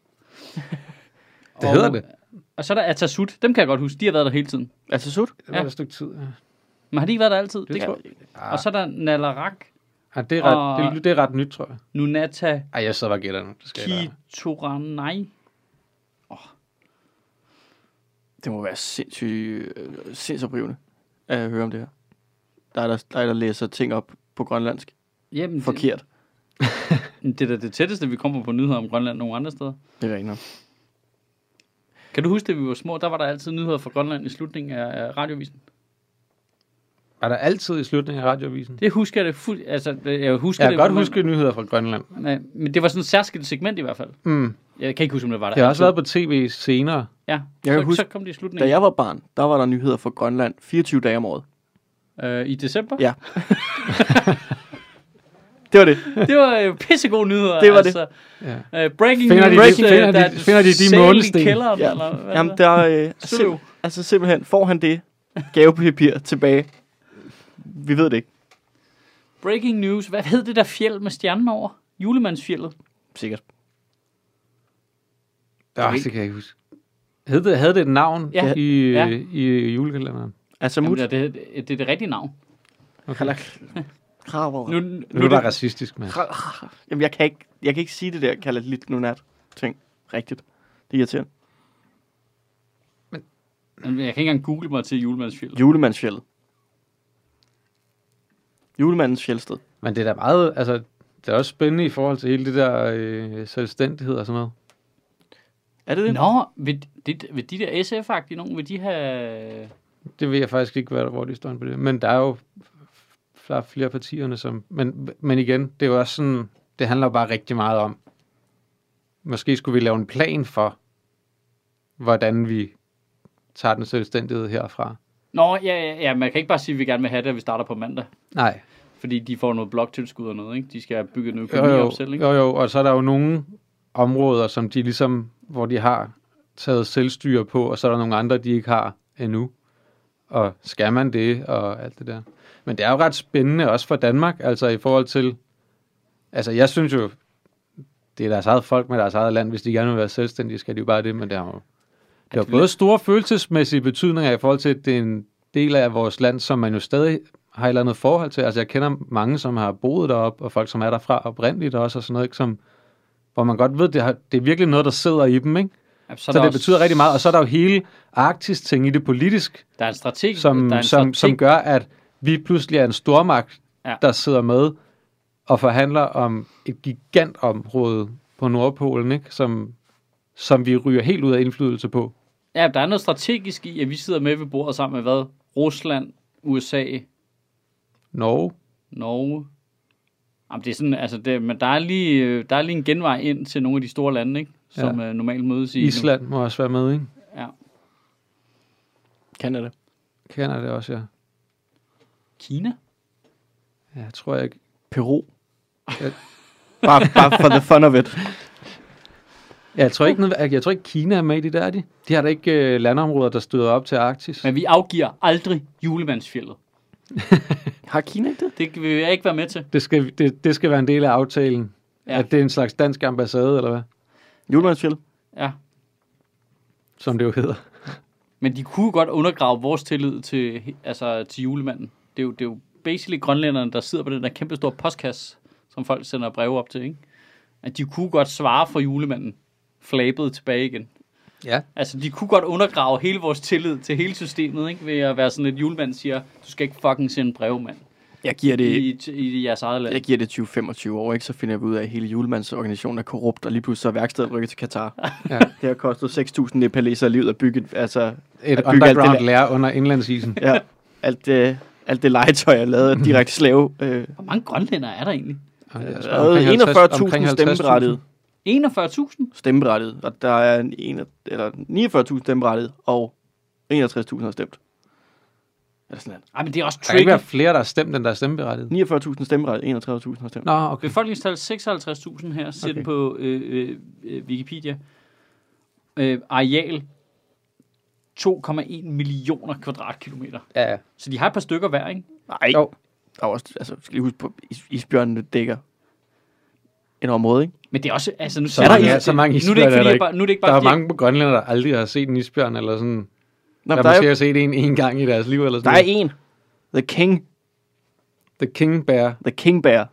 [SPEAKER 4] Det
[SPEAKER 2] Og-
[SPEAKER 4] hedder det.
[SPEAKER 2] Og så er der Atasut. Dem kan jeg godt huske. De har været der hele tiden.
[SPEAKER 1] Altså sut?
[SPEAKER 4] Det var
[SPEAKER 2] Ja.
[SPEAKER 4] et stykke tid. ja.
[SPEAKER 2] Men har de ikke været der altid? Det,
[SPEAKER 1] Ja.
[SPEAKER 2] tror jeg. Og så er der Nalarak
[SPEAKER 4] Ja, Ah, det, er ret,
[SPEAKER 2] Og-
[SPEAKER 4] det, det er ret nyt, tror jeg.
[SPEAKER 2] Nunata
[SPEAKER 4] Ej, jeg sidder bare og gætter nu. Det skal jeg lade
[SPEAKER 2] Kitoranai.
[SPEAKER 1] Det må være sindssygt, øh, sindsoprivende at høre om det her. Der er der, der, er der læser ting op på grønlandsk.
[SPEAKER 2] Jamen, det-
[SPEAKER 1] Forkert.
[SPEAKER 2] Det er da det tætteste, vi kommer på nyheder om Grønland nogle andre steder.
[SPEAKER 1] Det er rigtigt.
[SPEAKER 2] Kan du huske, da vi var små, der var der altid nyheder fra Grønland i slutningen af af radiovisen?
[SPEAKER 4] være. Var der altid i slutningen af radioavisen?
[SPEAKER 2] Det husker jeg det fuldt. Altså, jeg husker
[SPEAKER 4] Jeg
[SPEAKER 2] det.
[SPEAKER 4] kan godt
[SPEAKER 2] men-
[SPEAKER 4] huske nyheder fra Grønland.
[SPEAKER 2] Nej, men det var sådan et særskilt segment i hvert fald.
[SPEAKER 4] Mm.
[SPEAKER 2] Jeg kan ikke huske, om det var der.
[SPEAKER 4] Det har også
[SPEAKER 2] altid.
[SPEAKER 4] været på tv senere.
[SPEAKER 2] Ja,
[SPEAKER 1] Jeg
[SPEAKER 2] så,
[SPEAKER 1] kan huske,
[SPEAKER 2] så kom det i
[SPEAKER 1] Da
[SPEAKER 2] slutningen.
[SPEAKER 1] jeg var barn, der var der nyheder fra Grønland 24 dage om året.
[SPEAKER 2] Øh, I december?
[SPEAKER 1] Ja. Det
[SPEAKER 2] <laughs>
[SPEAKER 1] var det.
[SPEAKER 2] Det var øh, pissegode nyheder.
[SPEAKER 1] Det var det.
[SPEAKER 2] altså.
[SPEAKER 4] Ja.
[SPEAKER 2] det. Øh, breaking
[SPEAKER 4] Finder de-
[SPEAKER 2] news.
[SPEAKER 4] de- finder
[SPEAKER 2] øh, der er
[SPEAKER 4] de-
[SPEAKER 2] et
[SPEAKER 4] finder de de
[SPEAKER 2] sale i
[SPEAKER 4] målesten?
[SPEAKER 2] Kælderen,
[SPEAKER 1] Ja.
[SPEAKER 2] eller hvad
[SPEAKER 1] Jamen,
[SPEAKER 2] Jamen, der...
[SPEAKER 1] der, øh, sim-
[SPEAKER 2] Søløv.
[SPEAKER 1] altså simpelthen, får han det gavepapir tilbage? Vi ved det ikke.
[SPEAKER 2] Breaking news. Hvad hed det der fjeld med stjernen over? Julemandsfjellet.
[SPEAKER 1] Sikkert.
[SPEAKER 4] Ja, det kan jeg ikke huske. Hed det, havde det et navn ja.
[SPEAKER 2] Ja.
[SPEAKER 4] i, ja.
[SPEAKER 2] Ja.
[SPEAKER 4] i julekalenderen?
[SPEAKER 1] Altså,
[SPEAKER 2] Jamen,
[SPEAKER 1] Mut.
[SPEAKER 2] det, det, det er det rigtige navn.
[SPEAKER 1] Okay.
[SPEAKER 2] <laughs>
[SPEAKER 1] Krav
[SPEAKER 2] Nu, nu,
[SPEAKER 4] Nu er det bare racistisk, mand.
[SPEAKER 1] Jamen, jeg kan ikke, jeg kan ikke sige det der, kalder lidt nu nat ting rigtigt. Det er irriterende.
[SPEAKER 2] Jamen, Jeg kan ikke engang google mig til julemandsfjellet.
[SPEAKER 1] Julemandsfjellet. Julemandens fjeldsted.
[SPEAKER 4] Men det er da meget, altså, det er også spændende i forhold til hele det der øh, selvstændighed og sådan noget.
[SPEAKER 1] Er det det?
[SPEAKER 2] Nå, vil, det, vil de der SF-agtige nogen, vil de have...
[SPEAKER 4] Det ved jeg faktisk ikke, hvad, hvor de står inde på det. Men der er jo der er flere partierne, som... Men, men igen, det er jo også sådan... Det handler jo bare rigtig meget om... Måske skulle vi lave en plan for, hvordan vi tager den selvstændighed herfra.
[SPEAKER 2] Nå, ja, ja, ja, man kan ikke bare sige, at vi gerne vil have det, at vi starter på mandag.
[SPEAKER 4] Nej.
[SPEAKER 2] Fordi de får noget bloktilskud og noget, ikke? De skal bygge en
[SPEAKER 4] Jo,
[SPEAKER 2] økonomi
[SPEAKER 4] jo,
[SPEAKER 2] op selv, ikke?
[SPEAKER 4] jo, jo, og så er der jo nogle områder, som de ligesom, hvor de har taget selvstyre på, og så er der nogle andre, de ikke har endnu. Og skal man det, og alt det der. Men det er jo ret spændende også for Danmark, altså i forhold til, altså jeg synes jo, det er deres eget folk med deres eget land, hvis de gerne vil være selvstændige, skal de jo bare det, men det har jo det har
[SPEAKER 2] det
[SPEAKER 4] både store følelsesmæssige betydninger i forhold til, at det er en del af vores land, som man jo stadig har et eller andet forhold til. Altså, jeg kender mange, som har boet deroppe, og folk, som er derfra oprindeligt også, og sådan noget, ikke? Som, hvor man godt ved, det, har, det er virkelig noget, der sidder i dem, ikke?
[SPEAKER 2] Ja,
[SPEAKER 4] Så,
[SPEAKER 2] er
[SPEAKER 4] så
[SPEAKER 2] der
[SPEAKER 4] det betyder rigtig meget. Og så er der jo hele Arktis-ting i det politisk,
[SPEAKER 2] Der er en strategi.
[SPEAKER 4] som,
[SPEAKER 2] der er en
[SPEAKER 4] som, som
[SPEAKER 2] strateg-
[SPEAKER 4] gør, at vi pludselig er en stormagt,
[SPEAKER 2] Ja.
[SPEAKER 4] ja. der sidder med og forhandler om et gigantområde på Nordpolen, ikke? Som, som vi ryger helt ud af indflydelse på.
[SPEAKER 2] Ja, der er noget strategisk i, at vi sidder med ved bordet sammen med hvad? Rusland, USA,
[SPEAKER 4] Norge.
[SPEAKER 2] Norge. Jamen, det er sådan, altså, det, men der er, lige, øh, der er lige en genvej ind til nogle af de store lande, ikke? Som ja. øh, normalt mødes i. nu.
[SPEAKER 4] Island må også være med, ikke?
[SPEAKER 2] Ja.
[SPEAKER 1] Canada.
[SPEAKER 4] Kender det også, ja.
[SPEAKER 2] Kina?
[SPEAKER 4] Ja, Jeg tror ikke.
[SPEAKER 1] Peru.
[SPEAKER 4] Ja.
[SPEAKER 1] bare, bare for the fun of it.
[SPEAKER 4] Ja, Jeg tror ikke, noget- jeg tror ikke Kina er med i det der, er de. De har da ikke øh, landområder, der støder op til Arktis.
[SPEAKER 2] Men vi afgiver aldrig julemandsfjellet.
[SPEAKER 1] Har Kina ikke det?
[SPEAKER 2] Det vil jeg ikke være med til.
[SPEAKER 4] Det skal, det, det skal være en del af aftalen.
[SPEAKER 2] Ja.
[SPEAKER 4] Ja. At det er en slags dansk ambassade, eller hvad?
[SPEAKER 1] Julemandsfjell.
[SPEAKER 2] Ja.
[SPEAKER 4] Som det jo hedder.
[SPEAKER 2] Men de kunne jo godt undergrave vores tillid til, altså, til julemanden. Det er, jo, det er jo basically grønlænderne, der sidder på den der kæmpe store postkasse, som folk sender breve op til, ikke? At de kunne godt svare for julemanden flabet tilbage igen.
[SPEAKER 4] Ja.
[SPEAKER 2] Altså, de kunne godt undergrave hele vores tillid til hele systemet, ikke? Ved at være sådan et julemand siger, du skal ikke fucking sende breve, mand.
[SPEAKER 1] Jeg giver det...
[SPEAKER 2] I, i, i jeres eget land.
[SPEAKER 1] Jeg giver det 20-25 år, ikke? så finder vi ud af, at hele julemandsorganisationen er korrupt, og lige pludselig så er værkstedet rykket til Katar.
[SPEAKER 4] Ja.
[SPEAKER 1] Det har kostet 6.000 nepalesere livet at bygge, et- altså
[SPEAKER 4] Et
[SPEAKER 1] at bygge alt det,
[SPEAKER 4] underground
[SPEAKER 1] der-
[SPEAKER 4] lærer under
[SPEAKER 1] <laughs>
[SPEAKER 4] indlandsisen.
[SPEAKER 1] ja, alt, det, alt det legetøj, jeg <laughs> lavede direkte slave. Øh,
[SPEAKER 2] Hvor mange grønlændere er der egentlig?
[SPEAKER 4] Og det er altså omkring 50 omkring
[SPEAKER 1] 41.000
[SPEAKER 4] 50.000.
[SPEAKER 1] stemmeberettigede.
[SPEAKER 2] 41.000?
[SPEAKER 1] stemmeberettigede, og der er en, en eller 49.000 stemmeberettigede, og 61.000 har stemt. Er det sådan
[SPEAKER 2] Ej, men det er også
[SPEAKER 4] Der kan ikke være
[SPEAKER 2] tricky.
[SPEAKER 4] flere, der har stemt, end der er stemmeberettiget.
[SPEAKER 1] noget? 49.000 stemmeberettigede, 31.000 har stemt.
[SPEAKER 4] Nå, okay.
[SPEAKER 2] Befolkningstal 56.000 her, siger okay.
[SPEAKER 1] Okay.
[SPEAKER 2] den på øh, øh, øh, Wikipedia. Øh, areal 2,1 millioner kvadratkilometer.
[SPEAKER 4] Ja, ja.
[SPEAKER 2] Så de har et par stykker hver, ikke?
[SPEAKER 1] Nej,
[SPEAKER 4] Jo.
[SPEAKER 1] der er også, altså, skal lige huske på, is, isbjørnene dækker en område, ikke?
[SPEAKER 2] Men det er også, altså nu
[SPEAKER 4] Så,
[SPEAKER 2] siger
[SPEAKER 1] der
[SPEAKER 2] jeg-
[SPEAKER 4] mange, så mange
[SPEAKER 2] nu er det
[SPEAKER 4] isbjørn
[SPEAKER 2] ikke,
[SPEAKER 4] er
[SPEAKER 2] fordi
[SPEAKER 4] der
[SPEAKER 2] jeg
[SPEAKER 4] ikke.
[SPEAKER 2] bare, nu er det ikke
[SPEAKER 4] Der
[SPEAKER 2] bare,
[SPEAKER 4] er
[SPEAKER 2] fordi jeg-
[SPEAKER 4] mange grønlænder, der aldrig har set en isbjørn, eller sådan.
[SPEAKER 1] Nå, der,
[SPEAKER 4] der,
[SPEAKER 1] der,
[SPEAKER 4] måske
[SPEAKER 1] er,
[SPEAKER 4] har set en en gang i deres liv, eller
[SPEAKER 1] der
[SPEAKER 4] sådan
[SPEAKER 1] er
[SPEAKER 4] noget.
[SPEAKER 1] en. The King.
[SPEAKER 4] The King Bear.
[SPEAKER 1] The King Bear.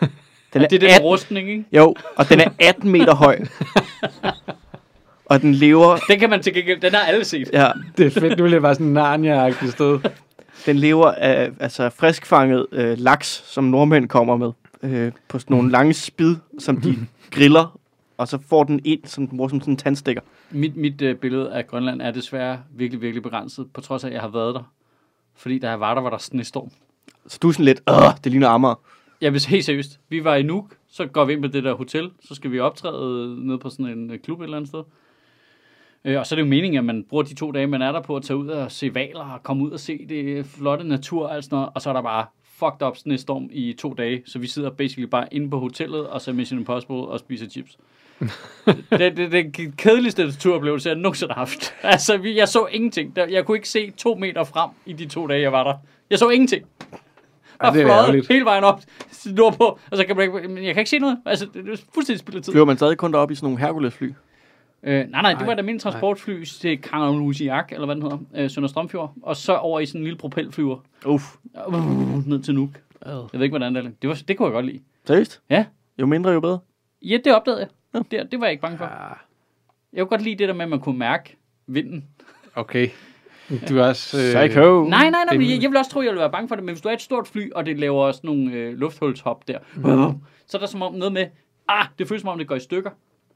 [SPEAKER 1] Den
[SPEAKER 2] Ja,
[SPEAKER 1] er,
[SPEAKER 2] det er den
[SPEAKER 1] 18,
[SPEAKER 2] rustning, ikke?
[SPEAKER 1] Jo, og den er 18 meter høj. og den lever...
[SPEAKER 2] Den kan man til gengæld, den har alle set.
[SPEAKER 1] Ja,
[SPEAKER 4] Det er fedt, nu bliver det bare sådan en Narnia-agtig sted.
[SPEAKER 1] den lever af altså, friskfanget øh, laks, som nordmænd kommer med. Øh, på sådan nogle lange spid, som de griller. Og så får den ind, som den bruger som sådan en tandstikker.
[SPEAKER 2] Mit, mit øh, billede af Grønland er desværre virkelig, virkelig begrænset, på trods af, at jeg har været der. Fordi da jeg var der, var der snestorm.
[SPEAKER 1] Så du er sådan lidt, åh, det ligner Amager.
[SPEAKER 2] Ja, hvis helt seriøst. Vi var i Nuuk, så går vi ind på det der hotel, så skal vi optræde øh, nede på sådan en øh, klub et eller andet sted. Øh, og så er det jo meningen, at man bruger de to dage, man er der på at tage ud og se valer og komme ud og se det flotte natur og alt sådan noget. Og så er der bare fucked up snestorm i to dage, så vi sidder basically bare inde på hotellet og ser Mission Impossible og spiser
[SPEAKER 4] <laughs>
[SPEAKER 2] chips. det, det, det, den kedeligste turoplevelse, jeg nogensinde har haft. <laughs> Altså, vi, jeg så ingenting. Der- Jeg kunne ikke se to meter frem i de to dage, jeg var der. Jeg så ingenting.
[SPEAKER 4] Ej,
[SPEAKER 2] Og
[SPEAKER 4] det er
[SPEAKER 2] fløjet
[SPEAKER 4] ærgerligt.
[SPEAKER 2] hele vejen op til nordpå, og så kan man ikke, men jeg kan ikke se noget. Altså, det, det er fuldstændig spild af tid.
[SPEAKER 1] Flyver man stadig kun derop i sådan nogle Hercules-fly?
[SPEAKER 2] Øh, nej, nej, det
[SPEAKER 4] Nej,
[SPEAKER 2] var da min
[SPEAKER 4] nej.
[SPEAKER 2] transportfly til Kangalusiak, eller hvad den hedder, øh, Sønder Strømfjord, og så over i sådan en lille propelflyver,
[SPEAKER 1] Uff.
[SPEAKER 2] uh, ned til Nuuk. Jeg ved ikke, hvordan det er. Det, var, det kunne jeg godt lide.
[SPEAKER 1] Seriøst?
[SPEAKER 2] Ja.
[SPEAKER 1] Jo mindre, jo bedre.
[SPEAKER 2] Ja, det opdagede jeg.
[SPEAKER 1] Nå.
[SPEAKER 2] Det, det var jeg ikke bange for.
[SPEAKER 4] Ah,
[SPEAKER 2] Jeg kunne godt lide det der med, at man kunne mærke vinden.
[SPEAKER 4] okay. Du er også... Øh,
[SPEAKER 1] Psycho.
[SPEAKER 2] Nej, nej, nej,
[SPEAKER 4] det-
[SPEAKER 2] men jeg, jeg vil også tro, jeg ville være bange for det, men hvis du er et stort fly, og det laver sådan nogle øh, lufthulshop der, mm. så er der som om noget med, ah, det føles som om, det går i stykker.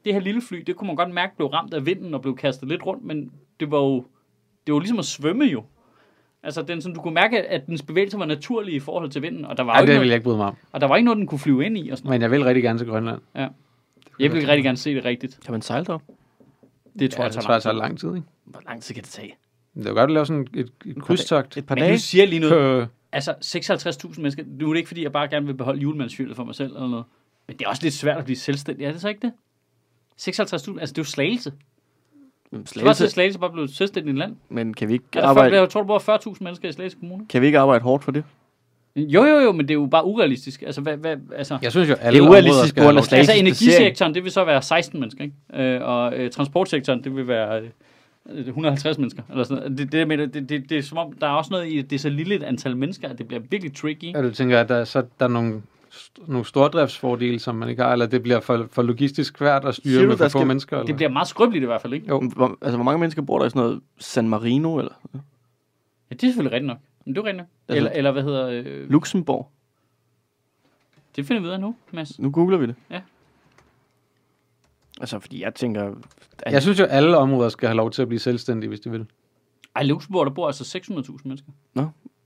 [SPEAKER 2] Det her lille fly, det kunne man godt mærke blev ramt af vinden og blev kastet lidt rundt, men det var jo, det var ligesom at svømme jo. Altså, den, sådan, du kunne mærke, at dens bevægelser var naturlige i forhold til vinden, og der var,
[SPEAKER 4] Ej,
[SPEAKER 2] jo ikke,
[SPEAKER 4] det vil
[SPEAKER 2] noget,
[SPEAKER 4] jeg ikke bryde mig om.
[SPEAKER 2] og der var ikke noget, den kunne flyve ind i. Og sådan.
[SPEAKER 4] Men jeg vil rigtig gerne til Grønland.
[SPEAKER 2] noget. Jeg ville rigtig gerne se det rigtigt.
[SPEAKER 1] Kan man sejle derop?
[SPEAKER 2] Det tror
[SPEAKER 4] Ja,
[SPEAKER 2] jeg,
[SPEAKER 4] det
[SPEAKER 2] tager
[SPEAKER 4] tror jeg
[SPEAKER 2] langt.
[SPEAKER 4] tager lang tid, ikke?
[SPEAKER 1] Hvor lang tid kan det tage?
[SPEAKER 4] Det er jo godt at lave sådan et, et krydstogt
[SPEAKER 1] Et par
[SPEAKER 2] Men
[SPEAKER 1] dage?
[SPEAKER 2] du siger lige noget.
[SPEAKER 4] på...
[SPEAKER 2] Altså, 56.000 mennesker. Nu er det ikke, fordi jeg bare gerne vil beholde julemandsfyldet for mig selv eller noget. Men det er også lidt svært at blive selvstændig. Er det så ikke det? 56.000, altså det er jo slagelse.
[SPEAKER 1] Jamen,
[SPEAKER 2] Slagelse.
[SPEAKER 1] Slagelse.
[SPEAKER 2] Det slagelse bare blevet selvstændig i et land.
[SPEAKER 1] Men kan vi ikke
[SPEAKER 2] Er der folk,
[SPEAKER 1] arbejde,
[SPEAKER 2] der tror, der bor 40.000 mennesker i Slagelse Kommune?
[SPEAKER 1] kan vi ikke arbejde hårdt for det?
[SPEAKER 2] Jo, jo, jo, men det er jo bare urealistisk. Altså, hvad, hvad, altså, ja,
[SPEAKER 4] Jeg synes jo,
[SPEAKER 1] Det
[SPEAKER 4] alle
[SPEAKER 1] er
[SPEAKER 4] områder
[SPEAKER 1] urealistisk
[SPEAKER 4] skal
[SPEAKER 1] på
[SPEAKER 4] have
[SPEAKER 1] grund af
[SPEAKER 4] lov til-
[SPEAKER 1] slag.
[SPEAKER 2] altså
[SPEAKER 1] placering.
[SPEAKER 2] energisektoren, det vil så være 16 mennesker, ikke? Øh, og øh, transportsektoren, det vil være øh, 150 mennesker. Eller sådan noget. Det, det, jeg mener, det, det, det, er som om, der er også noget i, at det er så lille et antal mennesker, at det bliver virkelig tricky.
[SPEAKER 4] Ja, du tænker, at der, så, der er nogle, st- nogle stordriftsfordele, som man ikke har, eller det bliver for, for logistisk svært at
[SPEAKER 1] Siger
[SPEAKER 4] styre
[SPEAKER 1] du,
[SPEAKER 4] med for
[SPEAKER 1] der
[SPEAKER 4] få
[SPEAKER 1] skal-
[SPEAKER 4] mennesker? Eller?
[SPEAKER 2] Det bliver meget skrøbeligt i hvert fald, ikke?
[SPEAKER 1] Hvor, altså, hvor mange mennesker bor der i sådan noget San Marino eller
[SPEAKER 2] Ja, det er selvfølgelig rigtigt nok. Men det er rigtigt nok.
[SPEAKER 1] Altså-
[SPEAKER 2] Eller, eller hvad hedder... Øh,
[SPEAKER 1] Luxembourg?
[SPEAKER 2] det finder vi ud af nu, Mads.
[SPEAKER 1] Nu googler vi det.
[SPEAKER 2] Ja.
[SPEAKER 1] Altså, fordi jeg tænker... At,
[SPEAKER 4] Jeg synes jo, alle områder skal have lov til at blive selvstændige, hvis de vil.
[SPEAKER 2] Ej, Luxembourg, der bor altså 600.000 mennesker.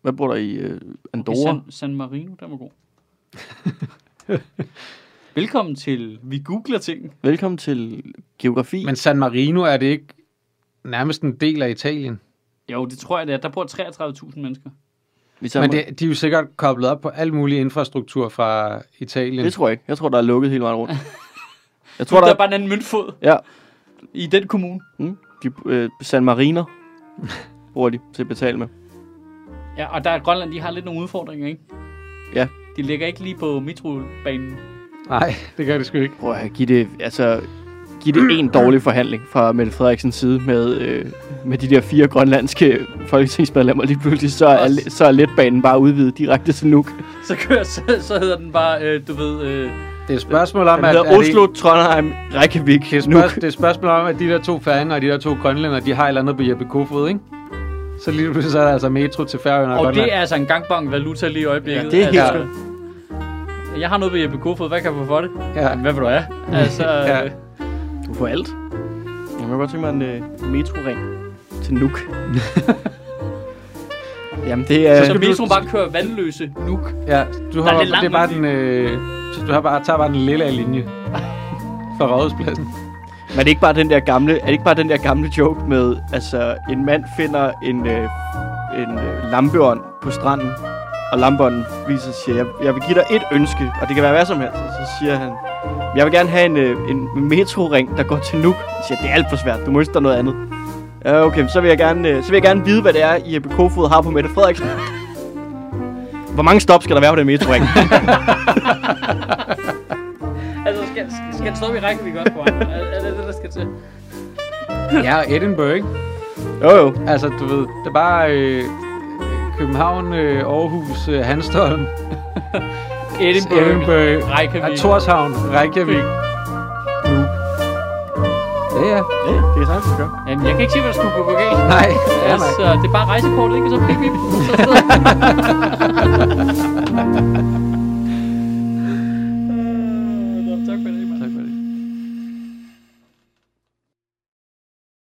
[SPEAKER 1] Hvad bor der i uh,
[SPEAKER 2] I
[SPEAKER 1] Andorra?
[SPEAKER 2] San, San Marino, der var god. Velkommen til Vi googler ting.
[SPEAKER 1] Velkommen til geografi.
[SPEAKER 4] Men San Marino er det ikke nærmest en del af Italien.
[SPEAKER 2] Jo, det tror jeg, det er. Der bor 33.000 mennesker.
[SPEAKER 1] i San
[SPEAKER 4] Men
[SPEAKER 1] Mar-
[SPEAKER 4] det, de er jo sikkert koblet op på al mulig infrastruktur fra Italien.
[SPEAKER 1] det tror jeg ikke. Jeg tror, der er lukket hele vejen <laughs> rundt. Jeg
[SPEAKER 2] Tror, der,
[SPEAKER 1] er-
[SPEAKER 2] er bare en anden møntfod
[SPEAKER 1] Ja.
[SPEAKER 2] i den kommune.
[SPEAKER 1] Mm. De, øh, San Mariner bruger de til at betale med.
[SPEAKER 2] Ja, og der er Grønland, de har lidt nogle udfordringer, ikke?
[SPEAKER 1] Ja.
[SPEAKER 2] De ligger ikke lige på metrobanen.
[SPEAKER 4] Nej, det gør det sgu ikke.
[SPEAKER 1] Prøv at give det, altså, give det <clears throat> en dårlig forhandling fra Mette Frederiksens side med, øh, med de der fire grønlandske folketingsmedlemmer. Lige pludselig så er,
[SPEAKER 2] Også.
[SPEAKER 1] så er letbanen bare udvidet direkte til Nuuk. Den
[SPEAKER 2] Så kører, så, så hedder den bare, øh, du ved... Øh,
[SPEAKER 4] Det er et spørgsmål om, at,
[SPEAKER 1] hedder
[SPEAKER 4] er
[SPEAKER 1] Oslo, Trondheim, Reykjavik,
[SPEAKER 4] Det, det, er et spørg,
[SPEAKER 1] Nuuk.
[SPEAKER 4] det er et spørgsmål om, at de der to færinger og de der to grønlænder, de har et eller andet på Jeppe Kofod, ikke? Så lige pludselig så er der altså metro til Færøerne og,
[SPEAKER 2] Og
[SPEAKER 4] Grønland.
[SPEAKER 2] det er altså en gangbang valuta lige i øjeblikket.
[SPEAKER 1] Ja, det er helt
[SPEAKER 2] altså, Jeg har noget ved Jeppe Kofod. Hvad kan jeg få for det?
[SPEAKER 4] Ja.
[SPEAKER 2] Jamen, hvad vil du have? Altså,
[SPEAKER 4] Ja.
[SPEAKER 2] ja.
[SPEAKER 1] Du får alt. Jeg kunne godt tænke mig en øh, metroring til Nuuk. Jamen det er...
[SPEAKER 2] Så, så
[SPEAKER 4] skal du-
[SPEAKER 2] metroen bare kører vandløse nuk.
[SPEAKER 4] Ja, du har,
[SPEAKER 2] Der er
[SPEAKER 4] det,
[SPEAKER 2] lidt langt
[SPEAKER 4] det er bare
[SPEAKER 2] ud.
[SPEAKER 4] den, øh, så du har bare, tager bare den lille af linje fra Rådhuspladsen.
[SPEAKER 1] Men er det ikke bare den der gamle, er det ikke bare den der gamle joke med, altså en mand finder en, øh, en øh, lampeånd på stranden, og lampeånden viser siger, jeg, jeg vil give dig et ønske, og det kan være hvad som helst. Og så siger han, jeg vil gerne have en, øh, en metroring, der går til Nuuk. Jeg siger, det er alt for svært, du må ønske dig noget andet. Ja, okay, så vil jeg gerne, øh, så vil jeg gerne vide, hvad det er, Jeppe Kofod har på Mette Frederiksen. Hvor mange stop skal der være på den <laughs> metroring?
[SPEAKER 2] Altså, skal, skal- skal den stå i række, vi godt på er, er det det, der skal til?
[SPEAKER 4] Ja, og Edinburgh, ikke?
[SPEAKER 1] jo jo,
[SPEAKER 4] Altså, du ved, det er bare øh, København, øh, Aarhus, øh, Hanstholm,
[SPEAKER 2] Edinburgh.
[SPEAKER 4] Edinburgh,
[SPEAKER 2] Reykjavik.
[SPEAKER 4] ah, Torshavn, Reykjavik, Nuuk. Ja, ja.
[SPEAKER 1] ja, det er sagtens, det gør.
[SPEAKER 2] Jamen, jeg kan ikke se, hvad der skulle gå galt.
[SPEAKER 4] Nej, ja, nej. <laughs>
[SPEAKER 2] Altså, det er bare rejsekortet, ikke? Og så pip, pip. Så sidder den.